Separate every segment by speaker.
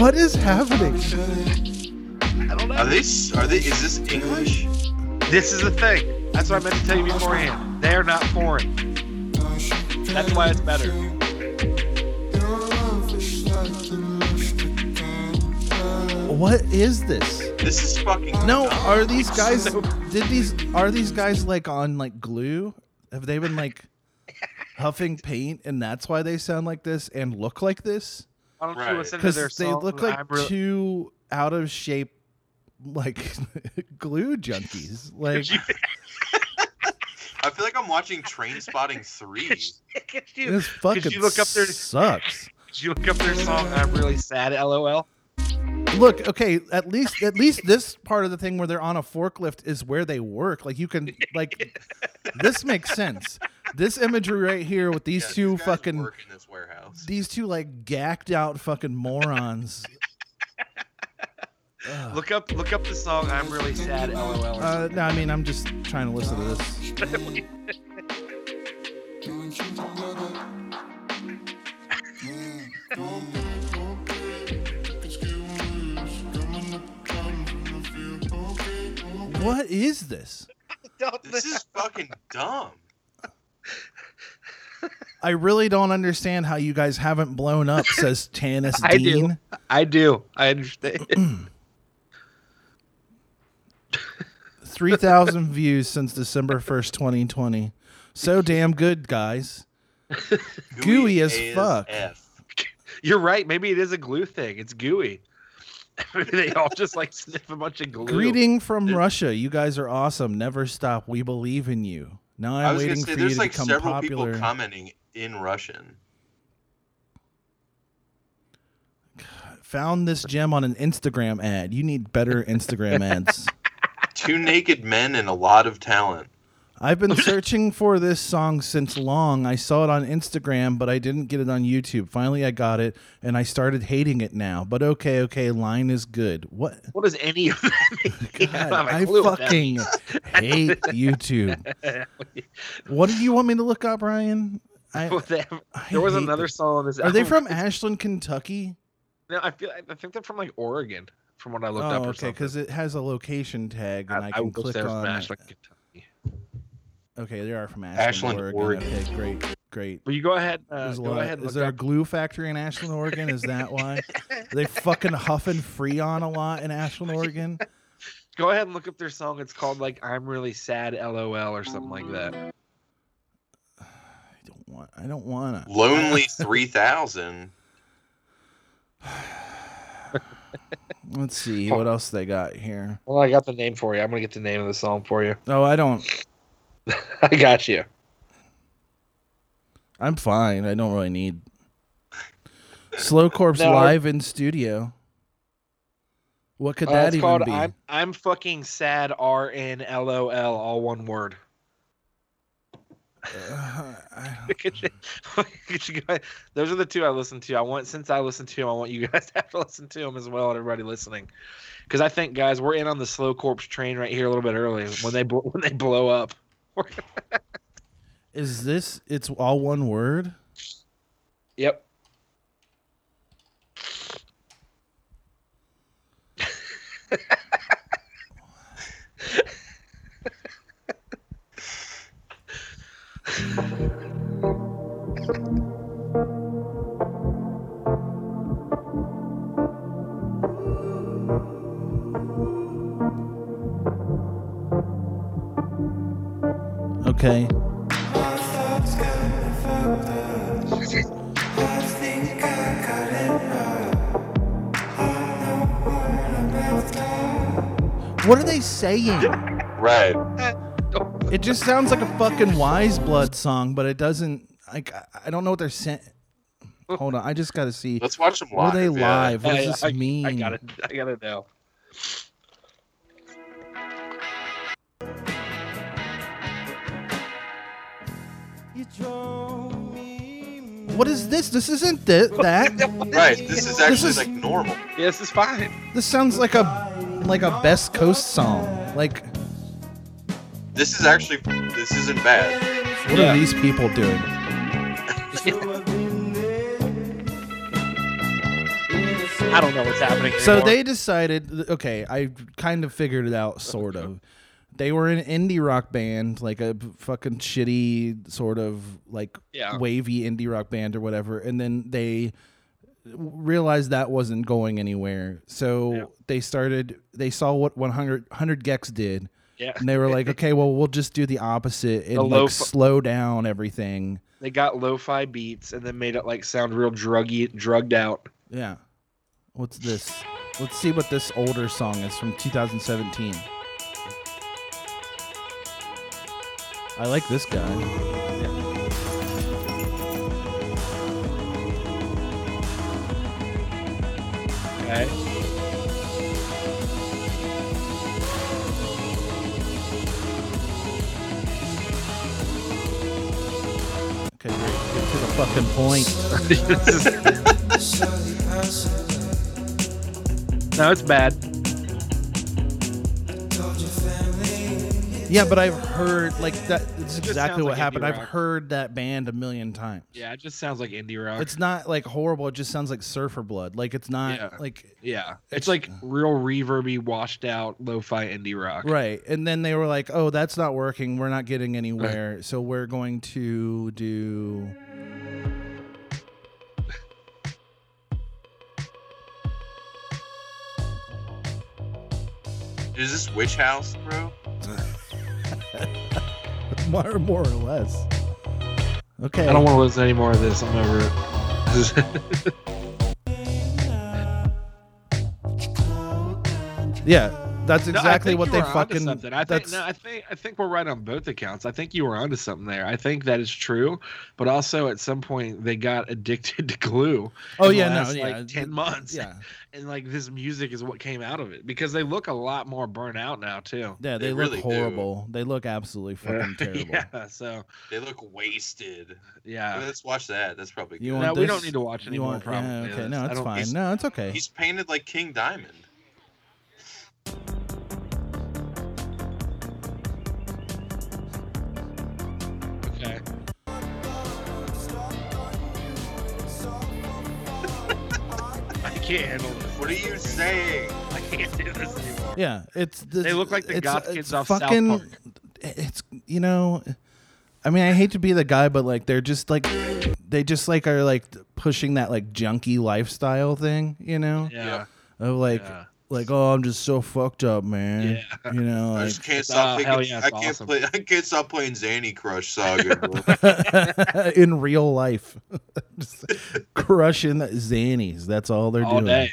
Speaker 1: What is happening?
Speaker 2: I don't
Speaker 3: Are
Speaker 2: know.
Speaker 3: these? Are they? Is this English?
Speaker 2: This is the thing. That's what I meant to tell you beforehand. They're not foreign. That's why it's better.
Speaker 1: What is this?
Speaker 3: This is fucking.
Speaker 1: No,
Speaker 3: dumb.
Speaker 1: are these guys? Did these? Are these guys like on like glue? Have they been like huffing paint, and that's why they sound like this and look like this?
Speaker 2: Why don't
Speaker 3: Right.
Speaker 2: you listen to
Speaker 1: Because
Speaker 2: their
Speaker 1: they
Speaker 2: song?
Speaker 1: look like
Speaker 2: I'm real-
Speaker 1: two out of shape, like glue junkies. Like
Speaker 3: I feel like I'm watching Train Spotting Three.
Speaker 2: Could you,
Speaker 1: this fucking
Speaker 2: you look up their-
Speaker 1: sucks.
Speaker 2: could you look up their song? I'm really sad. LOL.
Speaker 1: Look, okay, at least at least this part of the thing where they're on a forklift is where they work. Like you can like this makes sense. This imagery right here with these
Speaker 3: Yeah,
Speaker 1: two
Speaker 3: guys
Speaker 1: fucking
Speaker 3: work in this warehouse.
Speaker 1: these two like gacked out fucking morons. Ugh.
Speaker 2: Look up, look up the song. I'm really sad. LOL.
Speaker 1: uh, no, I mean I'm just trying to listen to this. What is this?
Speaker 2: Don't
Speaker 3: This is fucking dumb.
Speaker 1: I really don't understand how you guys haven't blown up, says Tannis
Speaker 2: I do.
Speaker 1: Dean.
Speaker 2: I do. I understand.
Speaker 1: 3,000 views since December 1st, 2020. So damn good, guys. Gooey as fuck.
Speaker 3: F.
Speaker 2: You're right. Maybe it is a glue thing. It's gooey. Maybe they all just like sniff a bunch of glue.
Speaker 1: Greeting from Russia. You guys are awesome. Never stop. We believe in you. Now
Speaker 3: I
Speaker 1: I'm
Speaker 3: was gonna
Speaker 1: waiting
Speaker 3: say
Speaker 1: for you
Speaker 3: there's
Speaker 1: to
Speaker 3: like
Speaker 1: become
Speaker 3: several
Speaker 1: popular.
Speaker 3: people commenting in Russian.
Speaker 1: Found this gem on an Instagram ad. You need better Instagram ads.
Speaker 3: Two naked men and a lot of talent.
Speaker 1: I've been searching for this song since long. I saw it on Instagram, but I didn't get it on YouTube. Finally, I got it, and I started hating it now. But okay, okay, line is good. What?
Speaker 2: What does any of that mean?
Speaker 1: God,
Speaker 2: don't have a
Speaker 1: I
Speaker 2: clue what that
Speaker 1: fucking hate YouTube. What do you want me to look up, Ryan? I,
Speaker 2: What the-
Speaker 1: I
Speaker 2: there was
Speaker 1: hate
Speaker 2: another
Speaker 1: this.
Speaker 2: song on this.
Speaker 1: Are they
Speaker 2: album.
Speaker 1: from Ashland, Kentucky?
Speaker 2: No, I feel. I think they're from like Oregon, from what I looked
Speaker 1: oh,
Speaker 2: up. Or
Speaker 1: okay,
Speaker 2: something.
Speaker 1: because it has a location tag, and I, can
Speaker 2: will
Speaker 1: click
Speaker 2: upstairs
Speaker 1: on.
Speaker 2: from
Speaker 1: it.
Speaker 2: Ashland, Kentucky.
Speaker 1: Okay, they are from Ashland,
Speaker 3: Ashland,
Speaker 1: Oregon.
Speaker 3: Oregon.
Speaker 1: Okay, great, great.
Speaker 2: Well, you go ahead. Uh,
Speaker 1: There's a
Speaker 2: go
Speaker 1: lot-
Speaker 2: ahead. And
Speaker 1: is
Speaker 2: look
Speaker 1: there a
Speaker 2: up.
Speaker 1: glue factory in Ashland, Oregon? Is that why? Are they fucking huffing Freon a lot in Ashland, Oregon?
Speaker 2: Go ahead and look up their song. It's called like "I'm Really Sad," LOL, or something like that.
Speaker 1: I don't want. I don't wanna.
Speaker 3: Lonely three thousand.
Speaker 1: Let's see what else they got here.
Speaker 2: Well, I got the name for you. I'm gonna get the name of the song for you.
Speaker 1: Oh, I don't.
Speaker 2: I got you.
Speaker 1: I'm fine. I don't really need. Slow Corpse
Speaker 2: No.
Speaker 1: live in studio. What could
Speaker 2: Uh,
Speaker 1: that
Speaker 2: it's
Speaker 1: even
Speaker 2: called
Speaker 1: be?
Speaker 2: I'm I'm fucking sad R N L O L all one word.
Speaker 1: Uh, I-
Speaker 2: Could you- could you guys- Those are the two I listened to. I want since I listened to them, I want you guys to have to listen to them as well, and everybody listening, because I think guys we're in on the slow corpse train right here a little bit early. When they bl- when they blow up,
Speaker 1: is this? It's all one word.
Speaker 2: yep.
Speaker 1: Okay. What are they saying?
Speaker 3: Right.
Speaker 2: Oh,
Speaker 1: It just sounds like a fucking Wise Blood song, but it doesn't. Like I- I don't know what they're saying. Hold on, I just gotta see.
Speaker 3: Let's watch them
Speaker 1: Were
Speaker 3: live.
Speaker 1: they
Speaker 3: yeah.
Speaker 1: live? What
Speaker 2: I-
Speaker 1: does
Speaker 2: I-
Speaker 1: this mean?
Speaker 2: I got it. I got it now.
Speaker 1: What is this? This isn't th- that.
Speaker 3: Right. This is actually
Speaker 1: is-
Speaker 3: like normal.
Speaker 2: Yes, it's fine.
Speaker 1: This sounds like a like a best coast song. Like
Speaker 3: This is actually. This isn't bad.
Speaker 1: what
Speaker 2: Yeah.
Speaker 1: are these people doing?
Speaker 4: So I've been there. Innocent
Speaker 2: I don't know what's happening.
Speaker 1: So
Speaker 2: anymore.
Speaker 1: they decided. Okay, I kind of figured it out, sort of. They were an indie rock band, like a fucking shitty sort of like
Speaker 2: Yeah.
Speaker 1: wavy indie rock band or whatever, and then they realized that wasn't going anywhere. So
Speaker 2: Yeah.
Speaker 1: they started. They saw what 100, 100 Gex did,
Speaker 2: yeah.
Speaker 1: and they were like, "Okay, well, we'll just do the opposite and
Speaker 2: The
Speaker 1: like
Speaker 2: lo-fi-
Speaker 1: slow down everything."
Speaker 2: They got lo-fi beats and then made it like sound real druggy, drugged out.
Speaker 1: Yeah. What's this? Let's see what this older song is from 2017. I like this guy.
Speaker 2: Okay.
Speaker 1: Okay, great. Get to the fucking point.
Speaker 2: This is- no, it's bad.
Speaker 1: Yeah, but I've heard like that. It's
Speaker 2: sounds
Speaker 1: exactly what
Speaker 2: like indie
Speaker 1: happened. I've
Speaker 2: rock.
Speaker 1: heard that band a million times.
Speaker 2: Yeah, it just sounds like indie rock.
Speaker 1: It's not like horrible. It just sounds like Surfer Blood. Like it's not
Speaker 2: Yeah.
Speaker 1: like
Speaker 2: yeah,
Speaker 1: it's-
Speaker 2: it's like real reverby, washed out lo-fi indie rock.
Speaker 1: Right. And then they were like, oh, that's not working. We're not getting anywhere. So we're going to do.
Speaker 3: Is this Witch House, bro?
Speaker 1: more, more or less. Okay.
Speaker 2: I don't want to listen to any more of this. I'm over it.
Speaker 1: yeah, that's
Speaker 2: No, I
Speaker 1: exactly
Speaker 2: think
Speaker 1: what
Speaker 2: you
Speaker 1: they
Speaker 2: were onto
Speaker 1: fucking.
Speaker 2: something. I think
Speaker 1: that's
Speaker 2: no, I think I think we're right on both accounts. I think you were onto something there. I think that is true, but also at some point they got addicted to glue.
Speaker 1: oh
Speaker 2: in the
Speaker 1: yeah,
Speaker 2: last,
Speaker 1: no,
Speaker 2: like,
Speaker 1: yeah,
Speaker 2: ten months.
Speaker 1: yeah,
Speaker 2: and like this music is what came out of it because they look a lot more burnt out now too.
Speaker 1: yeah. They,
Speaker 3: They
Speaker 1: look
Speaker 3: really do.
Speaker 1: horrible. They look absolutely fucking terrible.
Speaker 2: yeah. So
Speaker 3: They look wasted.
Speaker 2: yeah.
Speaker 3: Let's watch that. That's probably good.
Speaker 1: Ah. You
Speaker 2: No,
Speaker 1: want
Speaker 2: we
Speaker 1: this?
Speaker 2: don't need to watch any
Speaker 1: You
Speaker 2: more.
Speaker 1: want?
Speaker 2: Probably.
Speaker 1: Yeah, okay,
Speaker 2: That's-
Speaker 1: no,
Speaker 2: I
Speaker 1: it's
Speaker 2: don't-
Speaker 1: fine.
Speaker 2: it's-
Speaker 1: No, it's okay.
Speaker 3: He's painted like King Diamond.
Speaker 2: Okay. I can't handle this.
Speaker 3: What are you saying?
Speaker 2: I can't do this anymore.
Speaker 1: Yeah, it's.
Speaker 2: They look like the
Speaker 1: it's,
Speaker 2: goth
Speaker 1: it's
Speaker 2: kids off South
Speaker 1: fucking,
Speaker 2: Park.
Speaker 1: It's you know, I mean, I hate to be the guy, but like they're just like, they just like are like pushing that like junky lifestyle thing, you know,
Speaker 2: Yeah.
Speaker 1: of like
Speaker 2: yeah.
Speaker 1: like oh I'm just so fucked up, man.
Speaker 2: Yeah.
Speaker 1: You know,
Speaker 3: I
Speaker 1: like,
Speaker 3: just can't
Speaker 2: it's-
Speaker 3: stop
Speaker 1: uh,
Speaker 2: oh, hell
Speaker 3: thinking.
Speaker 2: yeah,
Speaker 3: I
Speaker 2: it's
Speaker 3: can't
Speaker 2: awesome.
Speaker 3: play. I can't stop playing Zany Crush Saga. Bro.
Speaker 1: in real life, Just crushing the Xannies. That's all they're
Speaker 2: all
Speaker 1: doing.
Speaker 2: day,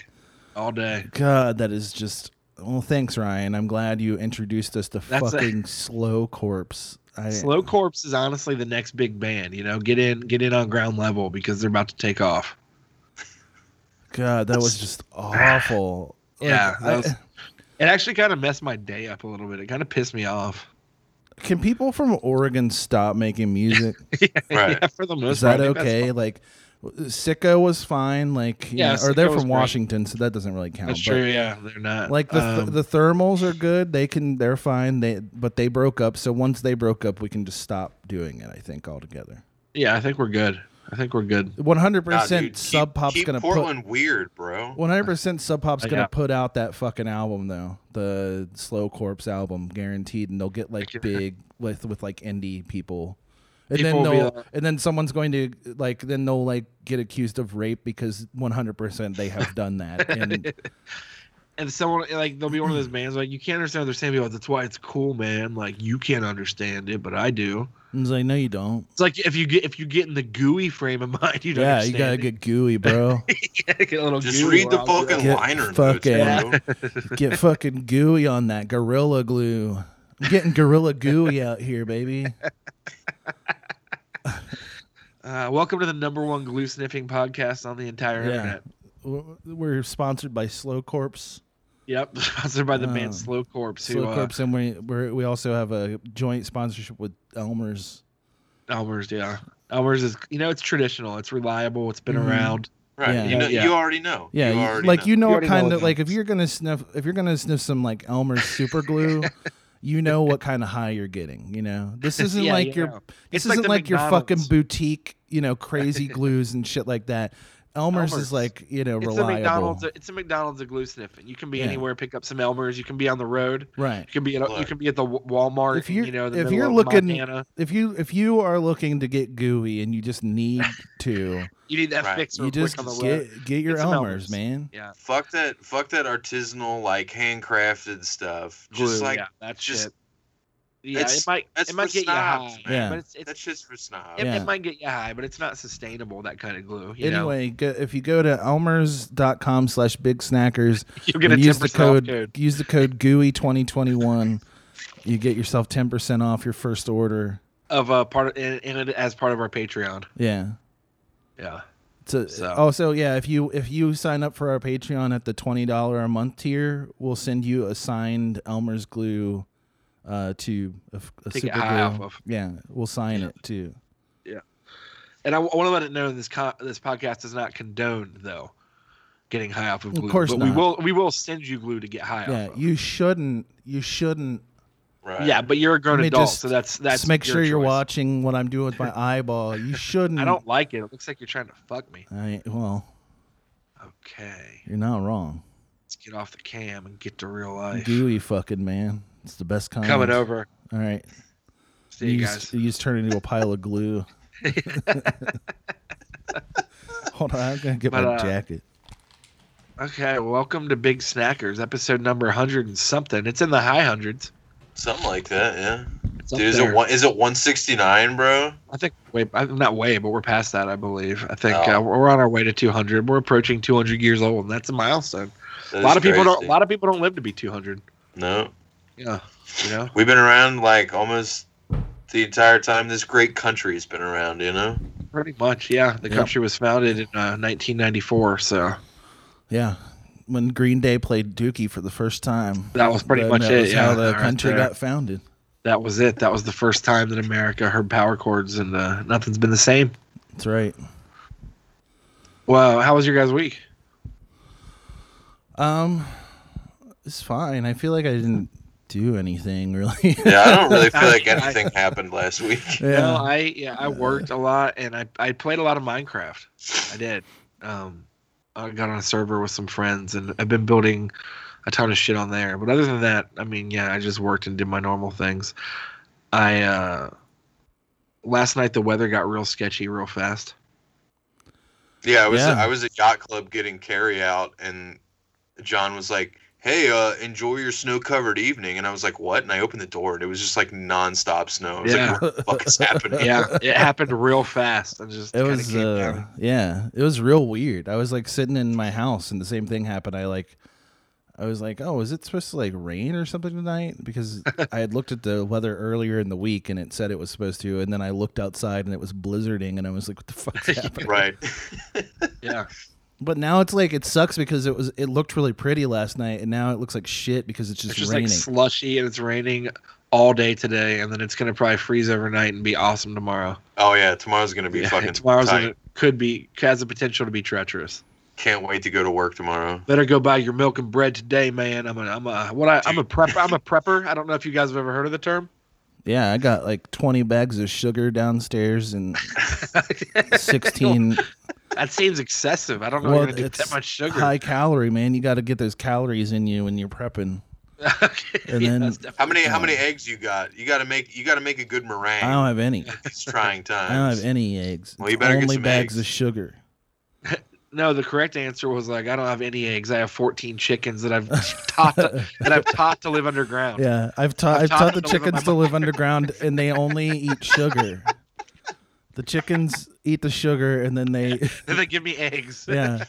Speaker 2: all day.
Speaker 1: God, that is just. Well, thanks, Ryan. I'm glad you introduced us to
Speaker 2: That's a-
Speaker 1: fucking slow corpse. I,
Speaker 2: Slow Corpse is honestly the next big band. You know, get in, get in on ground level because they're about to take off.
Speaker 1: God, that was just awful. Like,
Speaker 2: Yeah, that
Speaker 1: I-
Speaker 2: was- It actually kind of messed my day up a little bit. It kind of pissed me off.
Speaker 1: can people from Oregon stop making music?
Speaker 3: Right.
Speaker 2: yeah, for the most
Speaker 1: Is that
Speaker 2: part, I think that's
Speaker 1: okay?
Speaker 2: fine.
Speaker 1: Like, Sicko was fine. Like, you
Speaker 2: Yeah,
Speaker 1: know, or they're
Speaker 2: Sicko was
Speaker 1: from
Speaker 2: great.
Speaker 1: Washington, so that doesn't really count.
Speaker 2: That's
Speaker 1: but-
Speaker 2: true. Yeah, they're not
Speaker 1: Like the
Speaker 2: um,
Speaker 1: the thermals are good. They can they're fine. They but they broke up. So once they broke up, we can just stop doing it. I think altogether.
Speaker 2: yeah, I think we're good. I think we're good.
Speaker 1: One hundred
Speaker 3: Nah, dude,
Speaker 1: percent Sub
Speaker 3: keep-
Speaker 1: Pop's
Speaker 3: keep
Speaker 1: gonna
Speaker 3: Portland weird, bro.
Speaker 1: put one hundred percent Sub Pop's
Speaker 2: Uh,
Speaker 1: gonna
Speaker 2: yeah.
Speaker 1: put out that fucking album though, the Slow Corpse album, guaranteed, and they'll get like
Speaker 2: Like,
Speaker 1: big with with like indie people. And then
Speaker 2: People will be
Speaker 1: they'll,
Speaker 2: like-
Speaker 1: and then someone's going to like then they'll like get accused of rape because 100% they have done that and
Speaker 2: and someone like there'll be one of those bands like you can't understand what they're saying, but that's why it's cool, man. Like you can't understand it, but I do.
Speaker 1: it's like no you don't
Speaker 2: It's like if you get if you get in the gooey frame of mind, you don't
Speaker 1: yeah you
Speaker 2: understand
Speaker 1: gotta
Speaker 2: it.
Speaker 1: get gooey bro
Speaker 2: Get a little
Speaker 3: Just
Speaker 2: gooey
Speaker 3: read the
Speaker 2: or I'll
Speaker 3: fucking
Speaker 2: go-
Speaker 1: Get
Speaker 3: liner notes,
Speaker 1: fucking-
Speaker 3: bro.
Speaker 1: Get fucking gooey on that gorilla glue. I'm getting gorilla gooey out here, baby.
Speaker 2: Uh, welcome to the number one glue sniffing podcast on the entire
Speaker 1: Yeah.
Speaker 2: internet.
Speaker 1: W- We're sponsored by Slow Corpse.
Speaker 2: Yep, sponsored by the
Speaker 1: Um,
Speaker 2: band Slow Corpse. Who, uh,
Speaker 1: Slow Corpse, and we we're, we also have a joint sponsorship with Elmer's.
Speaker 2: Uh, Elmer's, yeah. Elmer's is you know it's traditional, it's reliable, it's been
Speaker 1: Mhm.
Speaker 2: around.
Speaker 3: Right.
Speaker 1: Yeah.
Speaker 3: You know.
Speaker 2: Yeah.
Speaker 3: You already know.
Speaker 1: Yeah,
Speaker 3: You
Speaker 1: you-
Speaker 3: already
Speaker 1: like
Speaker 3: know.
Speaker 1: you know
Speaker 2: You
Speaker 1: what
Speaker 2: already know
Speaker 1: kind
Speaker 2: what
Speaker 1: of like if
Speaker 2: Elmer's.
Speaker 1: you're gonna sniff if you're gonna sniff some like Elmer's super glue, you know what kind of high you're getting. You know this isn't
Speaker 2: Yeah,
Speaker 1: like
Speaker 2: you
Speaker 1: your
Speaker 2: know.
Speaker 1: this
Speaker 2: It's like
Speaker 1: isn't
Speaker 2: the
Speaker 1: like your fucking
Speaker 2: McDonald's.
Speaker 1: boutique you know crazy glues and shit like that. Elmer's,
Speaker 2: Elmer's.
Speaker 1: is like you know
Speaker 2: It's a
Speaker 1: reliable.
Speaker 2: McDonald's. It's a McDonald's of glue sniffing. You can be
Speaker 1: Yeah.
Speaker 2: anywhere, pick up some Elmers. You can be on the road.
Speaker 1: right.
Speaker 2: You can be at a, you
Speaker 3: Look.
Speaker 2: can be at the Wa- Walmart.
Speaker 1: If you're-
Speaker 2: you know, the
Speaker 1: if
Speaker 2: middle
Speaker 1: you're
Speaker 2: of
Speaker 1: looking-
Speaker 2: Montana.
Speaker 1: If you if you are looking to get gooey and you just need to,
Speaker 2: you need that
Speaker 3: Right.
Speaker 2: fix real
Speaker 1: you just
Speaker 2: quick on the road.
Speaker 1: get get your
Speaker 2: Get some
Speaker 1: Elmer's,
Speaker 2: Elmer's.
Speaker 1: man.
Speaker 2: Yeah,
Speaker 3: Fuck that. Fuck that artisanal, like handcrafted stuff. Just
Speaker 2: glue.
Speaker 3: like
Speaker 2: yeah, that's
Speaker 3: just-
Speaker 2: shit. Yeah, it
Speaker 3: it's-
Speaker 2: might
Speaker 3: that's
Speaker 2: it might
Speaker 3: for
Speaker 2: get
Speaker 3: snobs,
Speaker 2: you high,
Speaker 1: man.
Speaker 2: but it's, it's
Speaker 3: that shit's for snobs.
Speaker 2: It,
Speaker 1: Yeah.
Speaker 2: it might get you high, but it's not sustainable. That kind of glue. You know?
Speaker 1: Anyway, go, if you go to elmers.com slash big snackers
Speaker 2: you'll
Speaker 1: and
Speaker 2: get a ten
Speaker 1: use the
Speaker 2: percent
Speaker 1: code,
Speaker 2: code. code.
Speaker 1: use the code GUI twenty twenty one, you get yourself ten percent off your first order.
Speaker 2: of uh, part of, and, and it- as part of our Patreon.
Speaker 1: Yeah.
Speaker 2: Yeah,
Speaker 1: So,
Speaker 2: So-
Speaker 1: oh, so yeah, if you if you sign up for our Patreon at the twenty dollar a month tier, we'll send you a signed Elmer's glue uh, tube, a, f- a
Speaker 2: Take
Speaker 1: super
Speaker 2: it high off
Speaker 1: glue.
Speaker 2: of.
Speaker 1: Yeah, we'll sign it too.
Speaker 2: and I, want to let it know this co this podcast does not condone though getting high off of glue.
Speaker 1: course
Speaker 2: but we
Speaker 1: not.
Speaker 2: will we will send you glue to get high
Speaker 1: yeah,
Speaker 2: off. Of.
Speaker 1: you shouldn't. You shouldn't.
Speaker 3: Right.
Speaker 2: yeah, but you're a grown
Speaker 1: Let me
Speaker 2: adult,
Speaker 1: just-
Speaker 2: so that's that's
Speaker 1: Just make
Speaker 2: your
Speaker 1: sure you're
Speaker 2: choice.
Speaker 1: watching what I'm doing with my eyeball. You shouldn't.
Speaker 2: I don't like it. It looks like you're trying to fuck me.
Speaker 1: I, well,
Speaker 2: Okay,
Speaker 1: you're not wrong.
Speaker 2: let's get off the cam and get to real life.
Speaker 1: Gooey fucking man. It's the best kind.
Speaker 2: Coming over.
Speaker 1: All right.
Speaker 2: See you
Speaker 1: you,
Speaker 2: guys.
Speaker 1: just, you just turn into a pile of glue. Hold on, I'm gonna get
Speaker 2: But,
Speaker 1: my
Speaker 2: uh,
Speaker 1: jacket.
Speaker 2: Okay, welcome to Big Snackers, episode number 100 and something. It's in the high hundreds.
Speaker 3: Something like that. Yeah.
Speaker 2: It's up
Speaker 3: Dude, is
Speaker 2: there.
Speaker 3: it one? Is it one sixty nine, bro?
Speaker 2: I think way, I- not way, but we're past that, I believe. I think
Speaker 3: Oh.
Speaker 2: uh, we're on our way to 200. We're approaching 200 years old, and that's a milestone.
Speaker 3: That
Speaker 2: A
Speaker 3: is
Speaker 2: lot of people don't. A
Speaker 3: crazy.
Speaker 2: lot of people don't live to be 200.
Speaker 3: No,
Speaker 2: Yeah, you know.
Speaker 3: we've been around like almost the entire time this great country's been around. You know.
Speaker 2: Pretty much, yeah. The
Speaker 1: Yeah.
Speaker 2: country was founded in uh, 1994, so
Speaker 1: Yeah, when Green Day played Dookie for the first time,
Speaker 2: that was pretty much
Speaker 1: that
Speaker 2: it.
Speaker 1: was
Speaker 2: yeah,
Speaker 1: how the
Speaker 2: right
Speaker 1: country
Speaker 2: there.
Speaker 1: got founded.
Speaker 2: That was it. That was the first time that America heard power chords, and uh, nothing's been the same.
Speaker 1: That's right.
Speaker 2: Wow, how was your guys' week?
Speaker 1: Um, it's fine. I feel like I didn't do anything really.
Speaker 3: Yeah, I don't really feel like
Speaker 2: I-
Speaker 3: anything happened last week.
Speaker 1: yeah. Uh,
Speaker 2: No, I yeah, I worked a lot and I, I played a lot of Minecraft. I did. Um, I got on a server with some friends and I've been building a ton of shit on there. But other than that, I mean, yeah, I just worked and did my normal things. I uh, last night the weather got real sketchy real fast.
Speaker 3: Yeah, I was
Speaker 1: Yeah.
Speaker 3: I was at yacht club getting carry out, and John was like, "Hey, uh, enjoy your snow covered evening." And I was like, "What?" And I opened the door, and it was just like nonstop snow. I was
Speaker 2: Yeah.
Speaker 3: like, "What the fuck is happening?"
Speaker 2: Yeah, it happened real fast. I just
Speaker 1: it
Speaker 2: kinda
Speaker 1: was
Speaker 2: came
Speaker 1: uh,
Speaker 2: down.
Speaker 1: yeah it was real weird i was like sitting in my house and the same thing happened i like i was like oh is it supposed to like rain or something tonight because i had looked at the weather earlier in the week and it said it was supposed to and then i looked outside and it was blizzarding and i was like what the fuck's happening
Speaker 3: Right.
Speaker 2: yeah.
Speaker 1: but now it's like it sucks because it was it looked really pretty last night and now it looks like shit because it's just,
Speaker 2: It's just
Speaker 1: raining
Speaker 2: like slushy and it's raining all day today and then it's gonna probably freeze overnight and be awesome tomorrow.
Speaker 3: Oh yeah, tomorrow's gonna be
Speaker 2: Yeah,
Speaker 3: fucking.
Speaker 2: tomorrow's
Speaker 3: tight.
Speaker 2: gonna, could be has the potential to be treacherous.
Speaker 3: Can't wait to go to work tomorrow.
Speaker 2: Better go buy your milk and bread today, man. I'm a I'm a what I I'm a prepper. I'm a prepper. I don't know if you guys have ever heard of the term.
Speaker 1: yeah i got like 20 bags of sugar downstairs and 16
Speaker 2: That seems excessive. I don't know
Speaker 1: Well,
Speaker 2: you're gonna do
Speaker 1: it's
Speaker 2: that much sugar.
Speaker 1: high calorie man you got to get those calories in you when you're prepping
Speaker 2: Okay,
Speaker 1: and then-
Speaker 2: that's
Speaker 3: How
Speaker 2: definitely-
Speaker 3: many how many eggs you got? You got to make you got to make a good meringue.
Speaker 1: I don't have any.
Speaker 3: It's
Speaker 1: I
Speaker 3: trying
Speaker 1: don't
Speaker 3: times.
Speaker 1: have any eggs.
Speaker 3: Well, you
Speaker 1: It's
Speaker 3: better get
Speaker 1: only
Speaker 3: some
Speaker 1: bags
Speaker 3: eggs.
Speaker 1: of sugar.
Speaker 2: No, the correct answer was like I don't have any eggs. I have 14 chickens that I've taught to, that I've taught to live underground.
Speaker 1: Yeah, I've taught I've
Speaker 2: I've
Speaker 1: taught
Speaker 2: taught
Speaker 1: the
Speaker 2: them to live
Speaker 1: chickens to live underground, and they only eat sugar. The chickens eat the sugar, and then they
Speaker 2: Then they give me eggs.
Speaker 1: yeah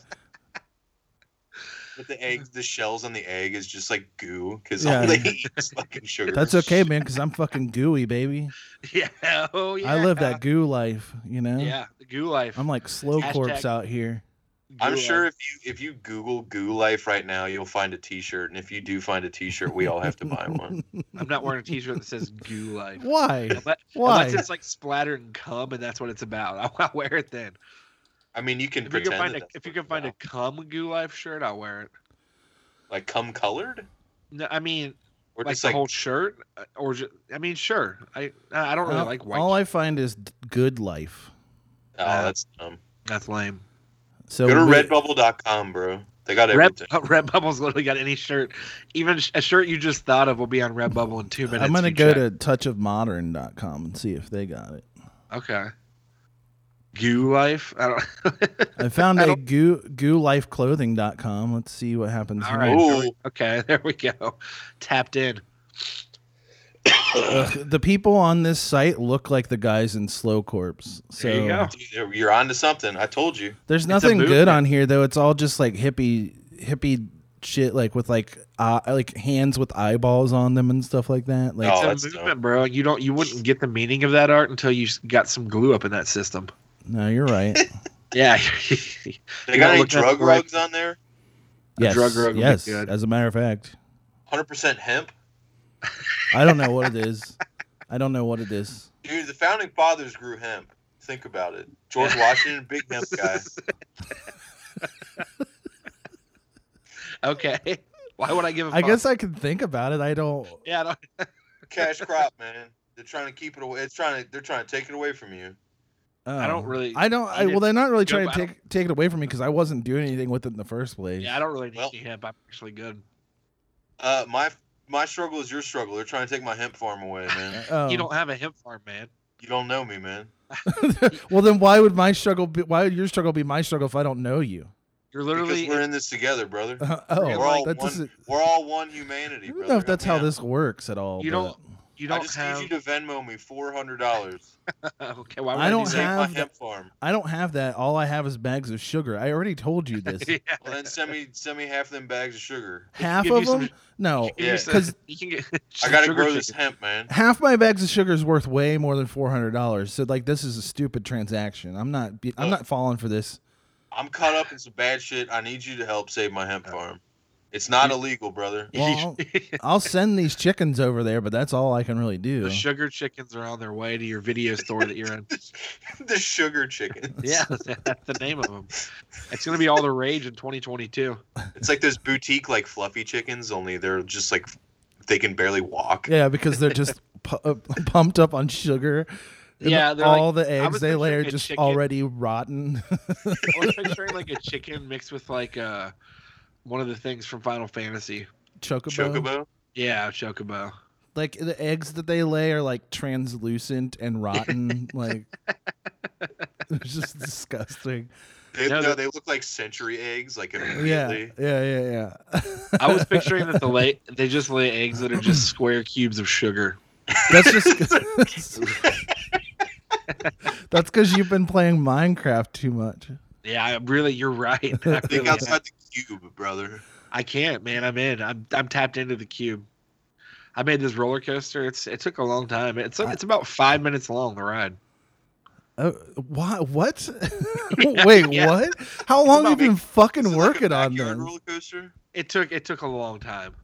Speaker 3: But the eggs, the shells on the egg is just like goo because
Speaker 1: Yeah.
Speaker 3: all they eat is fucking sugar.
Speaker 1: that's okay, man, because I'm fucking gooey, baby.
Speaker 2: yeah. Oh yeah.
Speaker 1: I live that goo life, you know.
Speaker 2: Yeah, the goo life.
Speaker 1: I'm like slow
Speaker 2: Hashtag-
Speaker 1: corpse out here.
Speaker 3: I'm
Speaker 2: Goo
Speaker 3: sure
Speaker 2: life.
Speaker 3: if you if you Google Goo Life right now, you'll find a T-shirt, and if you do find a T-shirt, we all have to buy one.
Speaker 2: I'm not wearing a T-shirt that says goo life.
Speaker 1: Why?
Speaker 2: Unless,
Speaker 1: Why?
Speaker 2: unless it's like splattered and cum, and that's what it's about. I'll, I'll wear it then.
Speaker 3: I mean, you can
Speaker 2: If you
Speaker 3: pretend
Speaker 2: can find
Speaker 3: that
Speaker 2: a
Speaker 3: that's
Speaker 2: if you
Speaker 3: what
Speaker 2: can
Speaker 3: it's
Speaker 2: find a
Speaker 3: about.
Speaker 2: cum goo life shirt, I'll wear it.
Speaker 3: like cum colored
Speaker 2: No, I mean
Speaker 3: or
Speaker 2: like
Speaker 3: just
Speaker 2: the
Speaker 3: like oh,
Speaker 2: whole shirt, uh, or just, I mean sure. I I don't really
Speaker 1: all,
Speaker 2: like white.
Speaker 1: all I find is d- good life.
Speaker 3: oh, that's dumb.
Speaker 2: That's lame.
Speaker 1: So
Speaker 3: Go to
Speaker 1: we-
Speaker 3: redbubble.com, bro. They got
Speaker 2: Red,
Speaker 3: everything.
Speaker 2: Redbubble's literally got any shirt, even sh- a shirt you just thought of will be on Redbubble in two minutes.
Speaker 1: I'm gonna
Speaker 2: if you
Speaker 1: go
Speaker 2: check.
Speaker 1: to touchofmodern.com and see if they got it.
Speaker 2: okay. Goo life. I don't.
Speaker 1: I found
Speaker 2: I
Speaker 1: a goo goolifeclothing.com. Let's see what happens.
Speaker 2: All
Speaker 1: here.
Speaker 2: right.
Speaker 3: Ooh.
Speaker 2: there we- okay. There we go. Tapped in.
Speaker 1: Ugh, Uh, the people on this site look like the guys in Slow Corpse. So
Speaker 2: There you go.
Speaker 3: Dude, You're on to something. I told you.
Speaker 1: there's
Speaker 2: a
Speaker 1: nothing good
Speaker 2: movement.
Speaker 1: on here though. It's all just like hippie hippie shit, like with like uh, like hands with eyeballs on them and stuff like that. Like
Speaker 3: Oh,
Speaker 2: It's
Speaker 3: that's
Speaker 2: a
Speaker 3: dope.
Speaker 2: movement, bro. You don't. You wouldn't get the meaning of that art until you s- got some glue up in that system.
Speaker 1: no, you're right.
Speaker 2: Yeah.
Speaker 3: They
Speaker 2: You
Speaker 3: got
Speaker 2: gotta
Speaker 3: any
Speaker 2: look at
Speaker 3: drug
Speaker 2: the right-
Speaker 3: rugs on there?
Speaker 1: yes,
Speaker 2: drug rug would be
Speaker 1: yes.
Speaker 2: good.
Speaker 1: As a matter of fact,
Speaker 3: 100% hemp?
Speaker 1: I don't know what it is. I don't know what it is.
Speaker 3: Dude, the founding fathers grew hemp. Think about it. George Washington, big hemp guy.
Speaker 2: okay. Why would I give a
Speaker 1: I
Speaker 2: fuck?
Speaker 1: guess I can think about it. I don't.
Speaker 2: Yeah. I don't,
Speaker 3: Cash crop, man. They're trying to keep it away. It's trying to. They're trying to take it away from you.
Speaker 2: I don't
Speaker 1: oh.
Speaker 2: really.
Speaker 1: I don't. I,
Speaker 2: I
Speaker 1: well,
Speaker 2: didn't
Speaker 1: they're not really
Speaker 2: go
Speaker 1: trying to
Speaker 2: by- I don't-
Speaker 1: take take it away from me because I wasn't doing anything with it in the first place.
Speaker 2: yeah. I don't really need
Speaker 3: Well-
Speaker 2: any hemp. I'm actually good.
Speaker 3: Uh, my my struggle is your struggle. They're trying to take my hemp farm away, man.
Speaker 1: Oh.
Speaker 2: You don't have a hemp farm, man.
Speaker 3: You don't know me, man.
Speaker 1: well, then why would my struggle be? Why would your struggle be my struggle if I don't know you?
Speaker 2: You're literally.
Speaker 3: because we're in this together, brother.
Speaker 1: oh,
Speaker 2: We're
Speaker 3: all
Speaker 1: that
Speaker 3: one
Speaker 1: doesn't.
Speaker 3: We're all one
Speaker 1: I
Speaker 3: humanity,
Speaker 1: don't
Speaker 3: brother.
Speaker 1: know if that's how
Speaker 3: Yeah.
Speaker 1: this works at all.
Speaker 2: You
Speaker 1: but
Speaker 2: don't- You
Speaker 3: I
Speaker 2: don't
Speaker 3: just
Speaker 2: have.
Speaker 3: need you to Venmo me four hundred dollars.
Speaker 2: okay. Why would
Speaker 1: I
Speaker 2: I,
Speaker 1: don't
Speaker 2: do
Speaker 3: Save
Speaker 2: that?
Speaker 3: my
Speaker 1: have the-
Speaker 3: hemp farm.
Speaker 1: I don't have that. All I have is bags of sugar. I already told you this.
Speaker 2: Yeah.
Speaker 3: Well, then send me send me half them bags of sugar.
Speaker 1: half
Speaker 2: Give you
Speaker 1: of
Speaker 2: some-
Speaker 1: them? No,
Speaker 2: You
Speaker 3: Yeah.
Speaker 2: just-
Speaker 1: because
Speaker 2: you can get.
Speaker 3: I gotta
Speaker 2: sugar
Speaker 3: grow
Speaker 2: sugar.
Speaker 3: this hemp, man.
Speaker 1: half my bags of sugar is worth way more than four hundred dollars. So like, this is a stupid transaction. I'm not. be- I'm
Speaker 3: Look.
Speaker 1: not falling for this.
Speaker 3: I'm caught up in some bad shit. I need you to help save my hemp farm. It's not illegal, brother.
Speaker 1: Well, I'll send these chickens over there, but that's all I can really do.
Speaker 2: the sugar chickens are on their way to your video store that you're in.
Speaker 3: the sugar chicken.
Speaker 2: yeah, that's the name of them. It's gonna be all the rage in 2022.
Speaker 3: It's like those boutique like fluffy chickens, only they're just like they can barely walk.
Speaker 1: Yeah, because they're just pu- uh, pumped up on sugar. And
Speaker 2: Yeah, they're
Speaker 1: all the
Speaker 2: was
Speaker 1: eggs they lay are
Speaker 2: picturing a
Speaker 1: just
Speaker 2: chicken.
Speaker 1: already rotten.
Speaker 2: I was picturing like a chicken mixed with like uh one of the things from Final Fantasy.
Speaker 1: Chocobo.
Speaker 3: Chocobo.
Speaker 2: Yeah, chocobo.
Speaker 1: Like the eggs that they lay are like translucent and rotten. like it's just disgusting.
Speaker 3: They,
Speaker 2: No,
Speaker 3: no,
Speaker 2: the-
Speaker 3: they look like century eggs, like
Speaker 1: Yeah,
Speaker 3: immediately.
Speaker 1: yeah, yeah, yeah.
Speaker 2: I was picturing that the lay they just lay eggs that are just square cubes of sugar.
Speaker 1: that's just that's because you've been playing Minecraft too much.
Speaker 2: Yeah, I really, you're right. I,
Speaker 3: Think
Speaker 2: really-
Speaker 3: outside the cube, brother.
Speaker 2: I can't, man. I'm in. I'm I'm tapped into the cube. I made this roller coaster. It's it took a long time. It's it's about five minutes long. The ride.
Speaker 1: Uh, why? What? Wait,
Speaker 2: Yeah.
Speaker 1: what? How long
Speaker 3: about
Speaker 1: have you been
Speaker 3: making-
Speaker 1: fucking
Speaker 3: Is it like a
Speaker 1: working on
Speaker 3: backyard
Speaker 1: this?
Speaker 3: roller coaster.
Speaker 2: It took it took a long time.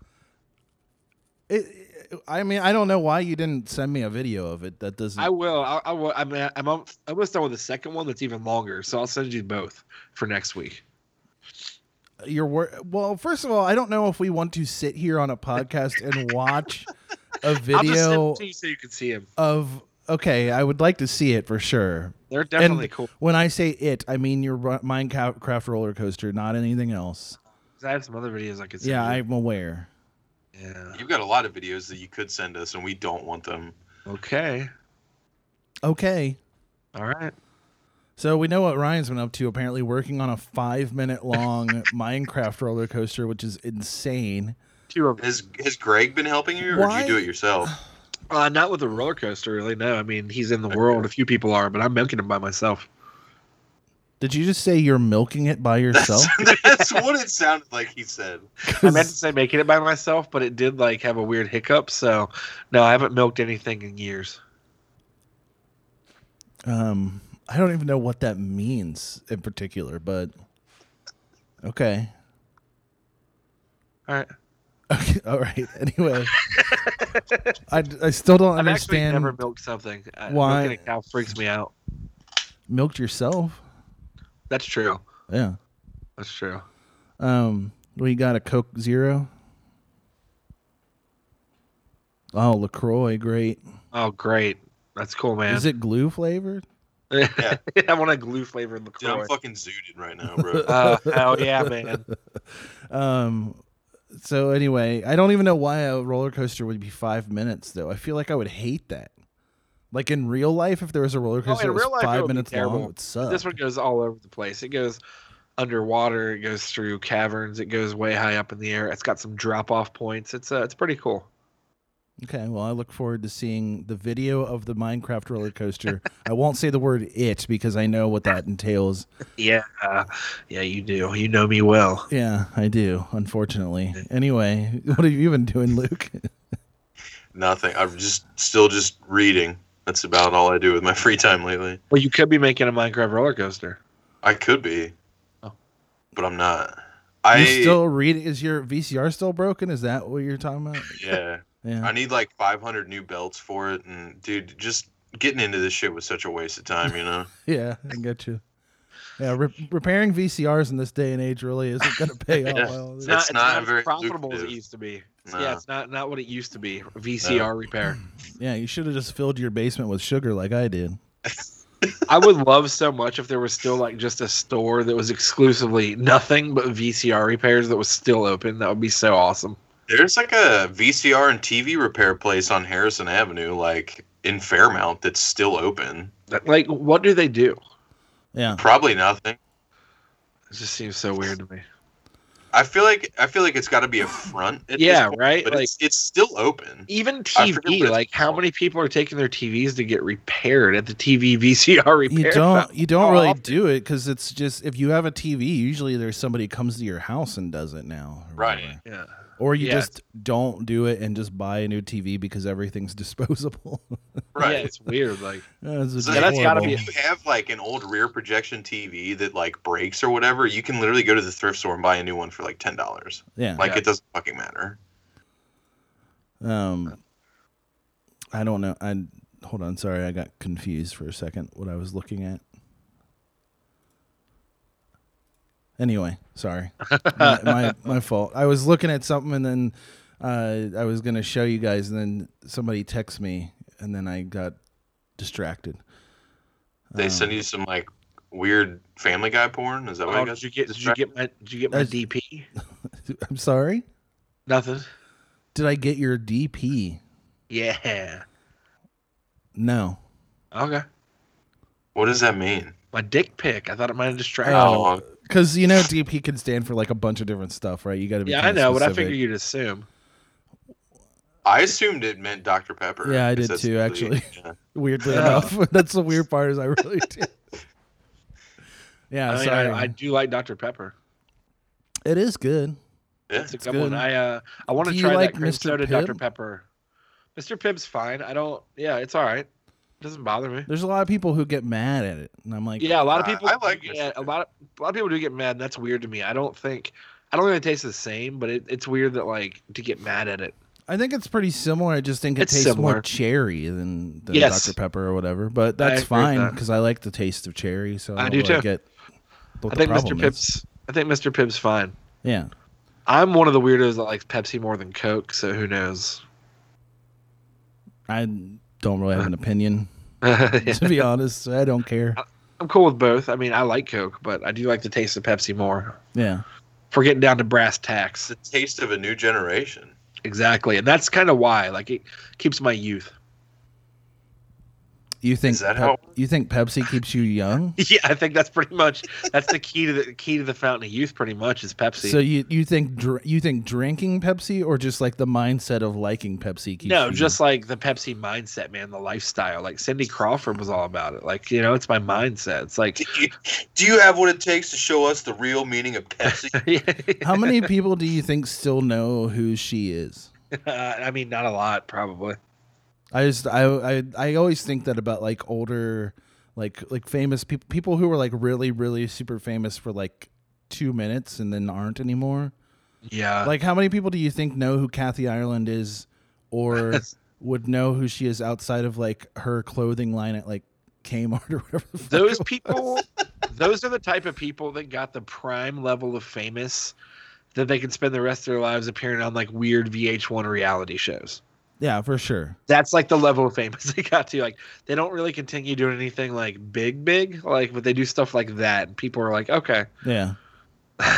Speaker 1: It, I mean, I don't know why you didn't send me a video of it. That doesn't.
Speaker 2: I will. I, I will. I'm I'm al- almost done with the second one. That's even longer. So I'll send you both for next week.
Speaker 1: your work. Well, first of all, I don't know if we want to sit here on a podcast and watch a
Speaker 2: I'll just send
Speaker 1: video
Speaker 2: it to you so you can see them.
Speaker 1: of. Okay, I would like to see it for sure.
Speaker 2: They're definitely cool.
Speaker 1: When I say it, I mean your ro- Minecraft roller coaster, not anything else.
Speaker 2: 'Cause I have some other videos I could. Send
Speaker 1: Yeah,
Speaker 2: you.
Speaker 1: I'm aware.
Speaker 2: Yeah.
Speaker 3: You've got a lot of videos that you could send us, and we don't want them.
Speaker 2: Okay.
Speaker 1: Okay.
Speaker 2: All right.
Speaker 1: So we know what Ryan's been up to. Apparently, working on a five-minute-long Minecraft roller coaster, which is insane.
Speaker 2: Two of them.
Speaker 3: Has Has Greg been helping you, or
Speaker 1: Why-
Speaker 3: did you do it yourself?
Speaker 2: Uh, not with the roller coaster, really. No, I mean he's in the world. A few people are, but I'm milking him by myself.
Speaker 1: Did you just say you're milking it by yourself?
Speaker 3: That's what it sounded like he said.
Speaker 2: I meant to say making it by myself, but it did like have a weird hiccup. So no, I haven't milked anything in years.
Speaker 1: Um, I don't even know what that means in particular, but okay,
Speaker 2: All right.
Speaker 1: okay, all right. Anyway, I, I still don't
Speaker 2: I've actually
Speaker 1: understand.
Speaker 2: never milked something. Uh,
Speaker 1: why-
Speaker 2: Milking a cow freaks me out.
Speaker 1: Milked yourself,
Speaker 2: That's true.
Speaker 1: yeah.
Speaker 2: That's true.
Speaker 1: Um, we got a Coke Zero. Oh, Lacroix, great.
Speaker 2: Oh, great. That's cool, man.
Speaker 1: Is it glue flavored?
Speaker 3: Yeah.
Speaker 2: I want a glue flavored
Speaker 3: Dude, I'm
Speaker 2: LaCroix.
Speaker 3: fucking zooted right now, bro.
Speaker 2: Uh, hell yeah, man.
Speaker 1: Um. So anyway, I don't even know why a roller coaster would be five minutes though. I feel like I would hate that. Like in real life, if there was a roller coaster that
Speaker 2: Oh, in
Speaker 1: was
Speaker 2: real life, it
Speaker 1: five
Speaker 2: would be
Speaker 1: minutes long,
Speaker 2: terrible.
Speaker 1: it would suck.
Speaker 2: This one goes all over the place. It goes underwater, it goes through caverns, it goes way high up in the air. It's got some drop off points. It's uh, it's pretty cool.
Speaker 1: Okay, well, I look forward to seeing the video of the Minecraft roller coaster. I won't say the word it because I know what that entails.
Speaker 2: Yeah. uh, Yeah, you do. You know me well.
Speaker 1: Yeah, I do, unfortunately. Anyway, what have you been doing, Luke?
Speaker 3: Nothing. I'm just still just reading. That's about all I do with my free time lately.
Speaker 2: Well, you could be making a Minecraft roller coaster.
Speaker 3: I could be,
Speaker 2: Oh.
Speaker 3: but I'm not. I
Speaker 1: you still reading? Is your VCR still broken? Is that what you're talking about?
Speaker 3: yeah.
Speaker 1: Yeah.
Speaker 3: I need like 500 new belts for it, and dude, just getting into this shit was such a waste of time. You know,
Speaker 1: Yeah, I get you. Yeah, re- repairing VCRs in this day and age really isn't going to pay off.
Speaker 3: Yeah.
Speaker 1: Well,
Speaker 2: It's
Speaker 1: it's-
Speaker 2: not,
Speaker 3: That's
Speaker 2: it's
Speaker 3: not
Speaker 2: not, as
Speaker 3: very
Speaker 2: profitable as
Speaker 3: lucrative.
Speaker 2: it used to be.
Speaker 3: No.
Speaker 2: Yeah, it's not, not what it used to be. VCR repair.
Speaker 1: yeah, you should have just filled your basement with sugar like I did.
Speaker 2: I would love so much if there was still like just a store that was exclusively nothing but VCR repairs that was still open. That would be so awesome.
Speaker 3: there's like a VCR and TV repair place on Harrison Avenue, like in Fairmount, that's still open.
Speaker 2: That- Like, what do they do?
Speaker 1: Yeah.
Speaker 3: Probably nothing.
Speaker 2: It just seems so weird to me.
Speaker 3: I feel like I feel like it's got to be a front. At
Speaker 2: Yeah,
Speaker 3: this point,
Speaker 2: right.
Speaker 3: But
Speaker 2: Like
Speaker 3: it's, it's still open.
Speaker 2: even
Speaker 3: forget what
Speaker 2: TV.
Speaker 3: it's
Speaker 2: Like, how
Speaker 3: called.
Speaker 2: many people are taking their TVs to get repaired at the TV VCR repair?
Speaker 1: You don't.
Speaker 2: shop?
Speaker 1: You don't
Speaker 2: Oh,
Speaker 1: really
Speaker 2: I'll-
Speaker 1: do it because it's just if you have a TV, usually there's somebody comes to your house and does it now. or
Speaker 3: Right.
Speaker 1: whatever.
Speaker 2: Yeah.
Speaker 1: Or you
Speaker 2: Yeah.
Speaker 1: just don't do it and just buy a new TV because everything's disposable.
Speaker 2: Yeah,
Speaker 3: Right.
Speaker 2: it's weird. Like,
Speaker 1: that's
Speaker 3: So
Speaker 2: Yeah, that's gotta be-
Speaker 3: If you have like an old rear projection TV that like breaks or whatever, you can literally go to the thrift store and buy a new one for like ten dollars.
Speaker 1: Yeah.
Speaker 3: Like
Speaker 2: Yeah.
Speaker 3: it doesn't fucking matter.
Speaker 1: Um. I don't know. I hold on. Sorry, I got confused for a second. What I was looking at. Anyway, sorry. my, my my fault. I was looking at something and then uh, I was gonna show you guys, and then somebody texted me, and then I got distracted.
Speaker 3: They
Speaker 1: Um,
Speaker 3: send you some like weird Family Guy porn. Is that what
Speaker 2: oh,
Speaker 3: I
Speaker 2: did
Speaker 3: got?
Speaker 2: you get? Did you get my? Did you get my
Speaker 1: That's-
Speaker 2: DP?
Speaker 1: I'm sorry.
Speaker 2: Nothing.
Speaker 1: Did I get your DP?
Speaker 2: Yeah.
Speaker 1: No.
Speaker 2: Okay.
Speaker 3: What does that mean?
Speaker 2: My dick pic. I thought it might have distracted.
Speaker 1: Oh,
Speaker 2: you.
Speaker 1: Because you know DP can stand for like a bunch of different stuff, right? You got to be.
Speaker 2: Yeah, I
Speaker 1: kinda
Speaker 2: know, but I
Speaker 1: specific.
Speaker 2: figured you'd assume.
Speaker 3: I assumed it meant Dr Pepper.
Speaker 1: Yeah, I did
Speaker 3: 'cause that's
Speaker 1: too,
Speaker 3: the-
Speaker 1: actually.
Speaker 3: yeah.
Speaker 1: Weirdly
Speaker 2: Yeah.
Speaker 1: enough, that's the weird part is I really did. Yeah,
Speaker 2: I, mean,
Speaker 1: sorry.
Speaker 2: I, I do like Dr. Pepper.
Speaker 1: it is good.
Speaker 3: Yeah.
Speaker 2: It's a good, one.
Speaker 1: good.
Speaker 2: I uh, I want
Speaker 1: Do
Speaker 2: to
Speaker 1: you
Speaker 2: try
Speaker 1: like
Speaker 2: that cream
Speaker 1: Mr.
Speaker 2: soda Dr.
Speaker 1: Pibb?
Speaker 2: Pepper. Mr. Pibb's fine. I don't. Yeah, it's all right. It doesn't bother me.
Speaker 1: There's a lot of people who get mad at it, and I'm like,
Speaker 2: Yeah, a lot of
Speaker 3: I-
Speaker 2: people.
Speaker 3: I like
Speaker 2: do
Speaker 3: Mr.
Speaker 2: get- a
Speaker 3: Pibb.
Speaker 2: lot of a lot of people do get mad. And that's weird to me. I don't think. I don't think it tastes the same, but it, it's weird that like to get mad at it.
Speaker 1: I think it's pretty similar. I just think it
Speaker 2: It's
Speaker 1: tastes more
Speaker 2: similar.
Speaker 1: cherry than, than
Speaker 2: Yes.
Speaker 1: Dr Pepper or whatever, but
Speaker 2: I agree
Speaker 1: that's
Speaker 2: with
Speaker 1: fine
Speaker 2: that.
Speaker 1: because I like the taste of cherry. So I,
Speaker 2: I
Speaker 1: don't
Speaker 2: do
Speaker 1: really
Speaker 2: too.
Speaker 1: Get what
Speaker 2: I
Speaker 1: the
Speaker 2: think Mr.
Speaker 1: problem is.
Speaker 2: Pibb's. I think Mr. Pibb's fine.
Speaker 1: Yeah,
Speaker 2: I'm one of the weirdos that likes Pepsi more than Coke, so who knows?
Speaker 1: I don't really have an opinion
Speaker 2: I'm
Speaker 1: to be honest. I don't care.
Speaker 2: Uh, cool with both. I mean, I like Coke, but I do like the taste of Pepsi more.
Speaker 1: Yeah,
Speaker 2: For getting down to brass tacks.
Speaker 3: It's the taste of a new generation.
Speaker 2: Exactly, and that's kind of why. Like it keeps my youth.
Speaker 1: you think
Speaker 3: that how-
Speaker 1: you think Pepsi keeps you young?
Speaker 2: Yeah, I think that's pretty much that's the key to the key to the fountain of youth. Pretty much is Pepsi.
Speaker 1: So you you think dr- you think drinking Pepsi or just like the mindset of liking Pepsi keeps
Speaker 2: no,
Speaker 1: you
Speaker 2: just like the Pepsi mindset, man. The lifestyle, like Cindy Crawford was all about it. Like you know, it's my mindset. It's like
Speaker 3: Do you, do you have what it takes to show us the real meaning of Pepsi?
Speaker 1: How many people do you think still know who she is?
Speaker 2: I mean, not a lot probably.
Speaker 1: I just I I, I always think that about like older like like famous people people who were like really really super famous for like 2 minutes and then aren't anymore.
Speaker 2: Yeah,
Speaker 1: Like how many people do you think know who Kathy Ireland is or would know who she is outside of like her clothing line at like Kmart or whatever? the fuck
Speaker 2: those
Speaker 1: it was?
Speaker 2: people those are the type of people that got the prime level of famous that they can spend the rest of their lives appearing on like weird vh1 reality shows
Speaker 1: Yeah, for sure.
Speaker 2: That's like the level of famous they got to. Like they don't really continue doing anything like big, big, like but they do stuff like that. And people are like, okay,
Speaker 1: Yeah.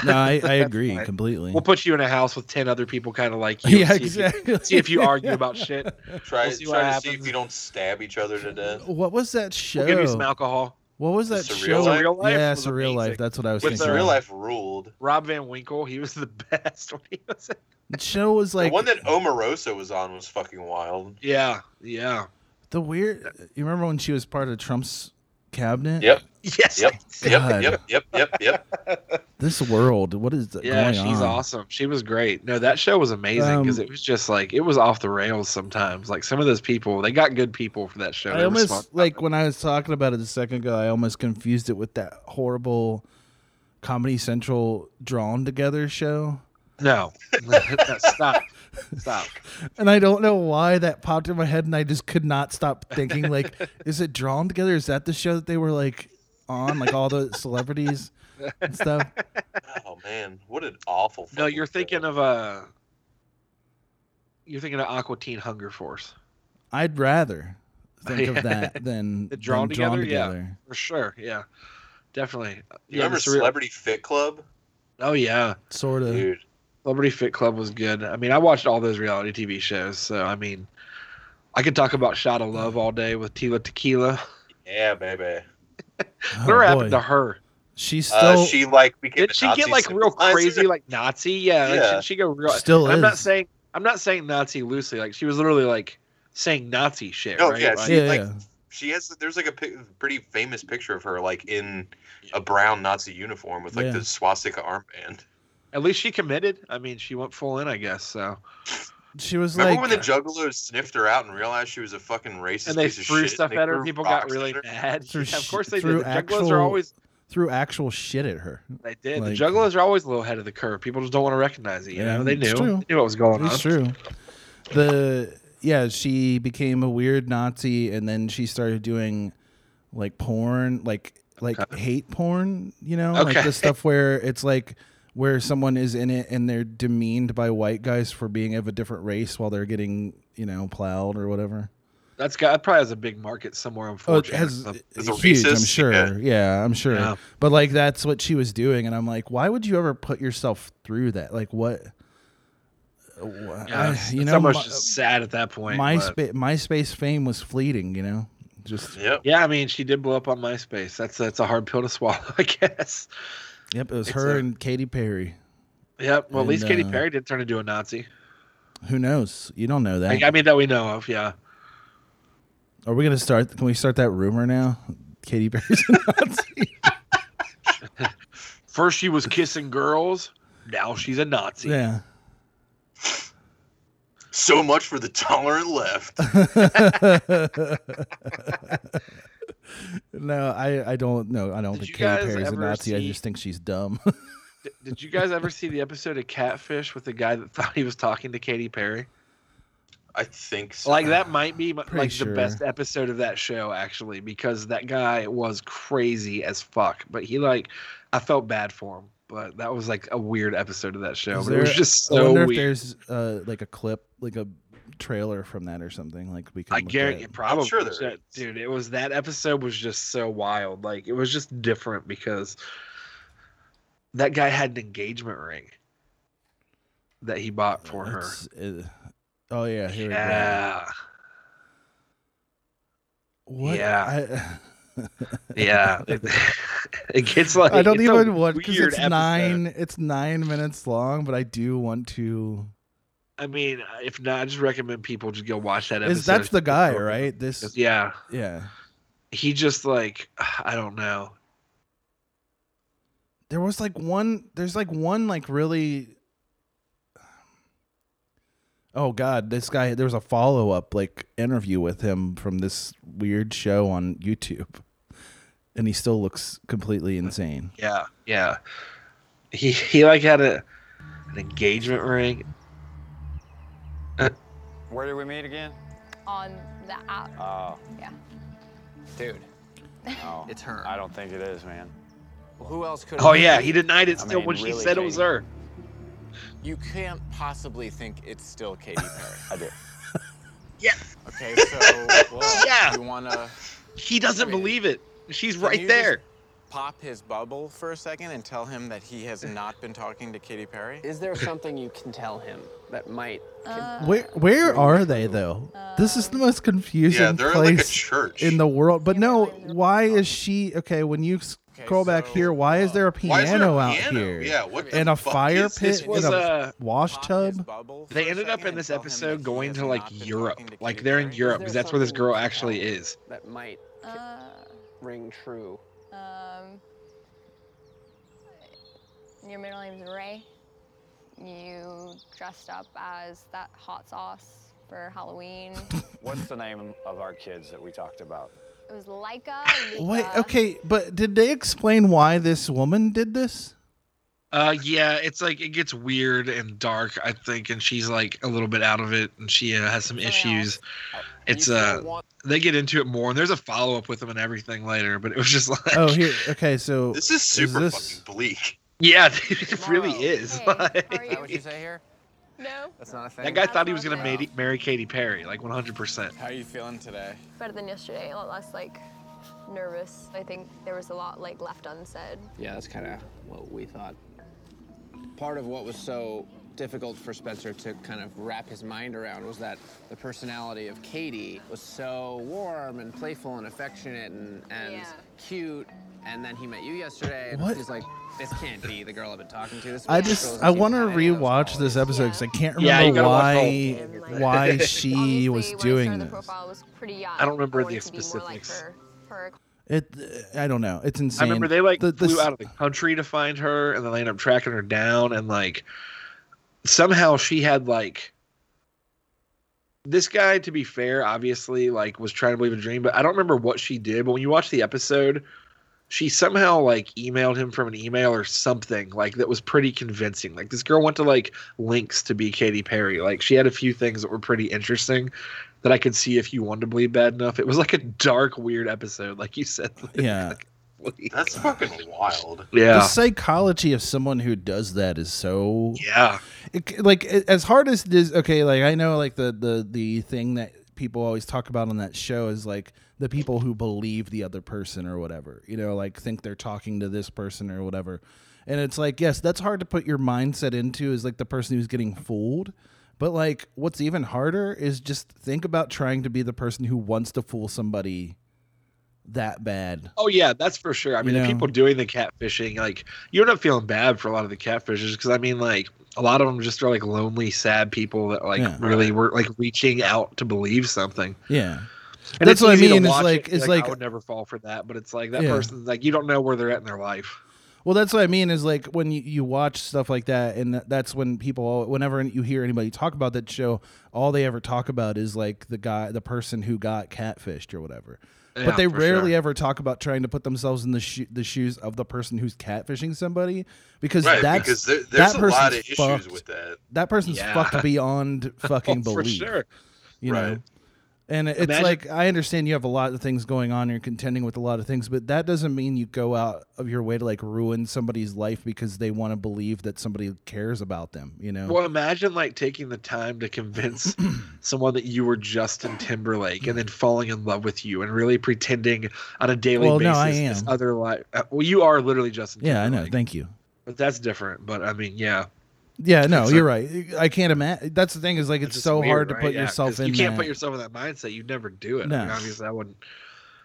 Speaker 1: No, I, I
Speaker 2: That's
Speaker 1: agree
Speaker 2: fine.
Speaker 1: completely.
Speaker 2: we'll put you in a house with ten other people, kind of like you.
Speaker 1: yeah,
Speaker 2: and see if you-
Speaker 1: exactly.
Speaker 2: see if you argue about shit.
Speaker 3: Try,
Speaker 2: We'll see what
Speaker 3: try to see
Speaker 2: happens.
Speaker 3: if you don't stab each other to death.
Speaker 1: What was that show?
Speaker 2: We'll give you some alcohol.
Speaker 1: what was that
Speaker 3: Surreal
Speaker 1: show?
Speaker 3: Life?
Speaker 2: Surreal Life
Speaker 1: yeah,
Speaker 2: was
Speaker 1: surreal
Speaker 2: amazing.
Speaker 1: life. That's what I was
Speaker 3: With
Speaker 1: thinking.
Speaker 3: the real
Speaker 1: of.
Speaker 3: life ruled.
Speaker 2: Rob Van Winkle, he was the best when he was. in-
Speaker 1: The show was like
Speaker 3: the one that Omarosa was on was fucking wild.
Speaker 2: Yeah, yeah,
Speaker 1: the weird. You remember when she was part of Trump's cabinet?
Speaker 3: Yep.
Speaker 2: yes.
Speaker 3: Yep.
Speaker 1: God.
Speaker 3: Yep. Yep. Yep. Yep. Yep.
Speaker 1: This world. What is that
Speaker 2: Yeah,
Speaker 1: going
Speaker 2: she's
Speaker 1: on?
Speaker 2: awesome. She was great. No, that show was amazing because
Speaker 1: Um,
Speaker 2: it was just like it was off the rails sometimes. Like some of those people, they got good people for that show.
Speaker 1: I
Speaker 2: They were
Speaker 1: almost
Speaker 2: smart.
Speaker 1: like when I was talking about it a second ago. I almost confused it with that horrible Comedy Central drawn together show,
Speaker 2: no, No, stop, stop.
Speaker 1: and I don't know why that popped in my head, and I just could not stop thinking. Like, is it drawn together? Is that the show that they were like on, like all the celebrities and stuff?
Speaker 3: Oh man, what an awful.
Speaker 2: No, you're thinking of uh, you're thinking of Aqua Teen Hunger Force
Speaker 1: I'd rather think
Speaker 2: Yeah.
Speaker 1: of that than
Speaker 2: The Drawn
Speaker 1: than drawn
Speaker 2: Together, yeah.
Speaker 1: together.
Speaker 2: for sure. Yeah, definitely. yeah,
Speaker 3: You remember
Speaker 2: it's real-
Speaker 3: Celebrity Fit Club?
Speaker 2: Oh yeah.
Speaker 1: Sort of.
Speaker 3: Dude,
Speaker 2: Celebrity Fit Club was good. I mean, I watched all those reality TV shows, so I mean, I could talk about Shot of Love all day with Tila Tequila.
Speaker 3: yeah, baby.
Speaker 1: Oh,
Speaker 2: Whatever happened
Speaker 1: boy.
Speaker 2: to her?
Speaker 1: She's still
Speaker 3: Uh, she like became.
Speaker 2: Did
Speaker 3: a
Speaker 2: she
Speaker 3: Nazi
Speaker 2: get like real
Speaker 3: sympathizer.
Speaker 2: crazy, like Nazi? Yeah, like,
Speaker 3: Yeah.
Speaker 2: should she go real?
Speaker 1: Still
Speaker 2: and I'm not
Speaker 1: is.
Speaker 2: saying I'm not saying Nazi loosely. Like she was literally like saying Nazi shit,
Speaker 3: No,
Speaker 2: right?
Speaker 3: Oh, yeah,
Speaker 2: Like,
Speaker 3: she-
Speaker 1: yeah,
Speaker 3: like-
Speaker 1: yeah.
Speaker 3: She has. There's like a pic, pretty famous picture of her like in a brown Nazi uniform with like
Speaker 1: Yeah.
Speaker 3: the swastika armband.
Speaker 2: At least she committed. I mean, she went full in, I guess. So
Speaker 1: She was
Speaker 3: Remember
Speaker 1: like
Speaker 3: when the Juggalos sniffed her out and realized she was a fucking racist
Speaker 2: and they
Speaker 3: piece of
Speaker 2: threw
Speaker 3: shit?
Speaker 2: stuff
Speaker 3: They
Speaker 2: at her.
Speaker 3: threw
Speaker 2: People got
Speaker 3: rocks
Speaker 2: really
Speaker 3: at her?
Speaker 2: mad.
Speaker 1: Through
Speaker 2: Yeah, of
Speaker 1: sh-
Speaker 2: course they
Speaker 1: through
Speaker 2: did. The jugglers
Speaker 1: actual-
Speaker 2: are always
Speaker 1: threw actual shit at her.
Speaker 2: They did. the
Speaker 1: Like-
Speaker 2: jugglers are always a little ahead of the curve. People just don't want to recognize it. You
Speaker 1: Yeah,
Speaker 2: know, they
Speaker 1: it's
Speaker 2: knew.
Speaker 1: true.
Speaker 2: They knew what was going on.
Speaker 1: It's true. The yeah, she became a weird Nazi, and then she started doing like porn, like like hate porn. You know, like
Speaker 2: Okay.
Speaker 1: the stuff where it's like where someone is in it and they're demeaned by white guys for being of a different race while they're getting you know plowed or whatever.
Speaker 2: That's got that probably has a big market somewhere.
Speaker 1: Oh, it
Speaker 2: Unfortunately,
Speaker 1: has
Speaker 3: It's
Speaker 1: uh,
Speaker 3: a
Speaker 1: huge, I'm
Speaker 3: racist,
Speaker 1: sure. Yeah,
Speaker 3: yeah.
Speaker 1: I'm sure.
Speaker 2: Yeah.
Speaker 1: But like that's what she was doing, and I'm like, why would you ever put yourself through that? Like what? Uh, wh-
Speaker 2: Yeah,
Speaker 1: I-
Speaker 2: it's,
Speaker 1: you
Speaker 2: it's
Speaker 1: know,
Speaker 2: almost
Speaker 1: my-
Speaker 2: just sad at that point. but-
Speaker 1: MySpace, MySpace fame was fleeting. You know, just
Speaker 3: Yep.
Speaker 2: Yeah, I mean, she did blow up on MySpace. That's that's a hard pill to swallow, I guess.
Speaker 1: yep, it was
Speaker 2: It's
Speaker 1: her
Speaker 2: a-
Speaker 1: and Katy Perry.
Speaker 2: Yep. Well, at least
Speaker 1: And,
Speaker 2: Katy
Speaker 1: uh,
Speaker 2: Perry did turn into a Nazi.
Speaker 1: Who knows? You don't know that.
Speaker 2: Like, I mean, that we know of. Yeah.
Speaker 1: Are we gonna start? Can we start that rumor now? Katy Perry's a Nazi.
Speaker 2: First, she was kissing girls. Now she's a Nazi.
Speaker 1: yeah.
Speaker 3: So much for the tolerant left.
Speaker 1: no, I, I don't know. I don't
Speaker 2: Did
Speaker 1: think
Speaker 2: you
Speaker 1: Katy
Speaker 2: guys
Speaker 1: Perry's a
Speaker 2: ever
Speaker 1: Nazi. I
Speaker 2: see-
Speaker 1: just think she's dumb.
Speaker 2: D- did you guys ever see the episode of Catfish with the guy that thought he was talking to Katy Perry?
Speaker 3: I think so.
Speaker 2: Like that might be m-
Speaker 1: Pretty
Speaker 2: like
Speaker 1: sure.
Speaker 2: the best episode of that show actually because that guy was crazy as fuck. But he like I felt bad for him, but that was like a weird episode of that show.
Speaker 1: Is
Speaker 2: But it was
Speaker 1: there-
Speaker 2: just
Speaker 1: I
Speaker 2: so
Speaker 1: wonder if
Speaker 2: weird.
Speaker 1: there's uh, like a clip, like a trailer from that or something. Like we can.
Speaker 2: I
Speaker 1: look
Speaker 2: guarantee
Speaker 1: at.
Speaker 2: you probably
Speaker 3: sure there
Speaker 2: should.
Speaker 3: is.
Speaker 2: dude. It was that episode was just so wild. Like it was just different because that guy had an engagement ring that he bought for her.
Speaker 1: It's, uh, oh yeah, here
Speaker 2: Yeah.
Speaker 1: we go. What?
Speaker 2: Yeah.
Speaker 1: I,
Speaker 2: Yeah. It, it gets like
Speaker 1: I don't
Speaker 2: it's a
Speaker 1: even want because
Speaker 2: weird
Speaker 1: it's
Speaker 2: episode.
Speaker 1: nine. It's nine minutes long, but I do want to.
Speaker 2: I mean, if not, I just recommend people just go watch that episode.
Speaker 1: Is that's the guy, right? This,
Speaker 2: Yeah.
Speaker 1: yeah.
Speaker 2: He just like I don't know.
Speaker 1: There was like one. There's like one like really. Oh God, this guy. There was a follow up like interview with him from this weird show on YouTube, and he still looks completely insane.
Speaker 2: Yeah. Yeah. He he like had a an engagement ring.
Speaker 4: Where did we meet again?
Speaker 5: on the app.
Speaker 4: Oh,
Speaker 5: Yeah.
Speaker 4: dude. No,
Speaker 6: It's her.
Speaker 4: Oh, I don't think it is, man.
Speaker 6: Well, who else could? it
Speaker 2: Oh
Speaker 6: be?
Speaker 2: yeah, he denied it
Speaker 4: I
Speaker 2: still
Speaker 4: mean,
Speaker 2: when she
Speaker 4: really,
Speaker 2: said it was
Speaker 4: Katie?
Speaker 2: her.
Speaker 6: You can't possibly think it's still Katy Perry.
Speaker 4: I do.
Speaker 2: Yeah.
Speaker 4: Okay, so well,
Speaker 2: Yeah.
Speaker 4: you want to
Speaker 2: He doesn't
Speaker 4: Wait.
Speaker 2: believe it. She's
Speaker 4: Can
Speaker 2: right
Speaker 4: you
Speaker 2: there.
Speaker 4: pop his bubble for a second and tell him that he has not been talking to Katy Perry?
Speaker 6: Is there something you can tell him that might?
Speaker 5: Uh,
Speaker 1: Where where are they though? This is the most confusing
Speaker 3: Yeah, they're in
Speaker 1: place
Speaker 3: like a church.
Speaker 1: in the world. But
Speaker 5: Yeah,
Speaker 1: no,
Speaker 5: they're in-
Speaker 1: why is she okay? When you scroll back
Speaker 4: so,
Speaker 1: here, why is there a piano,
Speaker 3: uh, Why is there a
Speaker 1: out
Speaker 3: piano?
Speaker 1: here?
Speaker 3: Yeah, what the
Speaker 1: and a
Speaker 3: fuck
Speaker 1: fire
Speaker 3: is uh, this
Speaker 1: pit
Speaker 2: was
Speaker 1: and a
Speaker 2: a-
Speaker 1: wash
Speaker 4: Pop his
Speaker 1: tub.
Speaker 4: bubble for
Speaker 2: They
Speaker 4: a
Speaker 2: ended up
Speaker 4: second
Speaker 2: in
Speaker 4: and
Speaker 2: this
Speaker 4: tell him that
Speaker 2: episode
Speaker 4: he
Speaker 2: going
Speaker 4: has
Speaker 2: to like
Speaker 4: not been
Speaker 2: Europe.
Speaker 4: talking to
Speaker 2: Like
Speaker 4: Katy
Speaker 2: they're in
Speaker 4: Perry?
Speaker 2: Europe
Speaker 6: there
Speaker 2: because that's where this
Speaker 6: something
Speaker 2: girl
Speaker 6: we can
Speaker 2: actually
Speaker 6: tell?
Speaker 2: is.
Speaker 6: That might
Speaker 5: uh,
Speaker 6: ring true.
Speaker 5: um, your middle name's Ray. You dressed up as that hot sauce for Halloween.
Speaker 4: What's the name of our kids that we talked about?
Speaker 5: it was Leica.
Speaker 1: Wait,
Speaker 5: Luca.
Speaker 1: okay, but did they explain why this woman did this?
Speaker 2: Uh, yeah, it's like it gets weird and dark, I think, and she's like a little bit out of it, and she uh, has some
Speaker 5: Something
Speaker 2: issues. It's
Speaker 4: You still
Speaker 2: uh,
Speaker 4: want-
Speaker 2: they get into it more, and there's a follow up with them and everything later. But it was just like,
Speaker 1: Oh, here. Okay, so
Speaker 3: This is super
Speaker 1: this-
Speaker 3: fucking bleak.
Speaker 2: yeah, dude, it really
Speaker 4: Tomorrow.
Speaker 2: is.
Speaker 5: Hey,
Speaker 2: Like,
Speaker 5: how are
Speaker 4: Is that what you
Speaker 5: you?
Speaker 4: say here?
Speaker 5: No,
Speaker 4: That's not a thing.
Speaker 2: that guy thought he was
Speaker 5: That's
Speaker 2: gonna
Speaker 5: what I
Speaker 2: marry, marry Katy Perry, like 100. percent
Speaker 4: How are you feeling today?
Speaker 5: better than yesterday. A lot less like nervous. I think there was a lot like left unsaid.
Speaker 6: Yeah, that's kind of what we thought. Part of what was so difficult for Spencer to kind of wrap his mind around was that the personality of Katie was so warm and playful and affectionate and, and
Speaker 5: Yeah.
Speaker 6: cute. And then he met you yesterday, and
Speaker 1: What?
Speaker 6: he's like, "This can't be the girl I've been talking to." This
Speaker 1: I
Speaker 6: girl
Speaker 1: just
Speaker 6: isn't
Speaker 1: I
Speaker 6: even
Speaker 1: want to
Speaker 6: having those
Speaker 1: rewatch this
Speaker 6: qualities."
Speaker 1: episode
Speaker 5: Yeah.
Speaker 1: because I can't
Speaker 2: Yeah, you
Speaker 1: remember
Speaker 2: gotta watch
Speaker 1: why
Speaker 2: all
Speaker 5: of it.
Speaker 1: why
Speaker 5: Obviously,
Speaker 1: she was
Speaker 5: when I
Speaker 1: doing
Speaker 5: started the
Speaker 1: this.
Speaker 5: profile, it was pretty young.
Speaker 2: I don't remember the
Speaker 5: wanted to be more like
Speaker 2: specifics.
Speaker 5: her- her
Speaker 1: It I don't know. It's
Speaker 2: I
Speaker 1: insane.
Speaker 2: remember they like
Speaker 1: The- the
Speaker 2: flew
Speaker 1: s-
Speaker 2: out of the country to find her, and then they ended up tracking her down, and like somehow she had like this guy. To be fair, obviously, like was trying to believe a dream, but I don't remember what she did. But when you watch the episode, she somehow like emailed him from an email or something like that was pretty convincing. Like this girl went to like links to be Katy Perry. Like she had a few things that were pretty interesting. That I could see if you wanted to believe bad enough. It was like a dark, weird episode, like you said.
Speaker 1: Yeah.
Speaker 3: That's fucking wild.
Speaker 1: The
Speaker 2: Yeah.
Speaker 1: psychology of someone who does that is so
Speaker 2: Yeah.
Speaker 1: it, like a- as hard as it is okay like i know like the the the thing that people always talk about on that show is like the people who believe the other person or whatever you know like think they're talking to this person or whatever and it's like yes that's hard to put your mindset into is like the person who's getting fooled but like what's even harder is just think about trying to be the person who wants to fool somebody that bad
Speaker 2: Oh yeah, that's for sure. I mean,
Speaker 1: Yeah.
Speaker 2: the people doing the catfishing, like you end up feeling bad for a lot of the catfishers because I mean, like a lot of them just are like lonely, sad people that like
Speaker 1: Yeah.
Speaker 2: really were like reaching out to believe something.
Speaker 1: yeah
Speaker 2: And
Speaker 1: That's
Speaker 2: it's
Speaker 1: what I
Speaker 2: easy to
Speaker 1: mean, is
Speaker 2: watch it
Speaker 1: like-
Speaker 2: and be
Speaker 1: is like-
Speaker 2: I would never fall for that, but it's like that
Speaker 1: Yeah.
Speaker 2: person's like you don't know where they're at in their life.
Speaker 1: Well, that's what I mean is like when you, you watch stuff like that, and that- that's when people, whenever you hear anybody talk about that show, all they ever talk about is like the guy, the person who got catfished or whatever.
Speaker 2: Yeah,
Speaker 1: but they
Speaker 2: for
Speaker 1: rarely
Speaker 2: sure.
Speaker 1: ever talk about trying to put themselves in the sho- the shoes of the person who's catfishing somebody because
Speaker 3: Right,
Speaker 1: that's
Speaker 3: because there, there's
Speaker 1: that
Speaker 3: a lot of
Speaker 1: person's
Speaker 3: issues
Speaker 1: fucked.
Speaker 3: with that.
Speaker 1: that person's
Speaker 2: Yeah.
Speaker 1: fucked beyond fucking
Speaker 2: Oh,
Speaker 1: belief.
Speaker 2: for sure.
Speaker 1: You know.
Speaker 3: Right.
Speaker 1: And it's
Speaker 2: Imagine-
Speaker 1: like I understand you have a lot of things going on, you're contending with a lot of things, but that doesn't mean you go out of your way to like ruin somebody's life because they want to believe that somebody cares about them, you know?
Speaker 2: Well, imagine like taking the time to convince someone that you were Justin Timberlake and then falling in love with you and really pretending on a daily
Speaker 1: Well, no,
Speaker 2: basis
Speaker 1: I
Speaker 2: this
Speaker 1: am.
Speaker 2: other life. uh, Well, you are literally Justin.
Speaker 1: yeah, I know.
Speaker 2: Timberlake,
Speaker 1: Thank you.
Speaker 2: But that's different. But I mean, yeah,
Speaker 1: Yeah, no,
Speaker 2: It's
Speaker 1: you're right. I can't imagine. That's the thing is like it's,
Speaker 2: just
Speaker 1: so
Speaker 2: weird,
Speaker 1: hard to
Speaker 2: right?
Speaker 1: put
Speaker 2: Yeah,
Speaker 1: yourself
Speaker 2: 'cause
Speaker 1: in.
Speaker 2: You can't
Speaker 1: that.
Speaker 2: put yourself in that mindset. You'd never do it. I
Speaker 1: No.
Speaker 2: mean, obviously, I wouldn't.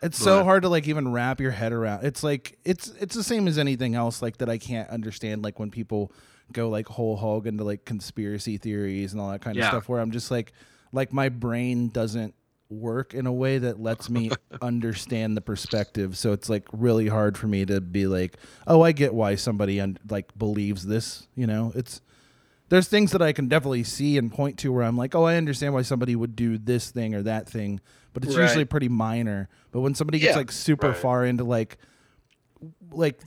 Speaker 1: It's so
Speaker 2: But-
Speaker 1: hard to like even wrap your head around. It's like it's it's the same as anything else like that I can't understand like when people go like whole hog into like conspiracy theories and all that kind of
Speaker 2: Yeah.
Speaker 1: stuff where I'm just like like my brain doesn't work in a way that lets me understand the perspective. So it's like really hard for me to be like, "Oh, I get why somebody un- like believes this," you know? It's there's things that I can definitely see and point to where I'm like, oh, I understand why somebody would do this thing or that thing, but it's
Speaker 2: Right.
Speaker 1: usually pretty minor. But when somebody gets
Speaker 2: Yeah.
Speaker 1: like super
Speaker 3: Right.
Speaker 1: far into like like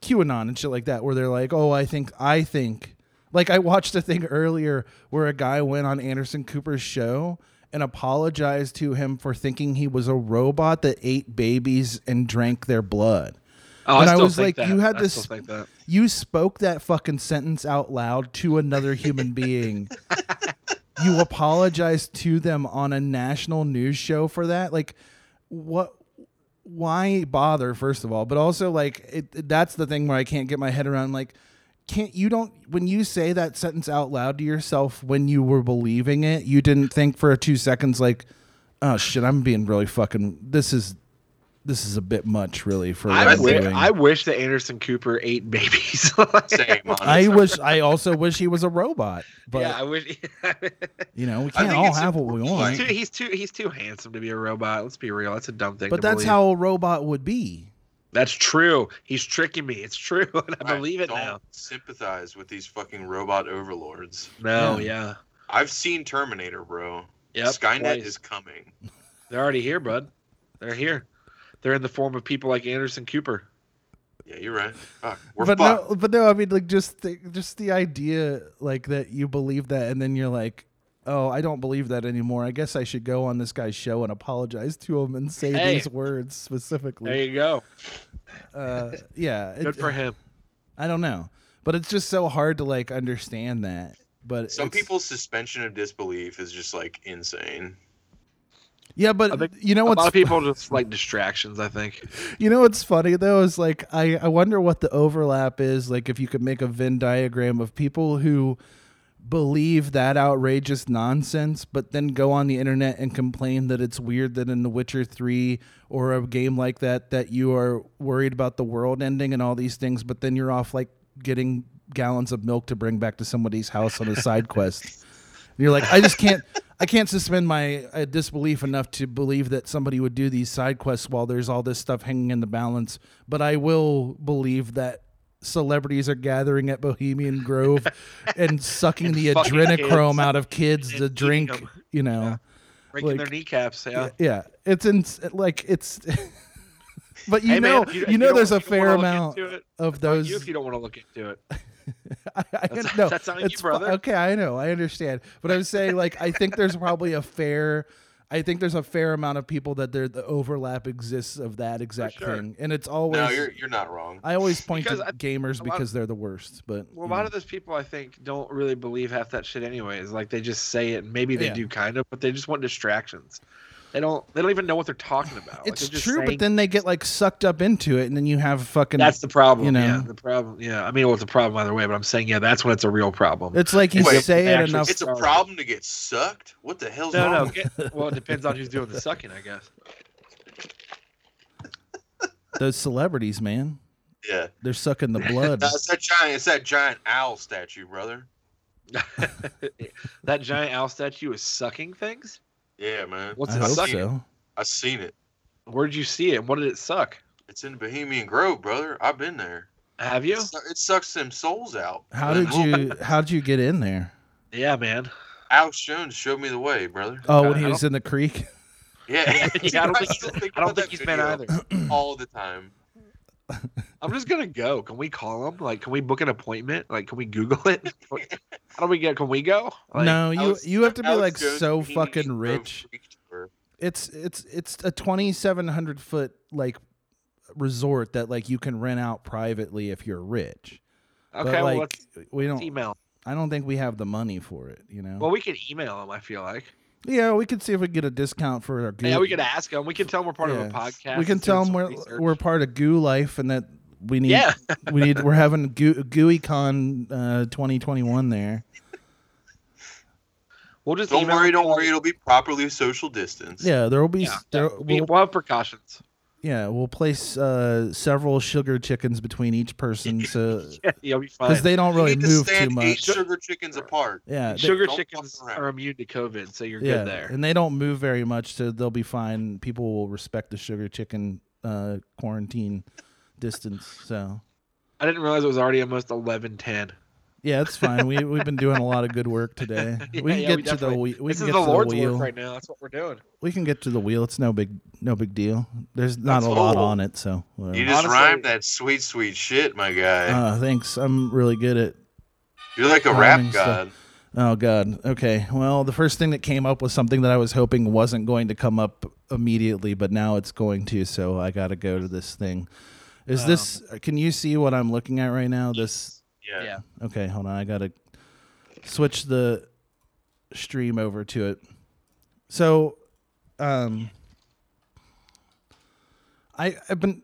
Speaker 1: QAnon and shit like that, where they're like, oh, I think I think like I watched a thing earlier where a guy went on Anderson Cooper's show and apologized to him for thinking he was a robot that ate babies and drank their blood.
Speaker 2: Oh,
Speaker 1: And I
Speaker 2: I, still
Speaker 1: was
Speaker 2: think
Speaker 1: like,
Speaker 2: that.
Speaker 1: you had
Speaker 2: I
Speaker 1: this-
Speaker 2: Still think that.
Speaker 1: You spoke that fucking sentence out loud to another human being you apologize to them on a national news show for that like what why bother first of all but also like it, that's the thing where i can't get my head around like can't you don't when you say that sentence out loud to yourself when you were believing it you didn't think for two seconds like oh shit i'm being really fucking this is this is a bit much really for what
Speaker 2: I,
Speaker 1: I'm
Speaker 2: wish,
Speaker 1: doing."
Speaker 2: I wish that Anderson Cooper ate babies.
Speaker 3: Same.
Speaker 1: I
Speaker 3: honestly.
Speaker 1: wish I also wish he was a robot, but
Speaker 2: yeah, I wish.
Speaker 1: you know we
Speaker 3: I
Speaker 1: can't
Speaker 3: think
Speaker 1: all
Speaker 3: it's
Speaker 1: have what we
Speaker 2: he's,
Speaker 1: want.
Speaker 2: too, he's too he's too handsome to be a robot. Let's be real. That's a dumb thing.
Speaker 1: But
Speaker 2: to
Speaker 1: that's
Speaker 2: believe.
Speaker 1: how a robot would be.
Speaker 2: That's true. He's tricking me. It's true. And I
Speaker 3: Right,
Speaker 2: believe it
Speaker 3: don't
Speaker 2: now.
Speaker 3: sympathize with these fucking robot overlords.
Speaker 2: No,
Speaker 1: Yeah.
Speaker 2: yeah.
Speaker 3: I've seen Terminator, bro.
Speaker 2: Yep.
Speaker 3: Skynet
Speaker 2: twice.
Speaker 3: is coming.
Speaker 2: They're already here, bud. They're here. They're in the form of people like Anderson Cooper.
Speaker 3: Yeah, you're right. Fuck. We're
Speaker 1: but
Speaker 3: fucked.
Speaker 1: no, but no, I mean like just the, just the idea like that you believe that, and then you're like, oh, I don't believe that anymore. I guess I should go on this guy's show and apologize to him and say
Speaker 2: Hey.
Speaker 1: these words
Speaker 2: There
Speaker 1: specifically.
Speaker 2: you go.
Speaker 1: Uh, yeah, it-
Speaker 2: Good for him.
Speaker 1: I don't know, but it's just so hard to like understand that. But
Speaker 3: Some
Speaker 1: it's-
Speaker 3: people's suspension of disbelief is just like insane.
Speaker 1: yeah,
Speaker 2: I
Speaker 1: but
Speaker 2: think
Speaker 1: you know
Speaker 2: A lot
Speaker 1: what's
Speaker 2: of people just like distractions. I think.
Speaker 1: You know what's funny though is like I, I wonder what the overlap is like if you could make a Venn diagram of people who believe that outrageous nonsense but then go on the internet and complain that it's weird that in The Witcher 3 or a game like that that you are worried about the world ending and all these things but then you're off like getting gallons of milk to bring back to somebody's house on a side quest. And you're like I just can't I can't suspend my uh, disbelief enough to believe that somebody would do these side quests while there's all this stuff hanging in the balance. But I will believe that celebrities are gathering at Bohemian Grove and sucking the
Speaker 2: fucking
Speaker 1: adrenochrome
Speaker 2: kids.
Speaker 1: out of kids to
Speaker 2: And eating
Speaker 1: drink.
Speaker 2: them.
Speaker 1: You know,
Speaker 2: Breaking
Speaker 1: Like-
Speaker 2: their kneecaps. Yeah.
Speaker 1: yeah, it's in like it's. but you
Speaker 2: Hey,
Speaker 1: know,
Speaker 2: man, if
Speaker 1: you,
Speaker 2: if
Speaker 1: know,
Speaker 2: don't-
Speaker 1: there's a
Speaker 2: if you don't
Speaker 1: fair
Speaker 2: wanna look
Speaker 1: amount
Speaker 2: into it,
Speaker 1: of
Speaker 2: fuck
Speaker 1: those.
Speaker 2: You if you don't want to look into it.
Speaker 1: I, I
Speaker 2: That's-
Speaker 1: no,
Speaker 2: that's on you,
Speaker 1: it's fi-
Speaker 2: brother.
Speaker 1: Okay, I know, I understand, but I'm saying like I think there's probably a fair, I think there's a fair amount of people that there the overlap exists of that exact
Speaker 2: sure.
Speaker 1: thing, and it's always
Speaker 3: No, you're you're not wrong.
Speaker 1: I always point
Speaker 2: Because
Speaker 1: to
Speaker 2: I-
Speaker 1: gamers
Speaker 2: a lot of-
Speaker 1: because they're the worst, but
Speaker 2: Well, a
Speaker 1: you
Speaker 2: lot
Speaker 1: know.
Speaker 2: of those people, I think, don't really believe half that shit, anyways. Like they just say it, and maybe they
Speaker 1: Yeah.
Speaker 2: do kind of, but they just want distractions. They don't. They don't even know what they're talking about. Like,
Speaker 1: it's
Speaker 2: they're just
Speaker 1: true,
Speaker 2: saying-
Speaker 1: but then they get like sucked up into it, and then you have fucking.
Speaker 2: that's the problem.
Speaker 1: you know.
Speaker 2: yeah, the problem. Yeah, I mean, well, it's a problem either way, but I'm saying, yeah, that's when it's a real problem.
Speaker 1: it's like you
Speaker 3: Wait,
Speaker 1: say it
Speaker 2: actually-
Speaker 1: enough.
Speaker 3: It's a
Speaker 2: sorry.
Speaker 3: problem to get sucked. What the hell's
Speaker 2: no,
Speaker 3: wrong?
Speaker 2: no.
Speaker 3: with-
Speaker 2: get- well, it depends on who's doing the sucking, I guess.
Speaker 1: those celebrities, man,
Speaker 3: Yeah,
Speaker 1: they're sucking the blood.
Speaker 3: No, it's that giant. It's that giant owl statue, brother.
Speaker 2: that giant owl statue is sucking things.
Speaker 3: Yeah, man.
Speaker 2: What's
Speaker 1: I
Speaker 2: it
Speaker 1: hope
Speaker 2: sucking?
Speaker 1: so.
Speaker 3: I seen it.
Speaker 2: Where did you see it? and What did it suck?
Speaker 3: It's in Bohemian Grove, brother. I've been there.
Speaker 2: Have you?
Speaker 3: It, su- it sucks them souls out.
Speaker 1: How did you? How did you get in there?
Speaker 2: Yeah, man.
Speaker 3: Alex Jones showed me the way, brother.
Speaker 1: Oh, when
Speaker 2: I
Speaker 1: he
Speaker 2: don't-
Speaker 1: was in the creek.
Speaker 3: Yeah,
Speaker 2: Yeah, I don't think
Speaker 3: still
Speaker 2: I don't
Speaker 3: about
Speaker 2: think
Speaker 3: that
Speaker 2: he's been
Speaker 3: video
Speaker 2: either.
Speaker 3: All the time.
Speaker 2: I'm just gonna go. Can we call him? Like, can we book an appointment? Like, can we Google it? Like, How do we get? Can we go? Like,
Speaker 1: no, you
Speaker 3: Alex-
Speaker 1: you have to be
Speaker 3: Alex
Speaker 1: like
Speaker 3: Jones,
Speaker 1: so
Speaker 3: Bohemian
Speaker 1: fucking
Speaker 3: Grove
Speaker 1: rich.
Speaker 3: Freak Tour.
Speaker 1: It's it's it's a twenty seven hundred foot like resort that like you can rent out privately if you're rich.
Speaker 2: Okay,
Speaker 1: but,
Speaker 2: well,
Speaker 1: like
Speaker 2: let's,
Speaker 1: we
Speaker 2: let's
Speaker 1: don't.
Speaker 2: email.
Speaker 1: I don't think we have the money for it. You know.
Speaker 2: Well, we can email him. I feel like.
Speaker 1: yeah, we could see if we can get a discount for our. Goo-
Speaker 2: Yeah, we could ask him. We can tell him we're part of a
Speaker 1: yeah.
Speaker 2: podcast.
Speaker 1: We can
Speaker 2: and
Speaker 1: tell
Speaker 2: do
Speaker 1: them
Speaker 2: some
Speaker 1: we're
Speaker 2: research.
Speaker 1: we're part of Goo Life and that we need
Speaker 2: Yeah.
Speaker 1: we need we're having Goo, GooeyCon uh, 2021 there.
Speaker 2: We'll just
Speaker 3: Don't
Speaker 2: email
Speaker 3: worry,
Speaker 2: him.
Speaker 3: don't worry. It'll be properly social distanced.
Speaker 1: Yeah, there will be
Speaker 2: Yeah,
Speaker 1: s- there,
Speaker 2: yeah. We-
Speaker 1: we'll,
Speaker 2: we'll have precautions.
Speaker 1: yeah we'll place uh, several sugar chickens between each person so
Speaker 2: Yeah, you'll be fine.
Speaker 1: because they don't
Speaker 3: You
Speaker 1: really
Speaker 3: need to
Speaker 1: move too
Speaker 3: stand eight
Speaker 1: much.
Speaker 3: sugar chickens apart.
Speaker 1: Yeah, they-
Speaker 2: Sugar
Speaker 3: don't fuck
Speaker 2: chickens
Speaker 3: around.
Speaker 2: are immune to COVID, so you're
Speaker 1: yeah,
Speaker 2: good there.
Speaker 1: and they don't move very much, so they'll be fine. People will respect the sugar chicken uh, quarantine distance. So
Speaker 2: I didn't realize it was already almost 11:10.
Speaker 1: yeah, it's fine. we we've been doing a lot of good work today.
Speaker 2: Yeah,
Speaker 1: we can
Speaker 2: yeah,
Speaker 1: get
Speaker 2: we
Speaker 1: to the
Speaker 2: definitely-
Speaker 1: we, we
Speaker 2: this
Speaker 1: can get
Speaker 2: is the
Speaker 1: to
Speaker 2: Lord's
Speaker 1: the
Speaker 2: work
Speaker 1: wheel.
Speaker 2: right now. That's what we're doing.
Speaker 1: We can get to the wheel. It's no big no big deal. There's not
Speaker 3: That's
Speaker 1: a lot
Speaker 3: all.
Speaker 1: on it, so whatever.
Speaker 3: You just
Speaker 2: Honestly-
Speaker 3: rhymed that sweet, sweet shit, my guy.
Speaker 1: Uh, thanks. I'm really good at
Speaker 3: You're like a
Speaker 1: I
Speaker 3: rap
Speaker 1: mean, so-
Speaker 3: god.
Speaker 1: Oh God. Okay. Well, the first thing that came up was something that I was hoping wasn't going to come up immediately, but now it's going to. So I got to go to this thing. Is this? Can you see what I'm looking at right now? This.
Speaker 3: Yeah.
Speaker 2: Yeah.
Speaker 1: Okay. Hold on. I got to switch the stream over to it. So, um, I I've been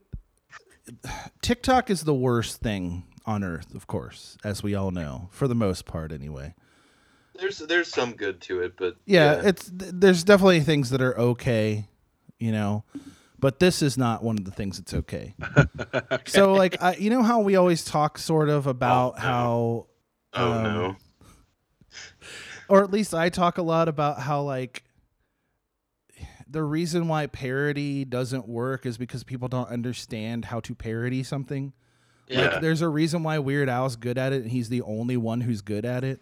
Speaker 1: TikTok is the worst thing on earth, of course, as we all know, for the most part, anyway.
Speaker 3: There's there's some good to it, but
Speaker 1: Yeah, it's th- there's definitely things that are okay, you know, but this is not one of the things that's okay. So, like, I, you know how we always talk sort of about
Speaker 3: no.
Speaker 1: how
Speaker 3: oh
Speaker 1: um,
Speaker 3: no.
Speaker 1: or at least I talk a lot about how like the reason why parody doesn't work is because people don't understand how to parody something.
Speaker 3: Yeah.
Speaker 1: Like there's a reason why Weird Al's good at it and he's the only one who's good at it.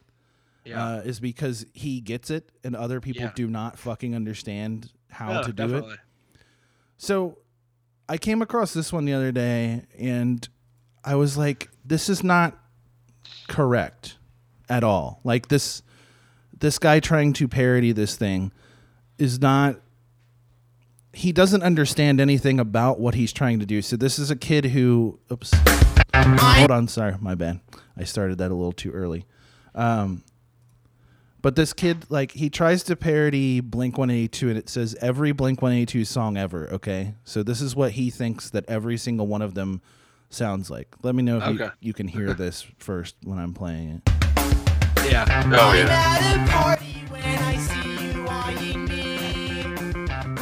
Speaker 1: Uh, is because he gets it and other people
Speaker 2: Yeah.
Speaker 1: do not fucking understand how
Speaker 2: Oh,
Speaker 1: to do it.
Speaker 2: definitely.
Speaker 1: So I came across this one the other day and I was like, this is not correct at all. Like this this guy trying to parody this thing is not he doesn't understand anything about what he's trying to do. So this is a kid who oops. Hold on, sorry, my bad. I started that a little too early. Um but this kid like he tries to parody Blink 182 and it says every Blink 182 song ever, okay? So this is what he thinks that every single one of them sounds like. Let me know if you,
Speaker 2: Okay.
Speaker 1: you can hear this first when I'm playing it.
Speaker 2: Yeah.
Speaker 3: Oh yeah.
Speaker 7: at a party when I see you eyeing me.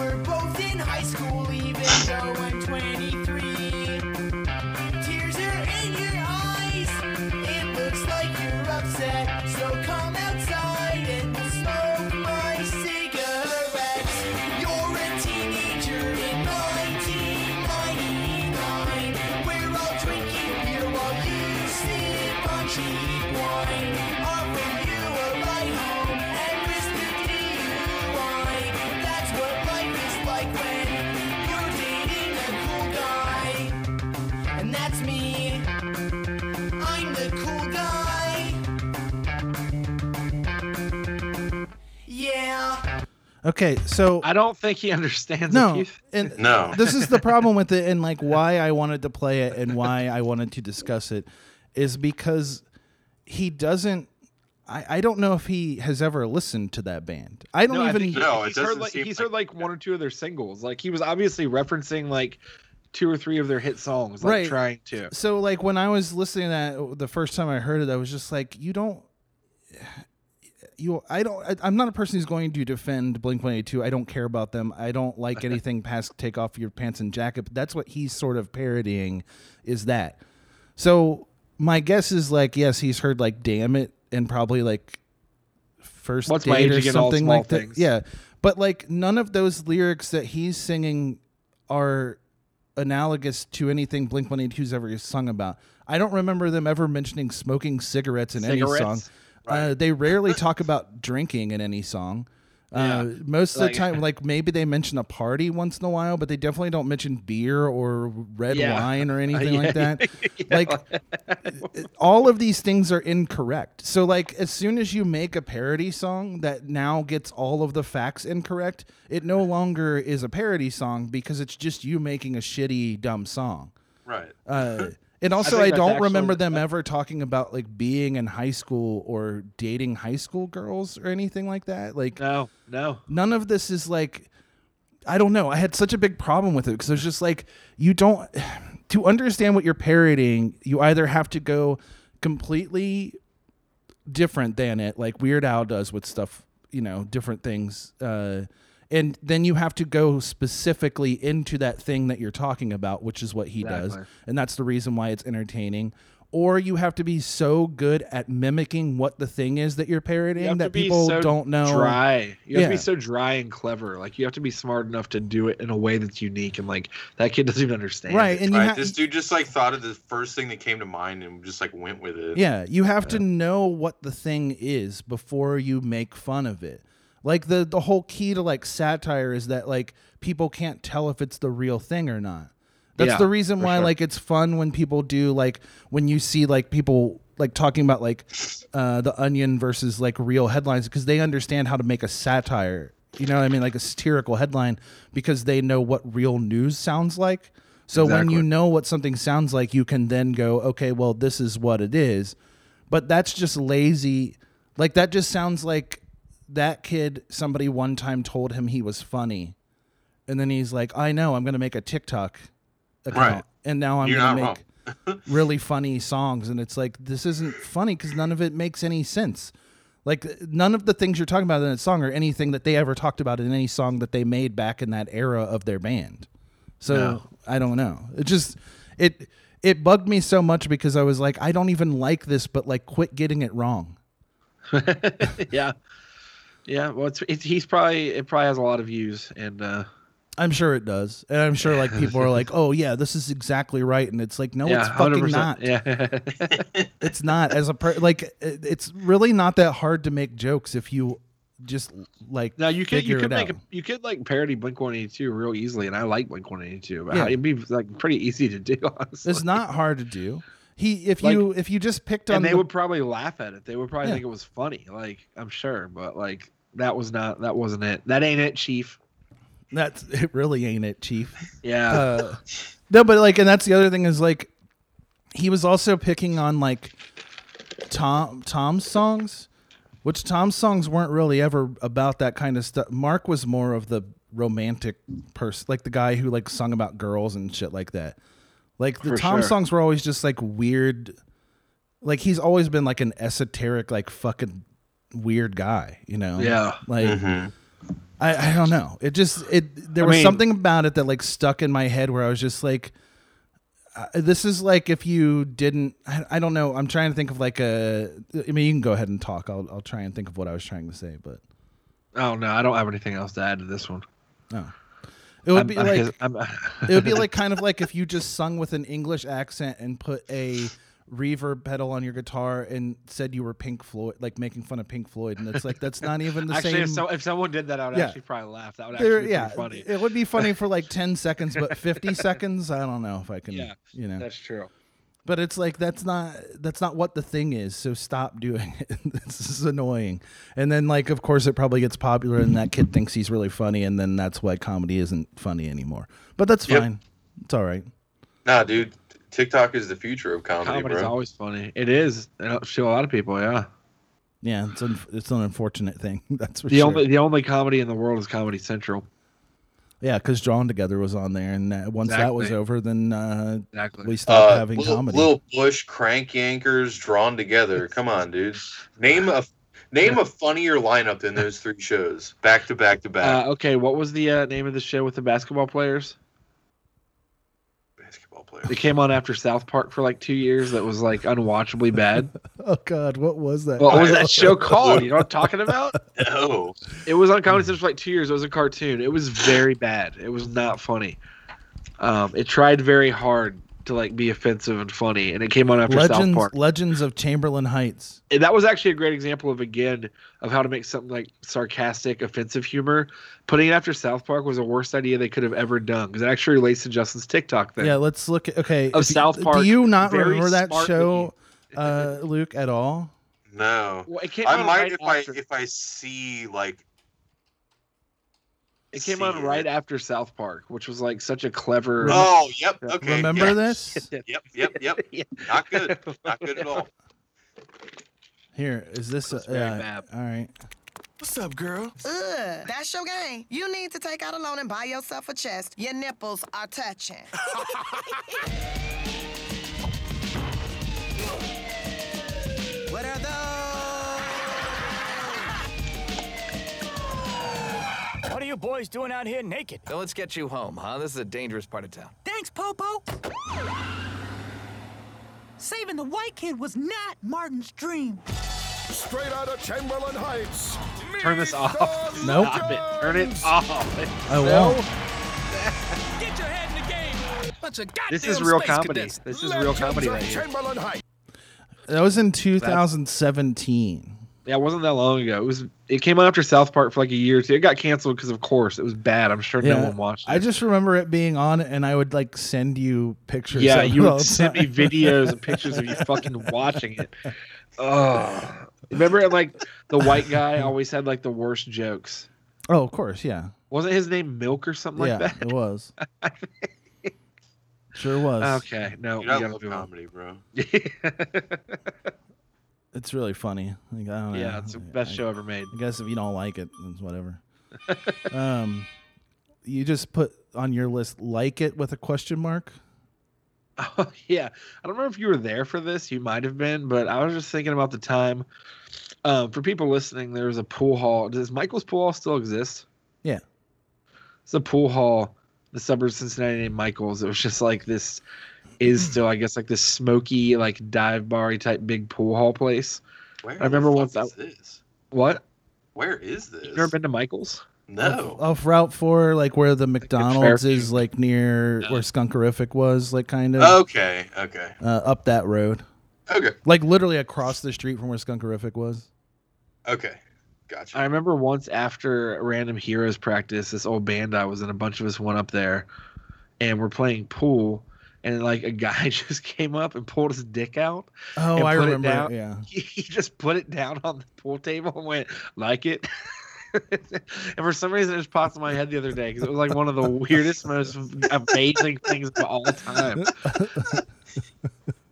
Speaker 7: We're both in high school, even though I'm 23. Tears are in your eyes. It looks like you're upset. So come outside and smoke my cigarettes. You're a teenager in 1999. We're all drinking beer while you sip on cheap wine. Offering you a ride home and Mr. DUI. That's what life is like when you're dating a cool guy and that's me. I'm the cool guy. Yeah.
Speaker 1: Okay, so
Speaker 2: I don't think he understands. it,
Speaker 1: no,
Speaker 2: Keith.
Speaker 1: and
Speaker 3: No.
Speaker 1: this is the problem with it, and like why I wanted to play it and why I wanted to discuss it is because he doesn't. I, I don't know if he has ever listened to that band. I don't
Speaker 2: No, I
Speaker 1: even.
Speaker 2: think he-
Speaker 3: No, it
Speaker 2: he's heard
Speaker 3: doesn't
Speaker 2: like
Speaker 3: seem
Speaker 2: he's
Speaker 3: like-
Speaker 2: heard like one or two of their singles. Like he was obviously referencing like two or three of their hit songs, like
Speaker 1: Right.
Speaker 2: trying to.
Speaker 1: so like when I was listening to that uh, the first time I heard it, I was just like, you don't. You, I don't. I, I'm not a person who's going to defend Blink 182. I don't care about them. I don't like anything past take off your pants and jacket. But that's what he's sort of parodying, is that. So my guess is like, yes, he's heard like "Damn It" and probably like first
Speaker 2: What's
Speaker 1: date
Speaker 2: My Age
Speaker 1: or
Speaker 2: Again, All
Speaker 1: something
Speaker 2: Small
Speaker 1: like that.
Speaker 2: Things.
Speaker 1: Yeah, but like none of those lyrics that he's singing are analogous to anything Blink 182's ever sung about. I don't remember them ever mentioning smoking cigarettes in any
Speaker 2: Cigarettes?
Speaker 1: song. Uh, they rarely talk about drinking in any song. Uh,
Speaker 2: Yeah.
Speaker 1: most of
Speaker 2: Like-
Speaker 1: the time, like maybe they mention a party once in a while, but they definitely don't mention beer or red
Speaker 2: Yeah.
Speaker 1: wine or anything
Speaker 2: Yeah.
Speaker 1: like that. Like all of these things are incorrect. So like as soon as you make a parody song that now gets all of the facts incorrect, it no longer is a parody song because it's just you making a shitty dumb song.
Speaker 3: Right.
Speaker 1: Uh, and also,
Speaker 2: think
Speaker 1: I,
Speaker 2: that's
Speaker 1: don't
Speaker 2: actually-
Speaker 1: remember them ever talking about like being in high school or dating high school girls or anything like that. Like
Speaker 2: No, no.
Speaker 1: none of this is like, I don't know. I had such a big problem with it because it was just like you don't to understand what you're parodying. You either have to go completely different than it, like Weird Al does with stuff, you know, different things. Uh, and then you have to go specifically into that thing that you're talking about, which is what he does. And that's the reason why it's entertaining. Or you have to be so good at mimicking what the thing is that you're
Speaker 2: You have
Speaker 1: parodying
Speaker 2: to
Speaker 1: that
Speaker 2: be
Speaker 1: people
Speaker 2: so
Speaker 1: don't know.
Speaker 2: Dry. You have to
Speaker 1: Yeah.
Speaker 2: be so dry and clever. Like you have to be smart enough to do it in a way that's unique and like that kid doesn't even understand.
Speaker 1: Right. And you
Speaker 3: right.
Speaker 1: have
Speaker 3: this dude just like thought of the first thing that came to mind and just like went with it.
Speaker 1: Yeah, you have to know what the thing is before you make fun of it. Like the the whole key to like satire is that like people can't tell if it's the real thing or not. That's
Speaker 2: Yeah,
Speaker 1: the reason
Speaker 2: for
Speaker 1: why
Speaker 2: sure.
Speaker 1: like it's fun when people do like when you see like people like talking about like uh the onion versus like real headlines because they understand how to make a satire. You know what I mean? Like a satirical headline because they know what real news sounds like. So when
Speaker 2: Exactly.
Speaker 1: you know what something sounds like, you can then go, okay, well, this is what it is. But that's just lazy. Like that just sounds like that kid, somebody one time told him he was funny, and then he's like, "I know, I'm gonna make a TikTok account,
Speaker 3: Right.
Speaker 1: and now I'm
Speaker 3: You're
Speaker 1: gonna
Speaker 3: not
Speaker 1: make really funny songs." And it's like, this isn't funny because none of it makes any sense. Like none of the things you're talking about in that song are anything that they ever talked about in any song that they made back in that era of their band. So
Speaker 3: No.
Speaker 1: I don't know. It just it it bugged me so much because I was like, I don't even like this, but like, quit getting it wrong.
Speaker 2: yeah, yeah. Well, it's, it's he's probably it probably has a lot of views, and uh,
Speaker 1: I'm sure it does, and I'm sure like people are like, oh yeah, this is exactly right, and it's like, no,
Speaker 2: yeah,
Speaker 1: it's fucking
Speaker 2: 100%.
Speaker 1: not.
Speaker 2: Yeah,
Speaker 1: It's not as a per- like, it- it's really not that hard to make jokes if you just like.
Speaker 2: now you could you
Speaker 1: figure
Speaker 2: could
Speaker 1: it
Speaker 2: make a,
Speaker 1: out.
Speaker 2: you could like parody Blink One Eighty Two real easily, and I like Blink One Eighty Two, but
Speaker 1: Yeah.
Speaker 2: how- it'd be like pretty easy to do. Honestly,
Speaker 1: It's not hard to do. He if
Speaker 2: Like-
Speaker 1: you if you just picked on
Speaker 2: and they
Speaker 1: the-
Speaker 2: would probably laugh at it. They would probably
Speaker 1: Yeah.
Speaker 2: think it was funny. Like I'm sure, but like that was not that wasn't it. That ain't it, Chief.
Speaker 1: that's it really ain't it, Chief.
Speaker 2: Yeah,
Speaker 1: Uh, no, but like, and that's the other thing is like, he was also picking on like Tom Tom's songs, which Tom's songs weren't really ever about that kind of stuff. Mark was more of the romantic person, like the guy who like sung about girls and shit like that. Like the
Speaker 2: For
Speaker 1: Tom
Speaker 2: sure.
Speaker 1: songs were always just like weird. Like he's always been like an esoteric, like fucking weird guy, you know?
Speaker 2: Yeah.
Speaker 1: Like. I, I don't know. It just it there was
Speaker 2: Mm-hmm. mean-
Speaker 1: something about it that like stuck in my head where I was just like, uh, this is like if you didn't. I, I don't know. I'm trying to think of like a. I mean, you can go ahead and talk. I'll I'll try and think of what I was trying to say, but
Speaker 2: Oh no, I don't have anything else to add to this one.
Speaker 1: it would
Speaker 2: I'm-
Speaker 1: be
Speaker 2: I'm-
Speaker 1: like
Speaker 2: I'm-
Speaker 1: it would be like kind of like if you just sung with an English accent and put a reverb pedal on your guitar and said you were Pink Floyd, like making fun of Pink Floyd, and it's like that's not even the
Speaker 2: actually,
Speaker 1: same.
Speaker 2: if, so, if someone did that, I would
Speaker 1: Yeah.
Speaker 2: actually probably laugh. That would
Speaker 1: There-
Speaker 2: actually be
Speaker 1: yeah,
Speaker 2: pretty funny.
Speaker 1: it would be funny for like ten seconds, but fifty seconds, I don't know if I can.
Speaker 2: Yeah,
Speaker 1: you know.
Speaker 2: That's true.
Speaker 1: But it's like that's not that's not what the thing is. So stop doing it. this is annoying. And then like of course it probably gets popular, and that kid thinks he's really funny, and then that's why comedy isn't funny anymore. But that's
Speaker 3: Yep.
Speaker 1: fine. It's all right.
Speaker 3: Nah, dude, TikTok is the future of comedy,
Speaker 2: Comedy's
Speaker 3: bro.
Speaker 2: always funny. It is. It helps show a lot of people. Yeah.
Speaker 1: Yeah, it's un- it's an unfortunate thing. That's for
Speaker 2: The
Speaker 1: sure.
Speaker 2: only the only comedy in the world is Comedy Central.
Speaker 1: yeah, because Drawn Together was on there, and uh, once that was
Speaker 2: Exactly.
Speaker 1: over, then uh,
Speaker 2: Exactly.
Speaker 1: we stopped
Speaker 3: Uh,
Speaker 1: having
Speaker 3: Lil,
Speaker 1: comedy.
Speaker 3: Lil Bush, crank yankers, drawn together. Come on, dude. Name a name a funnier lineup than those three shows, back to back to
Speaker 2: uh,
Speaker 3: back.
Speaker 2: okay, what was the uh, name of the show with the basketball players?
Speaker 3: Basketball
Speaker 2: It
Speaker 3: player.
Speaker 2: came on after South Park for like two years. That was like unwatchably bad.
Speaker 1: oh God, what was that?
Speaker 2: What was that show called? You know what I'm talking about?
Speaker 3: No,
Speaker 2: It was on Comedy Central for like two years. It was a cartoon. It was very bad. It was not funny. Um, it tried very hard to like be offensive and funny, and it came on after South
Speaker 1: Legends
Speaker 2: Park.
Speaker 1: Legends of Chamberlain Heights.
Speaker 2: And that was actually a great example of again of how to make something like sarcastic, offensive humor. Putting it after South Park was the worst idea they could have ever done because it actually relates to Justin's TikTok thing.
Speaker 1: Yeah, let's look at okay.
Speaker 2: Of
Speaker 1: if you-
Speaker 2: South Park,
Speaker 1: Do you not
Speaker 2: very
Speaker 1: remember that
Speaker 2: smartly.
Speaker 1: show, uh, Luke, at all?
Speaker 3: no.
Speaker 2: Well, it came
Speaker 3: I
Speaker 2: on
Speaker 3: might
Speaker 2: right
Speaker 3: if
Speaker 2: after-
Speaker 3: I if I see like
Speaker 2: it came on
Speaker 3: see
Speaker 2: right
Speaker 3: it.
Speaker 2: after South Park, which was like such a clever.
Speaker 3: Oh, yep. Okay.
Speaker 1: remember
Speaker 3: yeah.
Speaker 1: this?
Speaker 3: Yep, yep, yep. Not good. Not good at all.
Speaker 1: Here is this. Uh,
Speaker 2: very
Speaker 1: yeah,
Speaker 2: bad.
Speaker 1: all right.
Speaker 7: What's up, girl?
Speaker 8: Ugh, that's your game. You need to take out a loan and buy yourself a chest. Your nipples are touching.
Speaker 7: What are those?
Speaker 9: What are you boys doing out here naked?
Speaker 4: Then let's get you home, huh? This is a dangerous part of town.
Speaker 7: Thanks, Popo. Saving the white kid was not Martin's dream.
Speaker 10: Straight out of Chamberlain Heights.
Speaker 2: Turn this off.
Speaker 1: Nope.
Speaker 2: Stop it. Turn it off.
Speaker 1: Oh, I won't.
Speaker 9: Get your head in the game. Bunch of goddamn
Speaker 2: This is real
Speaker 9: space
Speaker 2: comedy.
Speaker 9: cadets.
Speaker 2: This is real comedy right here.
Speaker 10: Chamberlain Heights.
Speaker 1: That was in 2017.
Speaker 2: Yeah, it wasn't that long ago. It was. It came out after South Park for like a year or two. It got canceled because, of course, it was bad. I'm sure no one watched it.
Speaker 1: I just remember it being on, and I would like send you pictures.
Speaker 2: yeah,
Speaker 1: of
Speaker 2: you
Speaker 1: it all
Speaker 2: would
Speaker 1: the
Speaker 2: send me
Speaker 1: time.
Speaker 2: videos and pictures of you fucking watching it. Oh, remember like the white guy always had like the worst jokes.
Speaker 1: Oh, of course, yeah,
Speaker 2: Wasn't his name Milk or something
Speaker 1: yeah,
Speaker 2: like that?
Speaker 1: it was. sure was.
Speaker 2: Okay, no,
Speaker 3: Dude,
Speaker 2: Oh, we
Speaker 3: I
Speaker 2: gotta
Speaker 3: love
Speaker 2: move on.
Speaker 3: comedy, bro.
Speaker 1: It's really funny. Like, I don't know.
Speaker 2: Yeah, it's the best
Speaker 1: I-
Speaker 2: show ever made.
Speaker 1: I guess if you don't like it, it's whatever. um, you just put on your list like it with a question mark.
Speaker 2: Oh, yeah, I don't remember if you were there for this. You might have been, but I was just thinking about the time. Um, for people listening, there was a pool hall. Does Michael's Pool Hall still exist?
Speaker 1: Yeah.
Speaker 2: It's a pool hall, in the suburbs of Cincinnati named Michael's. It was just like this, is still I guess like this smoky like dive bar type big pool hall place.
Speaker 3: Where
Speaker 2: I remember
Speaker 3: the
Speaker 2: once
Speaker 3: fuck
Speaker 2: I
Speaker 3: is this?
Speaker 2: what
Speaker 3: Where is this?
Speaker 2: you ever been to Michael's?
Speaker 1: Off,
Speaker 3: No.
Speaker 1: off Route Four, like where the McDonald's
Speaker 2: Fairview.
Speaker 1: is, like near where Skunkerific was, like kind of
Speaker 3: Oh. Okay. Okay.
Speaker 1: uh, up that road,
Speaker 3: Okay.
Speaker 1: like literally across the street from where Skunkerific was.
Speaker 3: Okay. Gotcha.
Speaker 2: I remember once after random heroes practice, this old band I was in, a bunch of us went up there, and we're playing pool, and like a guy just came up and pulled his dick out.
Speaker 1: Oh,
Speaker 2: And
Speaker 1: I
Speaker 2: put it
Speaker 1: remember.
Speaker 2: down.
Speaker 1: Yeah,
Speaker 2: He, he just put it down on the pool table and went like it. and for some reason, it just popped in my head the other day because it was like one of the weirdest, most amazing things of all time.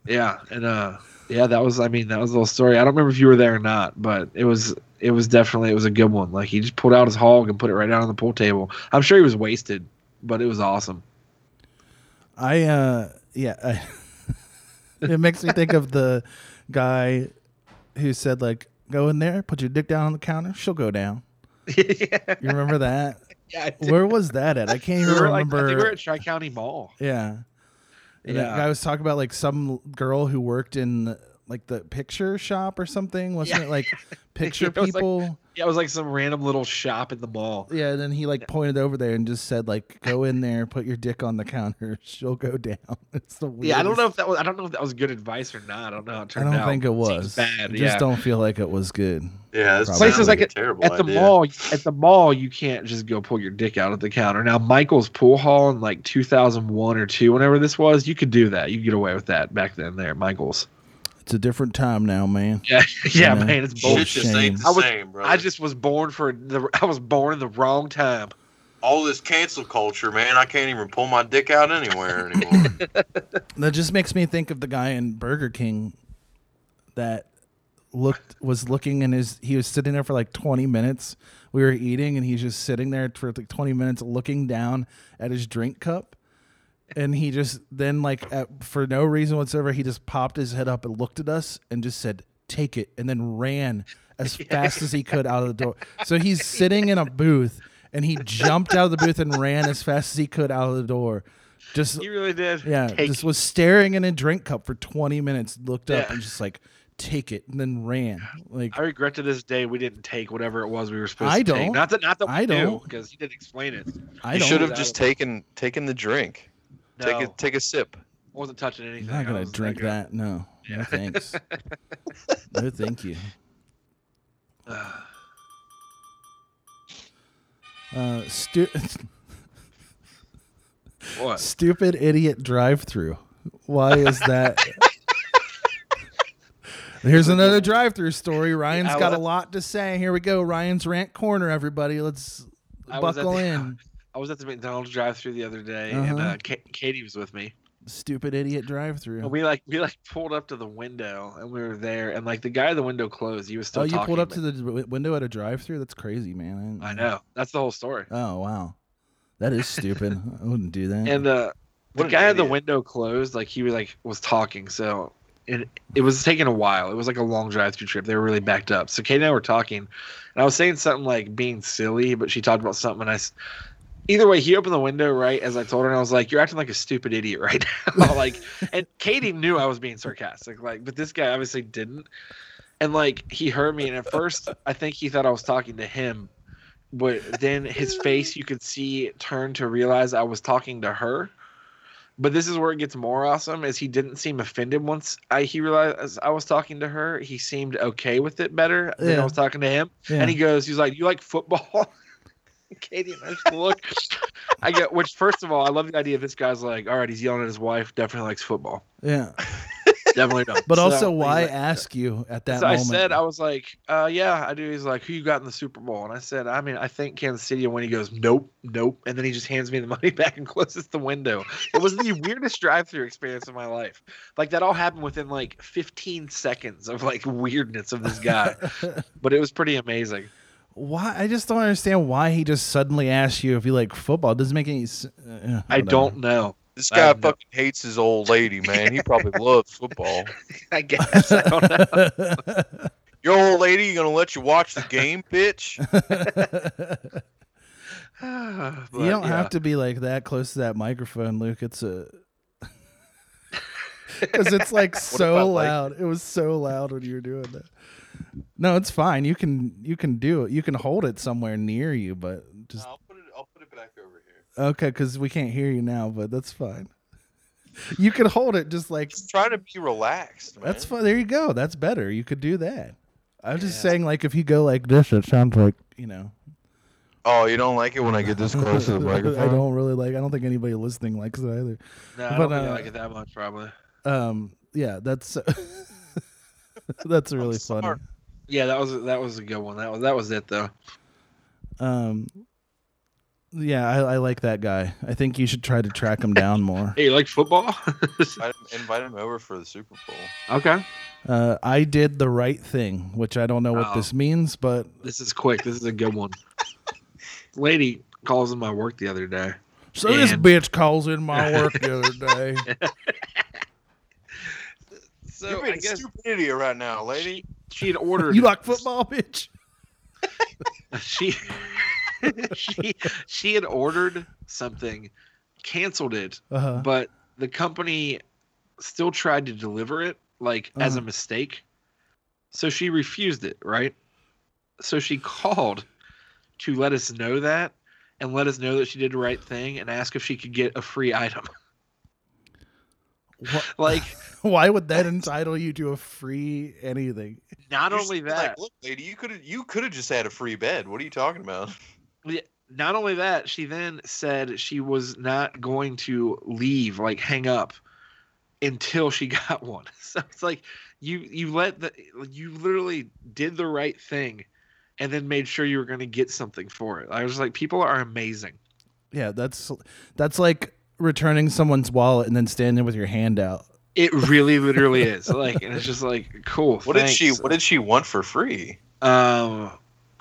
Speaker 2: yeah, and uh, yeah, that was. I mean, that was a little story. I don't remember if you were there or not, but it was. It was definitely. It was a good one. Like he just pulled out his hog and put it right down on the pool table. I'm sure he was wasted, but it was awesome.
Speaker 1: I uh yeah, I, it makes me think of the guy who said like go in there, put your dick down on the counter, she'll go down.
Speaker 2: yeah,
Speaker 1: You remember that?
Speaker 2: yeah. I did.
Speaker 1: Where was that at? I can't
Speaker 2: We
Speaker 1: even
Speaker 2: were, like, I think we
Speaker 1: remember.
Speaker 2: were at Tri County Mall.
Speaker 1: yeah. And that
Speaker 2: Yeah.
Speaker 1: guy was talking about like some girl who worked in like the picture shop or something, wasn't
Speaker 2: Yeah.
Speaker 1: it? Like picture
Speaker 2: It was, like-
Speaker 1: people.
Speaker 2: Yeah, it was like some random little shop in the mall.
Speaker 1: yeah, and then he like pointed over there and just said like go in there, put your dick on the counter, she'll go down. It's the weirdest
Speaker 2: Yeah, I don't know if that was I don't know if that was good advice or not. I don't know how it
Speaker 1: I
Speaker 2: turned out.
Speaker 1: don't think it was.
Speaker 2: bad.
Speaker 1: I
Speaker 2: yeah.
Speaker 1: just don't feel like it was good.
Speaker 3: Yeah.
Speaker 1: Probably.
Speaker 3: This sounds
Speaker 2: Places
Speaker 3: like
Speaker 2: like
Speaker 3: a
Speaker 2: at-
Speaker 3: terrible
Speaker 2: at the
Speaker 3: idea.
Speaker 2: mall, at the mall, you can't just go pull your dick out at the counter. Now, Michael's pool hall in like 2001 or two, whenever this was, you could do that. You could get away with that back then. There, at Michael's.
Speaker 1: It's a different time now, man.
Speaker 2: Yeah, yeah,
Speaker 1: Yeah.
Speaker 2: man, it's
Speaker 3: Shit
Speaker 2: bullshit.
Speaker 3: just
Speaker 1: Bullshit.
Speaker 3: ain't the
Speaker 2: I was-
Speaker 3: same, bro.
Speaker 2: I just was born for the. I was born in the wrong time.
Speaker 3: all this cancel culture, man. I can't even pull my dick out anywhere anymore.
Speaker 1: That just makes me think of the guy in Burger King that looked was looking and his he was sitting there for like 20 minutes. We were eating and he's just sitting there for like 20 minutes looking down at his drink cup. And he just then like at, for no reason whatsoever he just popped his head up and looked at us and just said take it and then ran as fast as he could out of the door. So he's sitting in a booth and he jumped out of the booth and ran as fast as he could out of the door. Just
Speaker 2: You really did.
Speaker 1: yeah,
Speaker 2: Take
Speaker 1: just was staring in a drink cup for 20 minutes, looked up
Speaker 2: Yeah.
Speaker 1: and just like take it and then ran. Like
Speaker 2: I regret to this day we didn't take whatever it was we were supposed
Speaker 1: I
Speaker 2: to take.
Speaker 1: don't.
Speaker 2: Not that, not that we
Speaker 1: I don't.
Speaker 2: because he didn't explain it.
Speaker 1: I
Speaker 3: you
Speaker 1: don't
Speaker 3: should have
Speaker 2: know.
Speaker 3: just taken taken the drink. Take a
Speaker 2: No.
Speaker 3: take a sip.
Speaker 2: wasn't touching anything.
Speaker 1: I'm not
Speaker 2: I
Speaker 1: going to
Speaker 2: was
Speaker 1: drink
Speaker 2: thinking,
Speaker 1: that. No. No thanks. no thank you.
Speaker 2: "Ah,
Speaker 1: Uh stu-
Speaker 2: what?
Speaker 1: stupid idiot drive-through. Why is that? Here's another drive-through story. Ryan's
Speaker 2: I
Speaker 1: got a
Speaker 2: was-
Speaker 1: lot to say. Here we go. Ryan's rant corner everybody. Let's
Speaker 2: I was at
Speaker 1: buckle
Speaker 2: the-
Speaker 1: in.
Speaker 2: I was at the McDonald's drive-through the other day, and
Speaker 1: Uh-huh.
Speaker 2: uh, Ka- Katie was with me.
Speaker 1: Stupid idiot drive-through.
Speaker 2: And we like we like pulled up to the window, and we were there, and like the guy at the window closed. He was still.
Speaker 1: oh, you pulled
Speaker 2: talking,
Speaker 1: up to
Speaker 2: but-
Speaker 1: the w- window at a drive-through? That's crazy, man. I, didn't-
Speaker 2: I know. That's the whole story.
Speaker 1: Oh wow, that is stupid. I wouldn't do that.
Speaker 2: And uh, the
Speaker 3: What an
Speaker 2: guy at the
Speaker 3: idiot.
Speaker 2: window closed. Like he was like was talking. So and it was taking a while. It was like a long drive through trip. They were really backed up. So Kate and I were talking, and I was saying something like being silly, but she talked about something. And I, s- either way, he opened the window right as I told her, and I was like, "You're acting like a stupid idiot right now." like, and Katie knew I was being sarcastic. Like, but this guy obviously didn't. And like he heard me, and at first I think he thought I was talking to him, but then his face you could see turned to realize I was talking to her. But this is where it gets more awesome is he didn't seem offended once I he realized I was talking to her. He seemed okay with it better than
Speaker 1: Yeah.
Speaker 2: I was talking to him.
Speaker 1: yeah.
Speaker 2: And he goes, he's like, "You like football?" Katie and I just look. I get which. First of all, I love the idea. This guy's like, "All right, he's yelling at his wife. Definitely likes football."
Speaker 1: yeah.
Speaker 2: Definitely don't.
Speaker 1: But
Speaker 2: So,
Speaker 1: also,
Speaker 2: he's
Speaker 1: why
Speaker 2: like-
Speaker 1: ask you at that
Speaker 2: so
Speaker 1: moment?
Speaker 2: I said, I was like, uh, yeah, I do. He's like, who you got in the Super Bowl? And I said, I mean, I think Kansas City. And when he goes, nope, nope, and then he just hands me the money back and closes the window. It was the weirdest drive-through experience of my life. Like that all happened within like 15 seconds of like weirdness of this guy, but it was pretty amazing.
Speaker 1: why? I just don't understand why he just suddenly asked you if you like football. It doesn't make any. s- Uh,
Speaker 2: I
Speaker 1: whatever.
Speaker 2: don't know.
Speaker 3: This
Speaker 2: I
Speaker 3: guy
Speaker 2: have
Speaker 3: fucking hates his old lady, man. He probably loves football.
Speaker 2: I guess I don't know.
Speaker 3: Your old lady you gonna let you watch the game, bitch?
Speaker 1: you don't have to be like that close to that microphone, Luke. It's a because it's like so
Speaker 3: like-
Speaker 1: loud. it was so loud when you were doing that. No, it's fine. You can you can do it. You can hold it somewhere near you, but just
Speaker 3: I'll put it. I'll put it back over here.
Speaker 1: okay because we can't hear you now. But that's fine. You can hold it just like
Speaker 3: Just trying to be relaxed, man.
Speaker 1: that's fine. There you go. That's better. You could do that. I'm just saying, like if you go like this, it sounds like you know.
Speaker 3: Oh, you don't like it when I get this close to the microphone?
Speaker 1: I don't really like. I don't think anybody listening likes it either.
Speaker 2: No,
Speaker 1: But,
Speaker 2: I don't think I
Speaker 1: uh,
Speaker 2: like it that much, probably.
Speaker 1: Um, yeah, that's that's really funny.
Speaker 2: Yeah, that was that was a good one. That was that was it though.
Speaker 1: Um, yeah, I, I like that guy. I think you should try to track him down more.
Speaker 2: Hey, you like football?
Speaker 3: I invite him over for the Super Bowl.
Speaker 2: okay,
Speaker 1: Uh, I did the right thing, which I don't know what
Speaker 2: Oh.
Speaker 1: this means, but
Speaker 2: this is quick. This is a good one. Lady calls in my work the other day.
Speaker 1: so this
Speaker 2: And-
Speaker 1: bitch calls in my work the other day.
Speaker 2: So
Speaker 3: You're being
Speaker 2: I guess
Speaker 3: stupid idiot right now, lady.
Speaker 2: she had ordered.
Speaker 1: You like football, bitch?
Speaker 2: she she she had ordered something, canceled it,
Speaker 1: Uh-huh.
Speaker 2: but the company still tried to deliver it like as a
Speaker 1: Uh-huh.
Speaker 2: mistake. So she refused it, right? So she called to let us know that and let us know that she did the right thing and ask if she could get a free item.
Speaker 1: Wh-
Speaker 2: Like
Speaker 1: Why would that entitle you to a free anything?
Speaker 2: not
Speaker 3: You
Speaker 2: only
Speaker 3: should be like,
Speaker 2: that,
Speaker 3: look, lady, you could have you could have just had a free bed. What are you talking about?
Speaker 2: not only that, she then said she was not going to leave, like hang up, until she got one. So it's like you you let the you literally did the right thing, and then made sure you were going to get something for it. I was like, people are amazing.
Speaker 1: Yeah, that's that's like returning someone's wallet and then standing with your hand out.
Speaker 2: It really, literally is. Like, and it's just like cool.
Speaker 3: What
Speaker 2: thanks.
Speaker 3: did she What did she want for free?
Speaker 2: Um,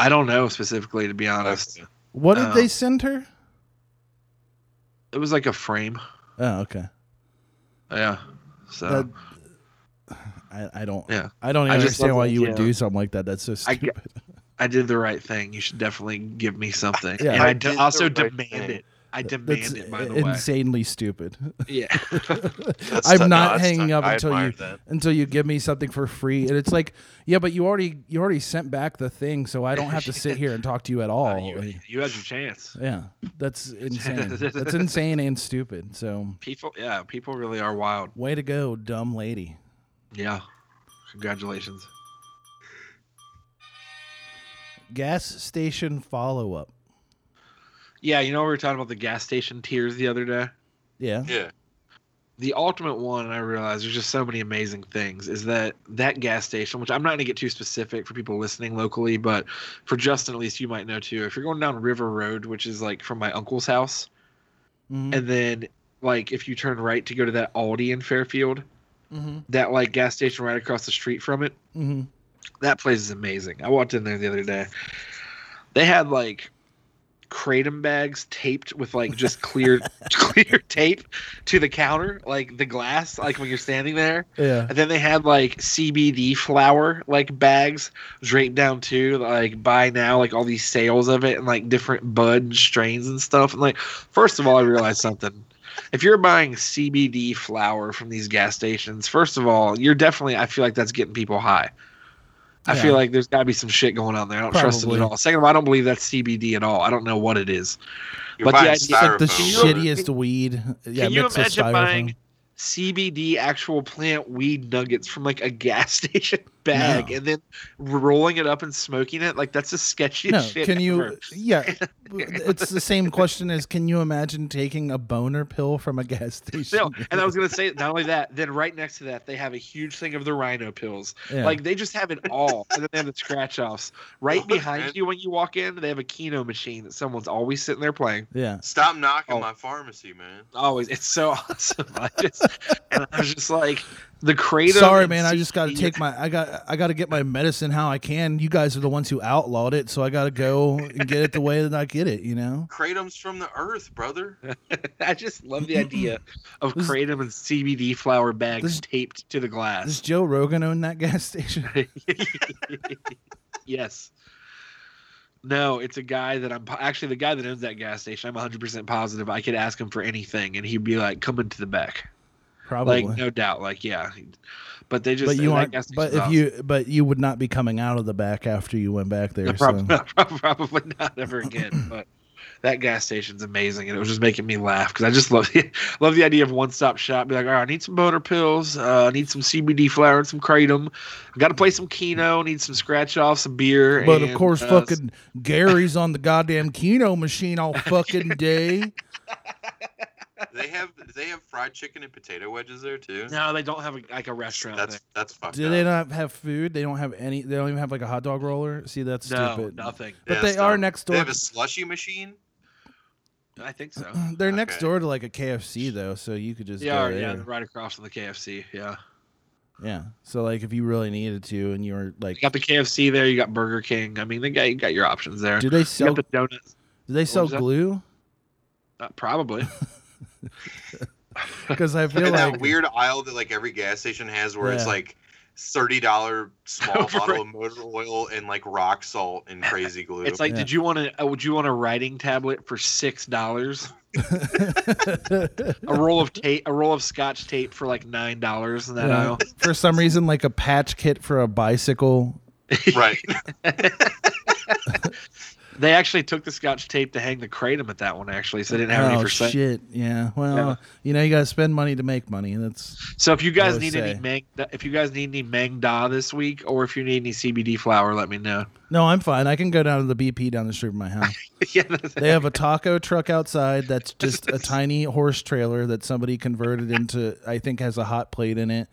Speaker 2: I don't know specifically, to be honest.
Speaker 1: What did
Speaker 2: Oh.
Speaker 1: they send her?
Speaker 2: It was like a frame.
Speaker 1: Oh, okay.
Speaker 2: Yeah. So.
Speaker 1: That- I, I don't.
Speaker 2: Yeah.
Speaker 1: I don't
Speaker 2: I
Speaker 1: even
Speaker 2: just
Speaker 1: understand
Speaker 2: love
Speaker 1: why
Speaker 2: the
Speaker 1: you would
Speaker 2: idea.
Speaker 1: do something like that. That's so
Speaker 2: I get-
Speaker 1: stupid.
Speaker 2: I did the right thing. You should definitely give me something.
Speaker 1: Yeah.
Speaker 2: and
Speaker 1: I
Speaker 2: I d-
Speaker 3: did
Speaker 2: also
Speaker 3: the right
Speaker 2: demand
Speaker 3: thing.
Speaker 2: it. I demand
Speaker 1: That's
Speaker 2: it, by the way.
Speaker 1: insanely stupid.
Speaker 2: Yeah.
Speaker 3: That's
Speaker 1: I'm
Speaker 3: t-
Speaker 1: not
Speaker 3: that's
Speaker 1: hanging
Speaker 3: t-
Speaker 1: up
Speaker 3: I
Speaker 1: until you-
Speaker 3: admired that.
Speaker 1: Until you give me something for free, and it's like, yeah, but you already you already sent back the thing, so I don't have to sit here and talk to you at all.
Speaker 2: you, you had your chance.
Speaker 1: yeah, that's insane. that's insane and stupid. So,
Speaker 2: People, yeah, people really are wild.
Speaker 1: way to go, dumb lady.
Speaker 2: Yeah. Congratulations.
Speaker 1: Gas station follow up.
Speaker 2: Yeah, you know we were talking about the gas station tears the other day.
Speaker 1: Yeah.
Speaker 3: Yeah.
Speaker 2: The ultimate one, I realize there's just so many amazing things. Is that that gas station, which I'm not going to get too specific for people listening locally, but for Justin at least, you might know too. If you're going down River Road, which is like from my uncle's house,
Speaker 1: Mhm.
Speaker 2: and then like if you turn right to go to that Aldi in Fairfield,
Speaker 1: Mhm.
Speaker 2: that like gas station right across the street from it,
Speaker 1: Mhm.
Speaker 2: that place is amazing. I walked in there the other day. They had like kratom bags taped with like just clear clear tape to the counter, like the glass, like when you're standing there.
Speaker 1: Yeah.
Speaker 2: And then they had like CBD flower like bags draped down too, like buy now, like all these sales of it and like different bud strains and stuff. And like, first of all, I realized something. If you're buying CBD flower from these gas stations, first of all, you're definitely, I feel like that's getting people high. I
Speaker 1: Yeah.
Speaker 2: feel like there's got to be some shit going on there. I don't trust it at
Speaker 1: Probably.
Speaker 2: all. Second of all, I don't believe that's CBD at all. I don't know what it is.
Speaker 3: You're
Speaker 2: But the
Speaker 3: buying
Speaker 2: idea- It's like
Speaker 1: The
Speaker 3: styrofoam.
Speaker 1: shittiest weed. Yeah,
Speaker 2: Can you
Speaker 1: mixed with
Speaker 2: imagine
Speaker 1: styrofoam.
Speaker 2: buying CBD actual plant weed nuggets from like a gas station? bag
Speaker 1: No.
Speaker 2: and then rolling it up and smoking it. Like that's the sketchiest
Speaker 1: No,
Speaker 2: shit.
Speaker 1: can you?
Speaker 2: ever.
Speaker 1: Yeah, it's the same question as can you imagine taking a boner pill from a gas station?
Speaker 2: No, and I was gonna say not only that. Then right next to that, they have a huge thing of the Rhino pills.
Speaker 1: Yeah.
Speaker 2: Like they just have it all, and then they have the scratch offs right
Speaker 3: Look,
Speaker 2: behind
Speaker 3: man.
Speaker 2: you when you walk in. They have a Keno machine that someone's always sitting there playing.
Speaker 1: Yeah.
Speaker 3: Stop knocking
Speaker 2: Oh.
Speaker 3: my pharmacy, man.
Speaker 2: Always, it's so awesome. I just, and I was just like the creator.
Speaker 1: Sorry, man. I just got to take my. I got. I got to get my medicine how I can. You guys are the ones who outlawed it, so I got to go and get it the way that I get it. You know.
Speaker 3: Kratom's from the earth, brother.
Speaker 2: I just love the idea of
Speaker 1: This-
Speaker 2: kratom and CBD flower bags
Speaker 1: this-
Speaker 2: taped to the
Speaker 1: Does
Speaker 2: glass.
Speaker 1: Joe Rogan own that gas station?
Speaker 2: yes. No, it's a guy that I'm actually the guy that owns that gas station. I'm 100% positive I could ask him for anything and he'd be like, come into the back.
Speaker 1: Probably.
Speaker 2: Like, no doubt. Like, yeah. But they just,
Speaker 1: but you
Speaker 2: that
Speaker 1: aren't.
Speaker 2: gas station's
Speaker 1: But if
Speaker 2: awesome.
Speaker 1: you. But you would not be coming out of the back after you went back there.
Speaker 2: Prob-
Speaker 1: So.
Speaker 2: probably, not ever again. But that gas station's amazing, and it was just making me laugh because I just love the, love the idea of one stop shop. Be like, all right, I need some boner pills. Uh, I need some CBD flower and some kratom. I got to play some Keno. Need some scratch off, some beer.
Speaker 1: But of
Speaker 2: and,
Speaker 1: course,
Speaker 2: uh,
Speaker 1: fucking Gary's on the goddamn Keno machine all fucking day.
Speaker 3: They have they have fried chicken and potato wedges there too.
Speaker 2: No, they don't have a, like a restaurant.
Speaker 3: that's that's fucked
Speaker 1: Do
Speaker 3: up.
Speaker 1: they not have food? They don't have any. They don't even have like a hot dog roller. See, that's
Speaker 2: there. No,
Speaker 1: stupid.
Speaker 2: nothing.
Speaker 1: But
Speaker 3: Yeah,
Speaker 1: they
Speaker 3: it's
Speaker 1: are
Speaker 3: dumb.
Speaker 1: next
Speaker 3: They
Speaker 1: door.
Speaker 3: have a slushy machine.
Speaker 2: I think so.
Speaker 1: They're next
Speaker 3: Okay.
Speaker 1: door to like a KFC though, so you could just
Speaker 2: They
Speaker 1: go
Speaker 2: are,
Speaker 1: there.
Speaker 2: yeah, they're right across from the KFC. Yeah,
Speaker 1: Yeah. So like, if you really needed to, and you were
Speaker 2: you
Speaker 1: like,
Speaker 2: got the KFC there. You got Burger King. I mean, they got you got your options there.
Speaker 1: do they
Speaker 2: you
Speaker 1: sell?
Speaker 2: got the donuts.
Speaker 1: do they sell
Speaker 2: was that?
Speaker 1: glue?
Speaker 2: Uh, probably.
Speaker 1: Because I feel
Speaker 3: And
Speaker 1: like
Speaker 3: that weird aisle that like every gas station has, where it's
Speaker 1: Yeah.
Speaker 3: like thirty dollar small
Speaker 2: Right.
Speaker 3: bottle of motor oil and like rock salt and crazy glue.
Speaker 2: It's like,
Speaker 1: Yeah.
Speaker 2: did you want to? Uh, would you want a writing tablet for six dollars? A roll of tape, a roll of scotch tape for like nine dollars in that
Speaker 1: Yeah.
Speaker 2: aisle.
Speaker 1: for some reason like a patch kit for a bicycle.
Speaker 3: right.
Speaker 2: They actually took the scotch tape to hang the kratom at that one. Actually, so they didn't have any
Speaker 1: oh
Speaker 2: for sale.
Speaker 1: shit! Yeah. Well,
Speaker 2: Yeah.
Speaker 1: you know, you gotta spend money to make money. That's
Speaker 2: So if you guys
Speaker 1: always
Speaker 2: need any
Speaker 1: Oh, say.
Speaker 2: mang, if you guys need any mang da this week, or if you need any CBD flower, let me know.
Speaker 1: no, I'm fine. I can go down to the BP down the street from my house.
Speaker 2: yeah, that's-
Speaker 1: They have a taco truck outside that's just a tiny horse trailer that somebody converted into, I think, has a hot plate in it.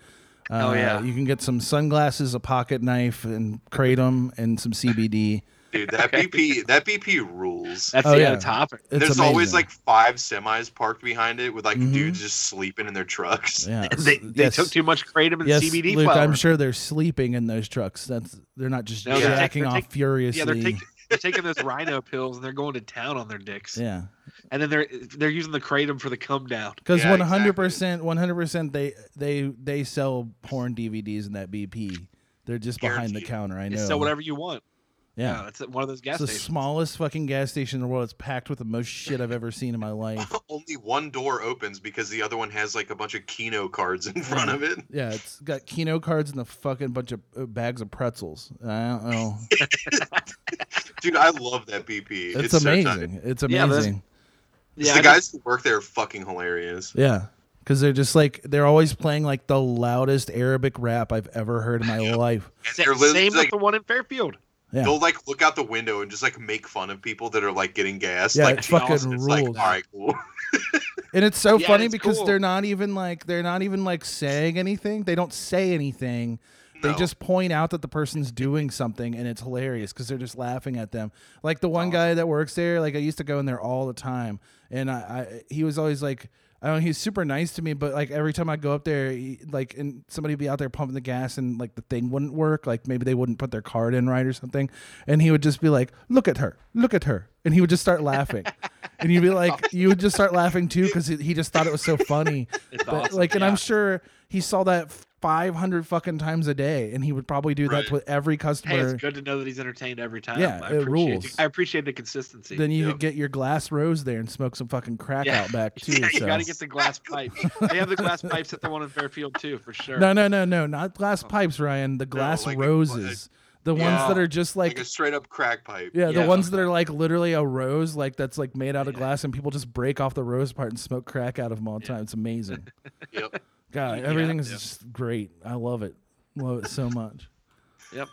Speaker 1: Uh,
Speaker 2: Oh, yeah.
Speaker 1: You can get some sunglasses, a pocket knife, and kratom, and some CBD.
Speaker 3: Dude, that BP that BP rules.
Speaker 2: that's
Speaker 1: Oh,
Speaker 2: the
Speaker 1: yeah.
Speaker 2: other topic.
Speaker 1: It's
Speaker 3: There's always
Speaker 1: amazing.
Speaker 3: like five semis parked behind it with like
Speaker 1: Mhm.
Speaker 3: dudes just sleeping in their trucks.
Speaker 1: yeah.
Speaker 2: They, they
Speaker 1: Yes.
Speaker 2: took too much kratom and
Speaker 1: yes,
Speaker 2: CBD
Speaker 1: Luke,
Speaker 2: flower.
Speaker 1: I'm sure they're sleeping in those trucks. That's they're not just
Speaker 2: No,
Speaker 3: they're
Speaker 1: jacking
Speaker 2: taking- they're
Speaker 1: off
Speaker 2: taking-
Speaker 1: furiously.
Speaker 2: yeah, they're taking they're taking those rhino pills and they're going to town on their dicks.
Speaker 1: Yeah.
Speaker 2: and then they're they're using the kratom for the come down.
Speaker 1: Because
Speaker 3: Yeah,
Speaker 1: one hundred percent, one hundred percent, they they they sell porn DVDs in that BP. They're just behind the
Speaker 3: Guaranteed.
Speaker 1: counter. I know.
Speaker 2: It's so whatever you want.
Speaker 1: Yeah.
Speaker 2: Yeah, that's one of those gas
Speaker 1: It's the
Speaker 2: stations.
Speaker 1: smallest fucking gas station in the world. It's packed with the most shit I've ever seen in my life.
Speaker 3: Only one door opens because the other one has like a bunch of Keno cards in
Speaker 1: Mm.
Speaker 3: front of it.
Speaker 1: Yeah, it's got Keno cards and a fucking bunch of uh, bags of pretzels. I don't know.
Speaker 3: Dude, I love that BP.
Speaker 1: It's,
Speaker 3: so tight.
Speaker 1: amazing. it's
Speaker 2: Yeah, that's-
Speaker 1: amazing.
Speaker 3: It's
Speaker 2: yeah,
Speaker 3: the
Speaker 2: I
Speaker 3: guys who work there are fucking hilarious.
Speaker 1: Yeah. Because they're just like, they're always playing like the loudest Arabic rap I've ever heard in my life.
Speaker 3: And
Speaker 2: just-
Speaker 3: they're
Speaker 2: sa-
Speaker 3: literally
Speaker 2: same
Speaker 3: like,
Speaker 2: with the one in Fairfield.
Speaker 1: Yeah.
Speaker 3: they'll like look out the window and just like make fun of people that are like getting gas.
Speaker 1: Yeah,
Speaker 3: like
Speaker 1: it
Speaker 3: to us,
Speaker 1: fucking
Speaker 3: and it's like,
Speaker 1: rules.
Speaker 3: All right, cool.
Speaker 1: And it's so
Speaker 2: Yeah,
Speaker 1: funny
Speaker 2: it's
Speaker 1: because
Speaker 2: cool.
Speaker 1: they're not even like, they're not even like saying anything. They don't say anything. They
Speaker 3: No.
Speaker 1: just point out that the person's doing something and it's hilarious because they're just laughing at them. Like the one guy that works there, like I used to go in there all the time, and I, I he was always like, I don't know, he's super nice to me, but like every time I go up there, he, like and somebody would be out there pumping the gas and like the thing wouldn't work, like maybe they wouldn't put their card in right or something, and he would just be like, look at her, look at her, and he would just start laughing. And you'd be like, you would just start laughing too because he he just thought it was so funny.
Speaker 2: It's
Speaker 1: But,
Speaker 2: awesome,
Speaker 1: like, and
Speaker 2: yeah.
Speaker 1: I'm sure he saw that 500 fucking times a day, and he would probably do that
Speaker 3: Right.
Speaker 1: with every
Speaker 2: Hey,
Speaker 1: customer.
Speaker 2: it's good to know that he's entertained every time.
Speaker 1: Yeah,
Speaker 2: I
Speaker 1: it
Speaker 2: appreciate
Speaker 1: rules.
Speaker 2: The, I appreciate the consistency.
Speaker 1: then you
Speaker 3: yeah.
Speaker 1: could get your glass rose there and smoke some fucking crack
Speaker 2: Yeah.
Speaker 1: out back too.
Speaker 2: yeah, you
Speaker 1: so.
Speaker 2: got to get the glass pipes. they have the glass pipes at the one in Fairfield too, for sure.
Speaker 1: no, no, no, no, not glass
Speaker 2: Oh.
Speaker 1: pipes, Ryan. The glass
Speaker 3: like a-
Speaker 1: roses, the
Speaker 3: Yeah.
Speaker 1: ones that are just
Speaker 3: like,
Speaker 1: like,
Speaker 3: a straight up crack pipe.
Speaker 1: yeah, the
Speaker 2: yeah.
Speaker 1: ones that are like literally a rose, like that's like made out of glass, and people just break off the rose part and smoke crack out of them all the time. It's amazing.
Speaker 3: Yep.
Speaker 1: God,
Speaker 2: Yeah,
Speaker 1: everything is
Speaker 2: yeah.
Speaker 1: just great. I love it. Love it so much.
Speaker 2: Yep.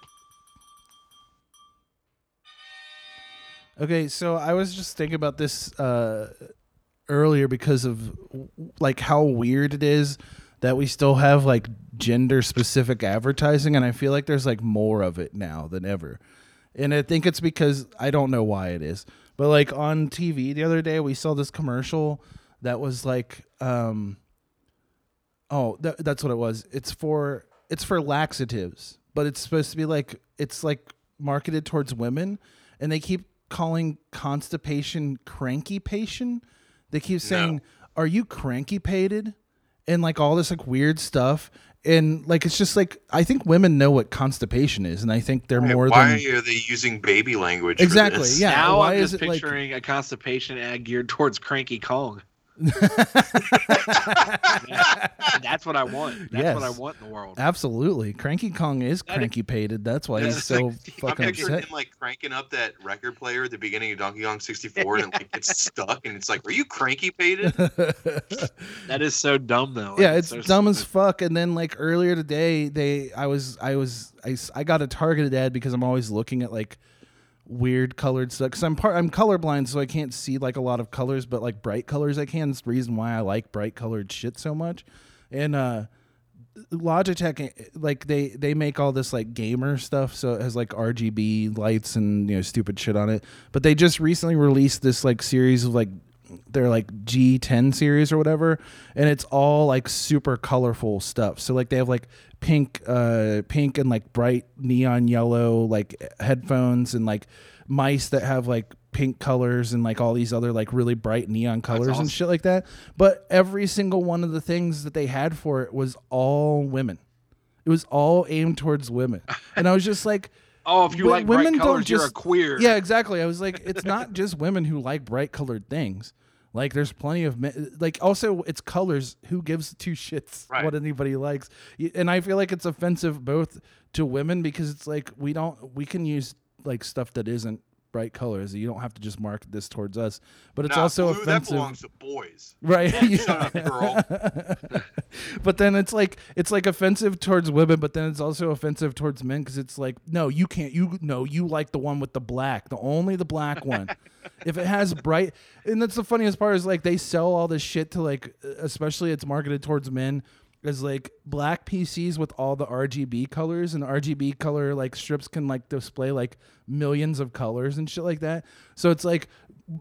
Speaker 1: Okay, so I was just thinking about this uh, earlier because of like how weird it is that we still have like gender specific advertising, and I feel like there's like more of it now than ever. And I think it's because I don't know why it is, but like on TV the other day we saw this commercial that was like, um, oh, that, that's what it was. It's for it's for laxatives, but it's supposed to be like it's like marketed towards women, and they keep calling constipation cranky patient. They keep saying, "Are you cranky pated?" and like all this like weird stuff. And like it's just like I think women know what constipation is, and I think they're more
Speaker 3: Why
Speaker 1: than
Speaker 3: are they using baby language?
Speaker 1: Exactly,
Speaker 3: For this?
Speaker 1: yeah.
Speaker 2: Now
Speaker 1: why
Speaker 2: I'm
Speaker 1: is
Speaker 2: just
Speaker 1: it, like-
Speaker 2: picturing a constipation ad geared towards Cranky Kong. That's what I want. That's what I
Speaker 1: Yes.
Speaker 2: want in the world.
Speaker 1: absolutely cranky Kong is cranky pated. That's why he's so
Speaker 3: I'm
Speaker 1: fucking
Speaker 3: picturing
Speaker 1: upset.
Speaker 3: him like cranking up that record player at the beginning of Donkey Kong 64, and it like gets stuck, and it's like, "Were you cranky pated?"
Speaker 2: That is so dumb though. Like,
Speaker 1: yeah it's
Speaker 2: so
Speaker 1: dumb as
Speaker 2: stupid.
Speaker 1: fuck and then like earlier today they i was i was i, s- I got a targeted ad because i'm always looking at like weird colored stuff because i'm part i'm colorblind so i can't see like a lot of colors but like bright colors i can it's the reason why i like bright colored shit so much and uh logitech like they they make all this like gamer stuff so it has like rgb lights and you know stupid shit on it but they just recently released this like series of like their like G10 series or whatever, and it's all like super colorful stuff. So like they have like pink, uh, pink and like bright neon yellow like headphones and like mice that have like pink colors and like all these other like really bright neon colors
Speaker 2: awesome.
Speaker 1: and shit like that. But every single one of the things that they had for it was all women. It was all aimed towards women, and I was just like.
Speaker 2: Oh, if you
Speaker 1: Wo-
Speaker 2: like bright colors, you're a queer.
Speaker 1: Yeah, exactly. I was like, it's not just women who like bright colored things. Like, there's plenty of men. Like, also, it's colors. Who gives two shits
Speaker 3: Right.
Speaker 1: what anybody likes? Y- And I feel like it's offensive both to women because it's like we don't we can use like stuff that isn't bright colors. You don't have to just market this towards us. But it's
Speaker 3: Nah,
Speaker 1: also
Speaker 3: blue,
Speaker 1: offensive.
Speaker 3: That belongs to boys.
Speaker 1: Right.
Speaker 3: Shut up, girl.
Speaker 1: but then it's like it's like offensive towards women, but then it's also offensive towards men because it's like, no, you can't. You no, you like the one with the black, the only the black one. if it has bright, and that's the funniest part is like they sell all this shit to like, especially it's marketed towards men. Is like black PCs with all the RGB colors and RGB color like strips can like display like millions of colors and shit like that. So it's like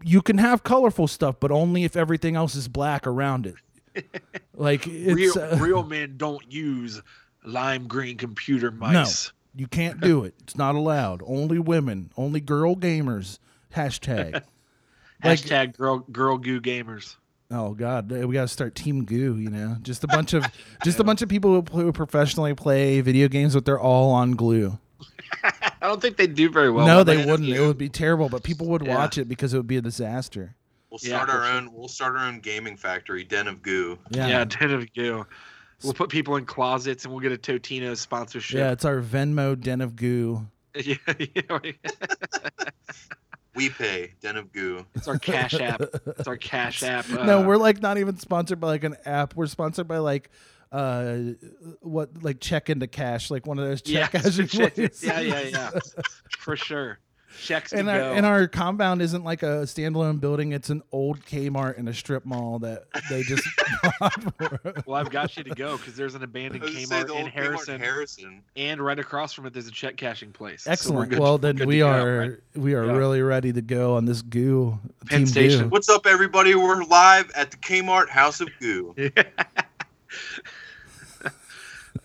Speaker 1: you can have colorful stuff, but only if everything else is black around it. Like it's
Speaker 2: Real,
Speaker 1: uh,
Speaker 2: real men don't use lime green computer
Speaker 1: no,
Speaker 2: mice.
Speaker 1: you can't do it. It's not allowed. Only women, only girl gamers. Hashtag. Like-
Speaker 2: Hashtag girl girl goo gamers.
Speaker 1: oh God, we gotta start Team Goo. You know, just a bunch of just a bunch of people who, pl- who professionally play video games, but they're all on glue.
Speaker 2: I don't think they do very well.
Speaker 1: no,
Speaker 2: but
Speaker 1: they
Speaker 2: they-
Speaker 1: wouldn't. It would be terrible, but people would
Speaker 2: Yeah.
Speaker 1: watch it because it would be a disaster.
Speaker 3: We'll
Speaker 2: Yeah,
Speaker 3: start our own. We'll start our own gaming factory, Den of Goo.
Speaker 1: Yeah.
Speaker 2: Yeah,
Speaker 1: yeah.
Speaker 2: ten of you. We'll put people in closets and we'll get a Totino sponsorship.
Speaker 1: it's our Venmo den of goo.
Speaker 2: Yeah, yeah.
Speaker 3: We pay Den of Goo.
Speaker 2: it's our cash app. It's our cash app.
Speaker 1: no,
Speaker 2: uh,
Speaker 1: we're like not even sponsored by like an app. We're sponsored by like uh what like check into cash, like one of those
Speaker 2: yeah,
Speaker 1: check cashing places.
Speaker 2: yeah, yeah, yeah, for sure. Checks
Speaker 1: And
Speaker 2: to
Speaker 1: our
Speaker 2: go.
Speaker 1: and our compound isn't like a standalone building, it's an old Kmart in a strip mall that they just bought for us.
Speaker 2: well, I've got you to go because there's an abandoned
Speaker 3: I was gonna say
Speaker 2: Kmart
Speaker 3: the
Speaker 2: in
Speaker 3: old Kmart
Speaker 2: Harrison,
Speaker 3: Harrison.
Speaker 2: and right across from it there's a check cashing place. So we're
Speaker 1: Excellent.
Speaker 2: good-
Speaker 1: well
Speaker 2: we're
Speaker 1: then
Speaker 2: good
Speaker 1: we
Speaker 2: to go,
Speaker 1: are
Speaker 2: right?
Speaker 1: we are
Speaker 2: Yeah.
Speaker 1: really ready to go on this goo.
Speaker 2: Penn
Speaker 1: Team
Speaker 2: Station.
Speaker 1: Goo.
Speaker 3: What's up, everybody? We're live at the Kmart House of Goo.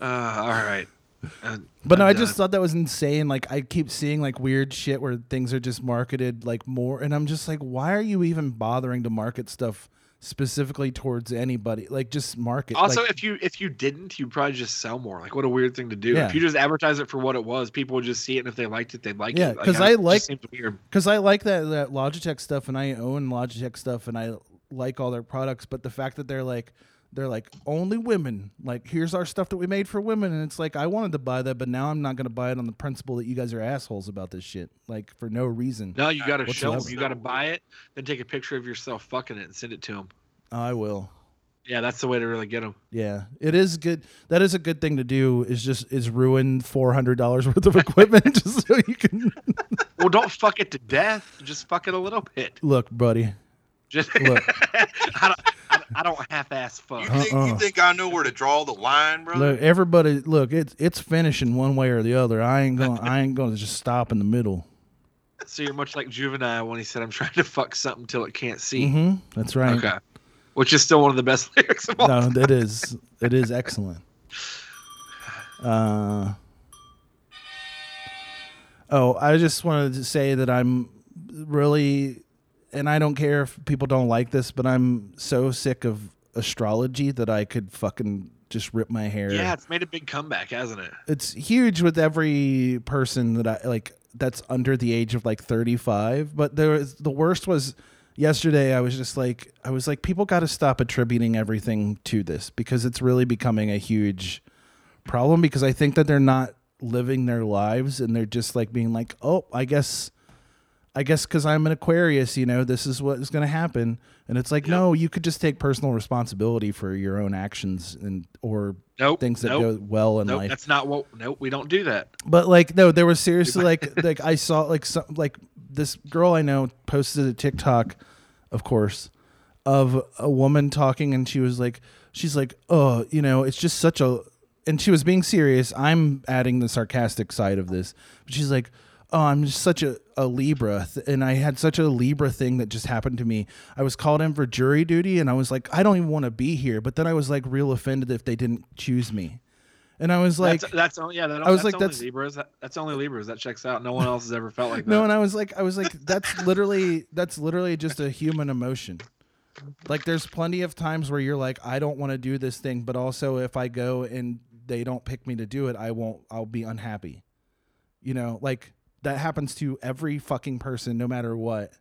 Speaker 2: Uh, all right. Uh,
Speaker 1: But no,
Speaker 2: I'm
Speaker 1: I
Speaker 2: done.
Speaker 1: just thought that was insane. Like I keep seeing like weird shit where things are just marketed like more and I'm just like, why are you even bothering to market stuff specifically towards anybody? Like just market
Speaker 2: Also,
Speaker 1: like,
Speaker 2: if you if you didn't, you'd probably just sell more. Like, what a weird thing to do.
Speaker 1: Yeah.
Speaker 2: If you just advertise it for what it was, people would just see it, and if they liked it, they'd like
Speaker 1: Yeah,
Speaker 2: it.
Speaker 1: 'cause
Speaker 2: I-
Speaker 1: I
Speaker 2: it just
Speaker 1: like-
Speaker 2: seems weird.
Speaker 1: because I like that that Logitech stuff, and I own Logitech stuff, and I like all their products. But the fact that they're like they're like only women. Like here's our stuff that we made for women, and it's like I wanted to buy that, but now I'm not going to buy it on the principle that you guys are assholes about this shit, like for no reason.
Speaker 2: No, you got to show
Speaker 1: Whatsoever.
Speaker 2: them. You got to buy it, then take a picture of yourself fucking it and send it to them.
Speaker 1: I will.
Speaker 2: Yeah, that's the way to really get them.
Speaker 1: Yeah, it is good. That is a good thing to do. Is just is ruin four hundred dollars worth of equipment just so you can
Speaker 2: Well, don't fuck it to death. Just fuck it a little bit.
Speaker 1: look, buddy.
Speaker 2: Just
Speaker 1: Look.
Speaker 2: I don't, I don't- I don't half-ass fuck.
Speaker 1: You think- you Uh-uh.
Speaker 3: think I know where to draw the line, bro?
Speaker 1: Look, everybody, look, it's it's finishing one way or the other. I ain't going. to I ain't going to just stop in the middle.
Speaker 2: So you're much like juvenile when he said, "I'm trying to fuck something till it can't see,"
Speaker 1: hmm That's right.
Speaker 2: Okay. which is still one of the best lyrics of all.
Speaker 1: No, that is it is excellent. Uh, oh, I just wanted to say that I'm really, and I don't care if people don't like this, but I'm so sick of astrology that I could fucking just rip my hair.
Speaker 2: Yeah, it's made a big comeback, hasn't it?
Speaker 1: it's huge with every person that I like that's under the age of like 35. But there is, the worst was yesterday. I was just like, I was like, people got to stop attributing everything to this because it's really becoming a huge problem because I think that they're not living their lives and they're just like being like, oh, I guess. I guess because I'm an Aquarius, you know, this is what is going to happen, and it's like, no, you could just take personal responsibility for your own actions and or
Speaker 2: Nope.
Speaker 1: things that
Speaker 2: nope,
Speaker 1: go well in
Speaker 2: nope,
Speaker 1: life.
Speaker 2: That's not what. Nope, we don't do that.
Speaker 1: But like no, there was seriously like like I saw like some like this girl I know posted a TikTok, of course, of a woman talking and she was like she's like, Oh, you know, it's just such a and she was being serious. I'm adding the sarcastic side of this. But she's like, Oh, I'm just such a, a Libra th- and I had such a Libra thing that just happened to me. I was called in for jury duty and I was like, I don't even want to be here, but then I was like real offended if they didn't choose me. And I was like
Speaker 2: that's, that's only yeah. That,
Speaker 1: I was
Speaker 2: that's
Speaker 1: like,
Speaker 2: only
Speaker 1: that's-
Speaker 2: Libras. That, that's only Libras. That checks out. No one else has ever felt like that.
Speaker 1: No, and I was like, I was like, that's literally, that's literally just a human emotion. Like, there's plenty of times where you're like, I don't want to do this thing, but also if I go and they don't pick me to do it, I won't, I'll be unhappy. You know, like that happens to every fucking person, no matter what.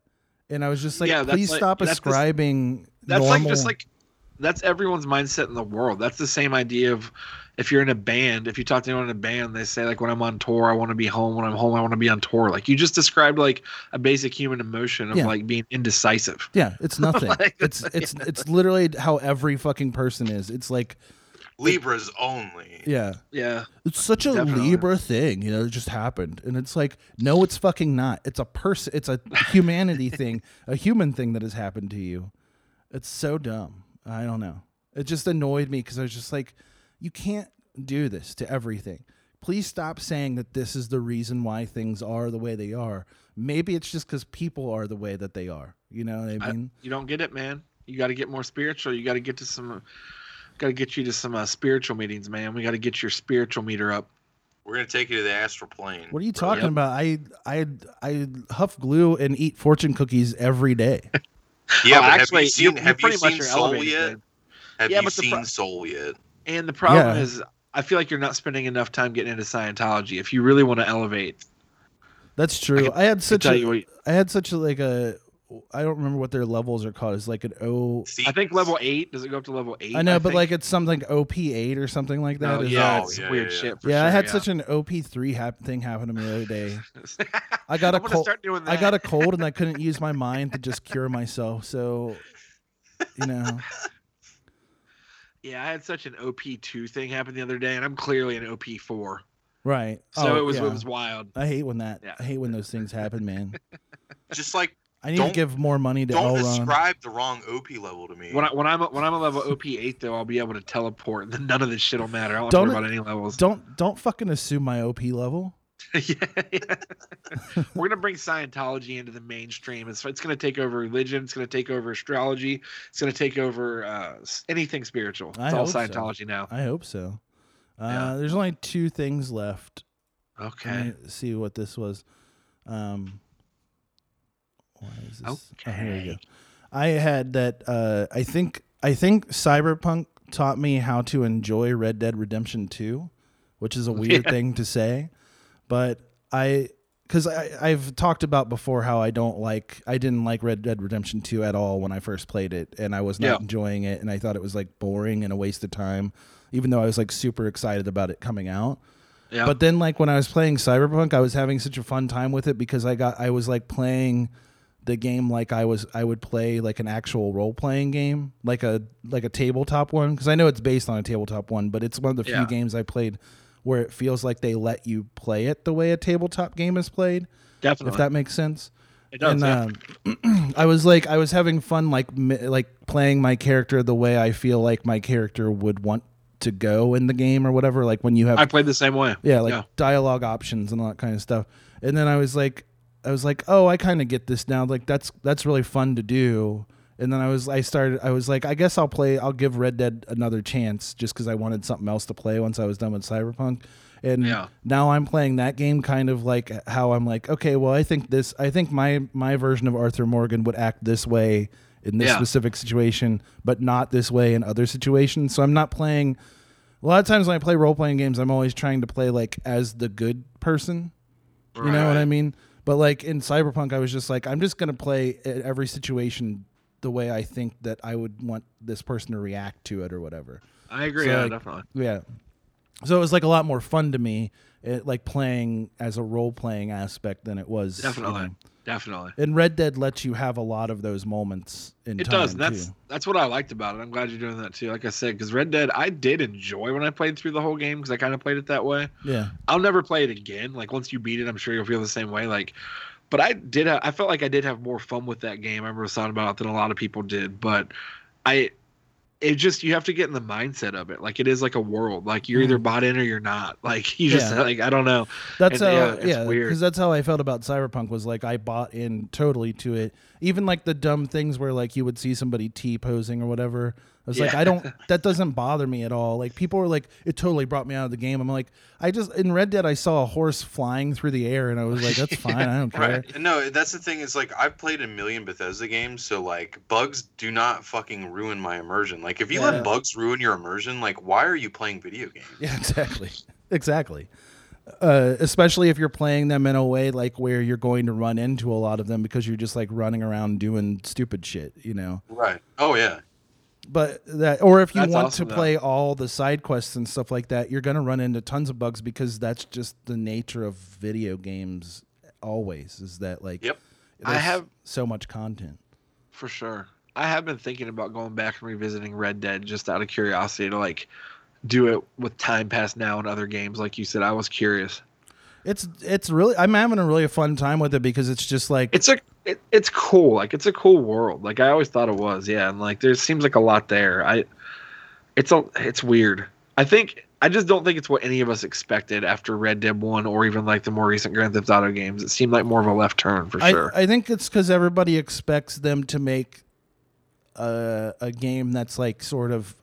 Speaker 1: And I was just like,
Speaker 2: Yeah, that's
Speaker 1: please
Speaker 2: like-
Speaker 1: stop
Speaker 2: that's the-
Speaker 1: ascribing.
Speaker 2: That's
Speaker 1: normal.
Speaker 2: like just like that's everyone's mindset in the world. That's the same idea of if you're in a band, if you talk to anyone in a band, they say like when I'm on tour, I want to be home. When I'm home, I want to be on tour. Like you just described like a basic human emotion of
Speaker 1: Yeah.
Speaker 2: like being indecisive.
Speaker 1: yeah, it's nothing.
Speaker 2: Like,
Speaker 1: it's it's it's literally how every fucking person is. It's like,
Speaker 3: Libras only.
Speaker 1: yeah.
Speaker 2: Yeah.
Speaker 1: It's such a Libra thing, you know, it just happened. And it's like, no, it's fucking not. It's a person, it's a humanity thing, a human thing that has happened to you. It's so dumb. I don't know. It just annoyed me because I was just like, you can't do this to everything. Please stop saying that this is the reason why things are the way they are. Maybe it's just because people are the way that they are. You know what I
Speaker 2: I-
Speaker 1: mean?
Speaker 2: you don't get it, man. You got to get more spiritual. You got to get to some. Got to get you to some uh, spiritual meetings, man. We got to get your spiritual meter up.
Speaker 3: We're gonna take you to the astral plane.
Speaker 1: What are you
Speaker 3: bro.
Speaker 1: talking about? I I I huff glue and eat fortune cookies every day.
Speaker 3: Yeah,
Speaker 2: Oh,
Speaker 3: but
Speaker 2: actually,
Speaker 3: have
Speaker 2: you-
Speaker 3: you seen
Speaker 2: you're
Speaker 3: Have you
Speaker 2: pretty much
Speaker 3: seen
Speaker 2: your
Speaker 3: Soul
Speaker 2: elevator
Speaker 3: yet?
Speaker 2: kid.
Speaker 3: Have
Speaker 2: Yeah,
Speaker 3: you
Speaker 2: but the
Speaker 3: seen
Speaker 2: pro-
Speaker 3: Soul yet?
Speaker 2: And the problem
Speaker 1: Yeah.
Speaker 2: is, I feel like you're not spending enough time getting into Scientology. If you really want to elevate,
Speaker 1: That's true. I, had such
Speaker 2: tell
Speaker 1: a,
Speaker 2: you what-
Speaker 1: I had such a, like a I don't remember what their levels are called. It's like an O.
Speaker 2: I think level eight. Does it go up to level eight?
Speaker 1: I know, but
Speaker 2: think?
Speaker 1: like it's something OP eight or something like that.
Speaker 2: no,
Speaker 1: is
Speaker 2: yeah,
Speaker 1: all.
Speaker 2: it's
Speaker 3: yeah,
Speaker 2: weird
Speaker 3: yeah, yeah.
Speaker 2: shit. For
Speaker 1: yeah.
Speaker 2: sure,
Speaker 1: I had such an OP three hap- thing happen to me the other day. I got a
Speaker 2: I'm gonna
Speaker 1: cold.
Speaker 2: start doing
Speaker 1: I got a
Speaker 2: that.
Speaker 1: cold and I couldn't use my mind to just cure myself. So, you know,
Speaker 2: yeah, I had such an OP two thing happen the other day, and I'm clearly an OP four.
Speaker 1: right?
Speaker 2: So
Speaker 1: Oh,
Speaker 2: it was
Speaker 1: yeah.
Speaker 2: it was wild.
Speaker 1: I hate when that.
Speaker 2: Yeah.
Speaker 1: I hate when those things happen, man.
Speaker 3: Just like
Speaker 1: I need to
Speaker 3: Don't-
Speaker 1: give more money to
Speaker 3: don't
Speaker 1: Elron.
Speaker 3: describe the wrong OP level to me.
Speaker 2: When I when I'm a, when I'm a level OP eight though, I'll be able to teleport. and Then none of this shit will matter. I don't,
Speaker 1: Don't-
Speaker 2: worry about any levels.
Speaker 1: don't don't fucking assume my OP level.
Speaker 2: yeah, yeah. We're gonna bring Scientology into the mainstream. It's it's gonna take over religion. It's gonna take over astrology. It's gonna take over uh, s- anything spiritual. It's
Speaker 1: I
Speaker 2: all
Speaker 1: hope so.
Speaker 2: Scientology now.
Speaker 1: I hope so. Uh,
Speaker 2: Yeah.
Speaker 1: There's only two things left. Let
Speaker 2: Okay.
Speaker 1: me see what this was. Um, why is this? Oh, here we go.
Speaker 2: Okay.
Speaker 1: I had that. Uh, I think. I think Cyberpunk taught me how to enjoy Red Dead Redemption 2, which is a weird thing to say, but I. Because I've talked about before how I don't like, I didn't like Red Dead Redemption 2 at all when I first played it, and I was not
Speaker 2: Yeah.
Speaker 1: enjoying it, and I thought it was like boring and a waste of time, even though I was like super excited about it coming out.
Speaker 2: Yeah.
Speaker 1: But then like when I was playing Cyberpunk, I was having such a fun time with it because I got I was like playing the game like I was I would play like an actual role playing game, like a like a tabletop one because I know it's based on a tabletop one, but it's one of the
Speaker 2: Yeah.
Speaker 1: few games I played where it feels like they let you play it the way a tabletop game is played.
Speaker 2: Definitely.
Speaker 1: If that makes sense.
Speaker 2: It does, yeah.
Speaker 1: um, I was like I was having fun like mi- like playing my character the way I feel like my character would want to go in the game or whatever like when you have
Speaker 2: I played the same way.
Speaker 1: yeah, like dialogue options and all that kind of stuff. And then I was like, I was like, oh, I kind of get this now. Like that's that's really fun to do. And then I was, I started, I was like, I guess I'll play, I'll give Red Dead another chance, just because I wanted something else to play once I was done with Cyberpunk. And
Speaker 2: Yeah.
Speaker 1: now I'm playing that game kind of like how I'm like, okay, well, I think this, I think my my version of Arthur Morgan would act this way in this
Speaker 2: Yeah.
Speaker 1: specific situation, but not this way in other situations. So I'm not playing a lot of times when I play role playing games, I'm always trying to play like as the good person. You know what I mean? But like in Cyberpunk, I was just like, I'm just gonna play e- every situation the way I think that I would want this person to react to it or whatever.
Speaker 2: I agree,
Speaker 1: So,
Speaker 2: yeah,
Speaker 1: like,
Speaker 2: definitely.
Speaker 1: Yeah. So it was like a lot more fun to me, it, like playing as a role playing aspect than it was. you
Speaker 2: Definitely.
Speaker 1: know.
Speaker 2: Definitely.
Speaker 1: And Red Dead lets you have a lot of those moments in
Speaker 2: It
Speaker 1: time.
Speaker 2: does. and That's
Speaker 1: too.
Speaker 2: that's what I liked about it. I'm glad you're doing that too. Like I said, because Red Dead, I did enjoy when I played through the whole game because I kind of played it that way.
Speaker 1: yeah.
Speaker 2: I'll never play it again. Like once you beat it, I'm sure you'll feel the same way. Like, but I did. ha- I felt like I did have more fun with that game. I remember was talking about it than a lot of people did. But I, it just you have to get in the mindset of it. Like it is like a world. Like you're either bought in or you're not. Like you just
Speaker 1: Yeah.
Speaker 2: like I don't know.
Speaker 1: That's
Speaker 2: And,
Speaker 1: how,
Speaker 2: it's
Speaker 1: yeah,
Speaker 2: weird.
Speaker 1: because that's how I felt about Cyberpunk. Was like I bought in totally to it. Even like the dumb things where like you would see somebody t posing or whatever. I was like,
Speaker 2: Yeah.
Speaker 1: I don't. That doesn't bother me at all. Like people were like, it totally brought me out of the game. I'm like, I just in Red Dead I saw a horse flying through the air and I was like, that's fine. I don't care.
Speaker 3: Right. No, that's the thing is like I've played a million Bethesda games, so like bugs do not fucking ruin my immersion. Like if you
Speaker 1: Yeah.
Speaker 3: let bugs ruin your immersion, like why are you playing video games?
Speaker 1: Yeah, exactly. Exactly. Uh, especially if you're playing them in a way like where you're going to run into a lot of them because you're just like running around doing stupid shit, you know.
Speaker 3: Right. Oh yeah.
Speaker 1: But that, or if you
Speaker 3: That's
Speaker 1: want
Speaker 3: awesome,
Speaker 1: to
Speaker 3: though.
Speaker 1: play all the side quests and stuff like that, you're going to run into tons of bugs because that's just the nature of video games. Always is that like
Speaker 3: Yep.
Speaker 2: I
Speaker 1: there's
Speaker 2: have-
Speaker 1: so much content.
Speaker 2: For sure. I have been thinking about going back and revisiting Red Dead just out of curiosity to like do it with time past now and other games. Like you said, I was curious.
Speaker 1: It's it's really I'm having a really fun time with it because it's just like
Speaker 2: It's a it, it's cool. Like it's a cool world. Like I always thought it was. Yeah, and like there seems like a lot there. I it's a it's weird. I think I just don't think it's what any of us expected after Red Dead One or even like the more recent Grand Theft Auto games. It seemed like more of a left turn for
Speaker 1: I,
Speaker 2: sure.
Speaker 1: I think it's because everybody expects them to make a, a game that's like sort of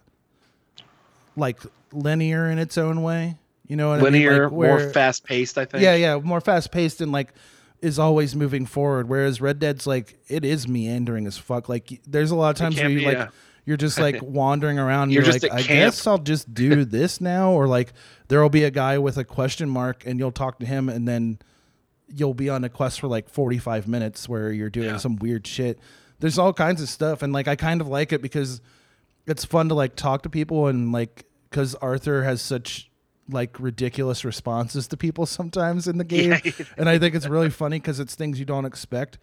Speaker 1: like linear in its own way. You know what I mean?
Speaker 2: Linear,
Speaker 1: Like, where-
Speaker 2: more fast paced. I think.
Speaker 1: Yeah, yeah, more fast paced and like is always moving forward. Whereas Red Dead's like it is meandering as fuck. Like y- there's a lot of times
Speaker 2: can
Speaker 1: where you
Speaker 2: be,
Speaker 1: like
Speaker 2: yeah.
Speaker 1: you're just like wandering around. and
Speaker 2: You're
Speaker 1: You're,
Speaker 2: just
Speaker 1: like,
Speaker 2: at
Speaker 1: I
Speaker 2: camp."
Speaker 1: guess I'll just do this now, or like there'll be a guy with a question mark and you'll talk to him, and then you'll be on a quest for like 45 minutes where you're doing
Speaker 2: Yeah.
Speaker 1: some weird shit. There's all kinds of stuff, and like I kind of like it because it's fun to like talk to people and like because Arthur has such like ridiculous responses to people sometimes in the game, and I think it's really funny because it's things you don't expect.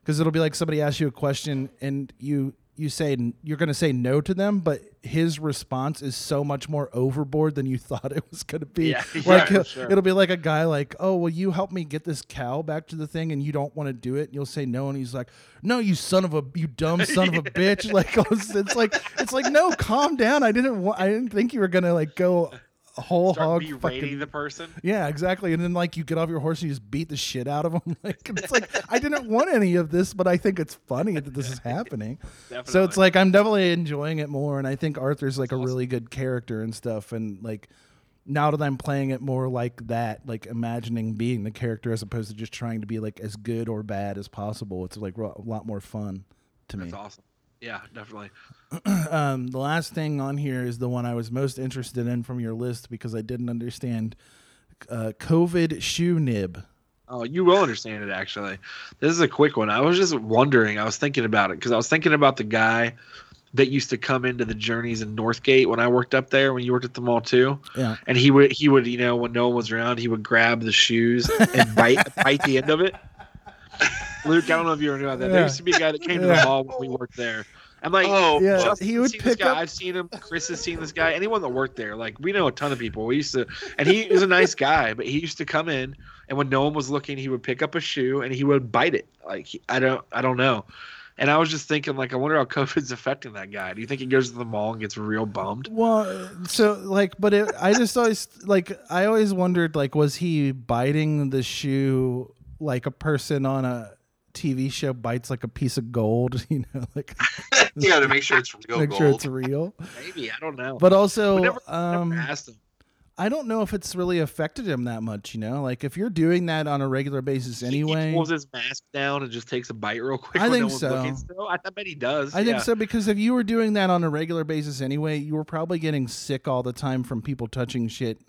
Speaker 1: Because it'll be like somebody asks you a question and you you say you're gonna say no to them, but his response is so much more overboard than you thought it was gonna be.
Speaker 2: Yeah, yeah,
Speaker 1: like
Speaker 2: for
Speaker 1: he'll-
Speaker 2: sure.
Speaker 1: it'll be like a guy like, oh, will you help me get this cow back to the thing? And you don't want to do it, and you'll say no, and he's like, no, you son of a, you dumb son of a bitch. Like it's, it's like it's like no, calm down. I didn't want, I didn't think you were gonna like go whole
Speaker 2: Start
Speaker 1: hog
Speaker 2: berating
Speaker 1: fucking.
Speaker 2: the person.
Speaker 1: Yeah, exactly. And then like you get off your horse and you just beat the shit out of him. Like it's like I didn't want any of this, but I think it's funny that this is happening. So it's
Speaker 2: Definitely.
Speaker 1: like I'm definitely enjoying it more, and I think Arthur's like a really good character and stuff. And like now that I'm playing it more like that, like imagining being the character as opposed to just trying to be like as good or bad as possible, it's like ro- a lot more fun to me.
Speaker 2: That's awesome. Yeah, definitely.
Speaker 1: Um, the last thing on here is the one I was most interested in from your list because I didn't understand uh, COVID shoe nib.
Speaker 2: Oh, you will understand it actually. This is a quick one. I was just wondering. I was thinking about it because I was thinking about the guy that used to come into the journeys in Northgate when I worked up there when you worked at the mall too.
Speaker 1: Yeah.
Speaker 2: And he would he would you know when no one was around he would grab the shoes and bite bite the end of it. Luke, I don't know if you ever knew about that. There
Speaker 1: Yeah.
Speaker 2: used to be a guy that came to
Speaker 1: Yeah.
Speaker 2: the mall when we worked there. I'm like,
Speaker 3: Oh,
Speaker 1: Yeah,
Speaker 2: Justin's
Speaker 1: he would
Speaker 2: seen
Speaker 1: pick
Speaker 2: this guy.
Speaker 1: up-
Speaker 2: I've seen him. Chris has seen this guy. Anyone that worked there, like we know a ton of people. We used to, and he was a nice guy, but he used to come in and when no one was looking, he would pick up a shoe and he would bite it. Like he- I don't, I don't know. And I was just thinking, like, I wonder how COVID's affecting that guy. Do you think he goes to the mall and gets real bummed?
Speaker 1: Well, so like, but it, I just always like I always wondered like, was he biting the shoe like a person on a TV show bites like a piece of gold? You know, like
Speaker 3: yeah, to make sure it's real
Speaker 1: make
Speaker 3: gold.
Speaker 1: sure it's real.
Speaker 2: Maybe I don't know.
Speaker 1: But also,
Speaker 2: We never-
Speaker 1: um,
Speaker 2: never asked him.
Speaker 1: I don't know if it's really affected him that much. You know, like if you're doing that on a regular basis
Speaker 2: he
Speaker 1: anyway,
Speaker 2: pulls his mask down and just takes a bite real quick.
Speaker 1: I
Speaker 2: when
Speaker 1: think
Speaker 2: no one's
Speaker 1: so.
Speaker 2: Looking still. I, I bet he does.
Speaker 1: I think
Speaker 2: yeah.
Speaker 1: so because if you were doing that on a regular basis anyway, you were probably getting sick all the time from people touching shit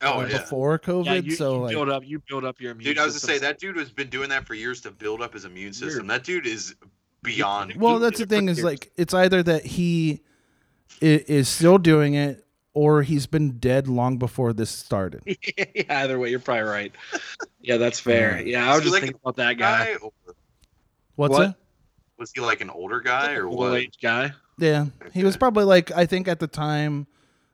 Speaker 3: Oh
Speaker 1: uh,
Speaker 3: yeah.
Speaker 1: before COVID.
Speaker 2: Yeah, you,
Speaker 1: so
Speaker 2: you
Speaker 1: like,
Speaker 2: build up, you build up your immune.
Speaker 3: Dude, I was gonna
Speaker 2: system.
Speaker 3: say that dude has been doing that for years to build up his immune system.
Speaker 2: Weird.
Speaker 3: That dude is beyond.
Speaker 1: well that's the thing is like it's either that he i- is still doing it or he's been dead long before this started
Speaker 2: yeah, either way, you're probably right. Yeah, that's fair. Yeah, I was
Speaker 3: So,
Speaker 2: just
Speaker 3: like,
Speaker 2: thinking about that guy,
Speaker 3: guy. Or
Speaker 1: what's
Speaker 2: What?
Speaker 1: that
Speaker 3: was he like an older guy or
Speaker 2: middle
Speaker 3: what?
Speaker 2: aged guy.
Speaker 1: yeah he was probably like i think at the time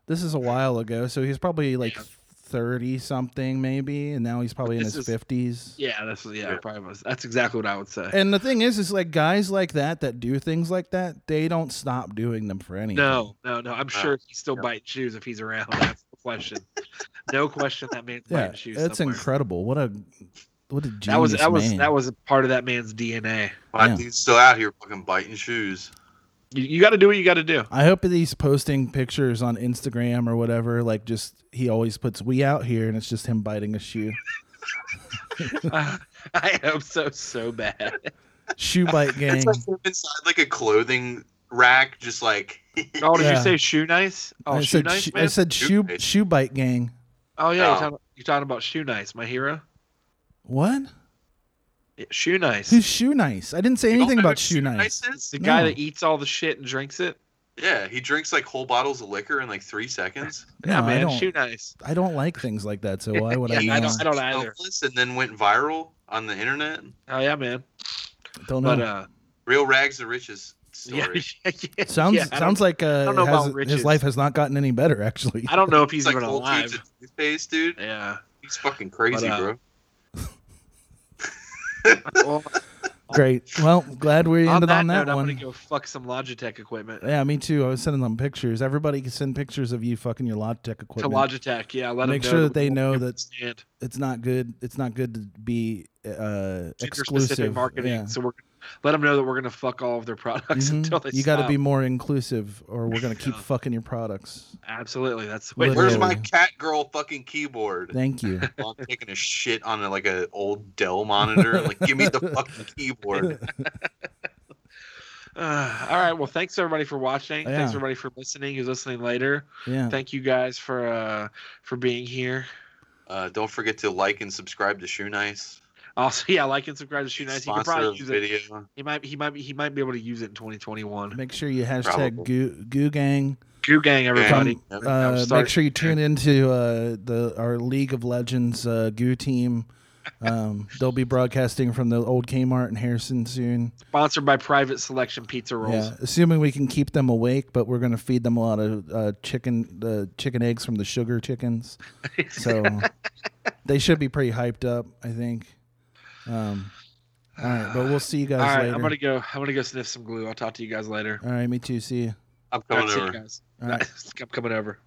Speaker 1: this is a while ago so he was probably like
Speaker 2: Yeah.
Speaker 1: 30 something maybe and now he's probably in
Speaker 2: this
Speaker 1: his
Speaker 2: is-
Speaker 1: 50s
Speaker 2: Yeah, that's yeah,
Speaker 3: Yeah.
Speaker 2: probably was. That's exactly what I would say.
Speaker 1: and the thing is is like guys like that that do things like that they don't stop doing them for anything
Speaker 2: No, no, no. I'm sure he's still
Speaker 3: yeah.
Speaker 2: biting shoes if he's around. That's the question. no question that man's
Speaker 1: yeah
Speaker 2: biting shoes.
Speaker 1: that's
Speaker 2: somewhere.
Speaker 1: incredible what a what a genius
Speaker 2: That was that was
Speaker 1: man.
Speaker 2: that was a part of that man's DNA.
Speaker 3: Why
Speaker 1: Yeah.
Speaker 3: dude's still out here fucking biting shoes.
Speaker 2: You, you got to do what you got to do.
Speaker 1: I hope that he's posting pictures on Instagram or whatever. Like, just he always puts "we out here" and it's just him biting a shoe.
Speaker 2: I hope so so bad.
Speaker 1: Shoe bite gang.
Speaker 3: It's like him inside like a clothing rack, just like
Speaker 2: Oh, did
Speaker 1: Yeah.
Speaker 2: you say shoe nice? Oh,
Speaker 1: I
Speaker 2: shoe
Speaker 1: said,
Speaker 2: nice,
Speaker 1: shoe-
Speaker 2: man.
Speaker 1: I said
Speaker 3: Shoe
Speaker 1: shoe
Speaker 3: nice.
Speaker 1: shoe bite gang.
Speaker 2: oh yeah, you're
Speaker 3: Oh.
Speaker 2: talking, you're talking about shoe nice, my hero.
Speaker 1: What?
Speaker 2: Yeah, shoe nice.
Speaker 1: Who's shoe nice? I didn't say
Speaker 3: You don't
Speaker 1: anything
Speaker 3: know
Speaker 1: about
Speaker 3: who
Speaker 1: shoe nice.
Speaker 3: is?
Speaker 2: the guy
Speaker 1: No.
Speaker 2: that eats all the shit and drinks it.
Speaker 3: Yeah, he drinks like whole bottles of liquor in like three seconds.
Speaker 2: Yeah,
Speaker 1: No, I
Speaker 2: Oh, man,
Speaker 1: don't.
Speaker 2: shoe nice.
Speaker 1: I don't like things like that, so why would
Speaker 2: Yeah,
Speaker 1: I?
Speaker 2: I
Speaker 1: know?
Speaker 2: don't- I don't either.
Speaker 3: Helpless And then went viral on the internet.
Speaker 2: Oh yeah, man.
Speaker 1: Don't know.
Speaker 2: But uh,
Speaker 3: Real rags to riches
Speaker 2: yeah,
Speaker 3: story.
Speaker 2: yeah, yeah,
Speaker 1: sounds
Speaker 2: yeah, I
Speaker 1: sounds
Speaker 2: don't-
Speaker 1: like uh,
Speaker 2: don't know
Speaker 1: has-
Speaker 2: about riches.
Speaker 1: his life has not gotten any better. Actually,
Speaker 2: I don't know if he's
Speaker 3: He's like
Speaker 2: even
Speaker 3: old
Speaker 2: alive.
Speaker 3: dudes at toothpaste, dude.
Speaker 2: Yeah.
Speaker 3: He's fucking crazy,
Speaker 2: But, uh,
Speaker 3: bro.
Speaker 2: Well,
Speaker 1: great. Well, glad we
Speaker 2: on
Speaker 1: ended
Speaker 2: that,
Speaker 1: on that
Speaker 2: note, I'm
Speaker 1: one.
Speaker 2: gonna go fuck some Logitech equipment.
Speaker 1: yeah, me too. I was sending them pictures. Everybody can send pictures of you fucking your Logitech
Speaker 2: To
Speaker 1: equipment.
Speaker 2: Logitech, yeah. Let 'em
Speaker 1: Make
Speaker 2: know
Speaker 1: sure that
Speaker 2: we
Speaker 1: they know
Speaker 2: won't give
Speaker 1: that-
Speaker 2: them a stand.
Speaker 1: it's not good. It's not good to be uh,
Speaker 2: specific
Speaker 1: exclusive.
Speaker 2: marketing.
Speaker 1: Yeah.
Speaker 2: So we're let them know that we're gonna fuck all of their products
Speaker 1: Mhm.
Speaker 2: until they.
Speaker 1: You got to
Speaker 2: stop.
Speaker 1: be more inclusive, or we're gonna keep
Speaker 2: Yeah.
Speaker 1: fucking your products.
Speaker 2: absolutely. That's the way. to
Speaker 1: Literally.
Speaker 3: Where's
Speaker 2: do it.
Speaker 3: my cat girl fucking keyboard?
Speaker 1: Thank you.
Speaker 3: While I'm taking a shit on a, like an old Dell monitor. Like, give me the fucking keyboard.
Speaker 2: Uh, all right. Well, thanks everybody for watching.
Speaker 1: Yeah.
Speaker 2: Thanks everybody for listening. Who's listening later?
Speaker 1: Yeah.
Speaker 2: Thank you guys for uh for being here.
Speaker 3: Uh, don't forget to like and subscribe to Shoe Nice.
Speaker 2: Also, yeah, like and subscribe to Shoe Nice. He can
Speaker 3: Sponsor
Speaker 2: probably
Speaker 3: of the
Speaker 2: use it.
Speaker 3: video.
Speaker 2: He might, he might, be, he might be able to use it in 2021.
Speaker 1: Make sure you hashtag
Speaker 3: Probably.
Speaker 1: goo, goo gang.
Speaker 2: Goo gang, everybody.
Speaker 1: Come,
Speaker 3: Yep.
Speaker 1: uh,
Speaker 2: Start-
Speaker 1: make sure you tune into uh, the our League of Legends uh, goo team. Um, they'll be broadcasting from the old Kmart in Harrison soon.
Speaker 2: Sponsored by Private Selection Pizza Rolls.
Speaker 1: Yeah, assuming we can keep them awake, but we're gonna feed them a lot of uh, chicken, the chicken eggs from the sugar chickens. So they should be pretty hyped up, I think. Um, all right, but we'll see you guys
Speaker 2: All right,
Speaker 1: later.
Speaker 2: I'm gonna go. I'm gonna go sniff some glue. I'll talk to you guys later.
Speaker 1: All right, me too. See you.
Speaker 3: I'm
Speaker 2: All right,
Speaker 3: coming
Speaker 2: see you
Speaker 3: over.
Speaker 2: guys.
Speaker 1: All right.
Speaker 2: I'm coming over.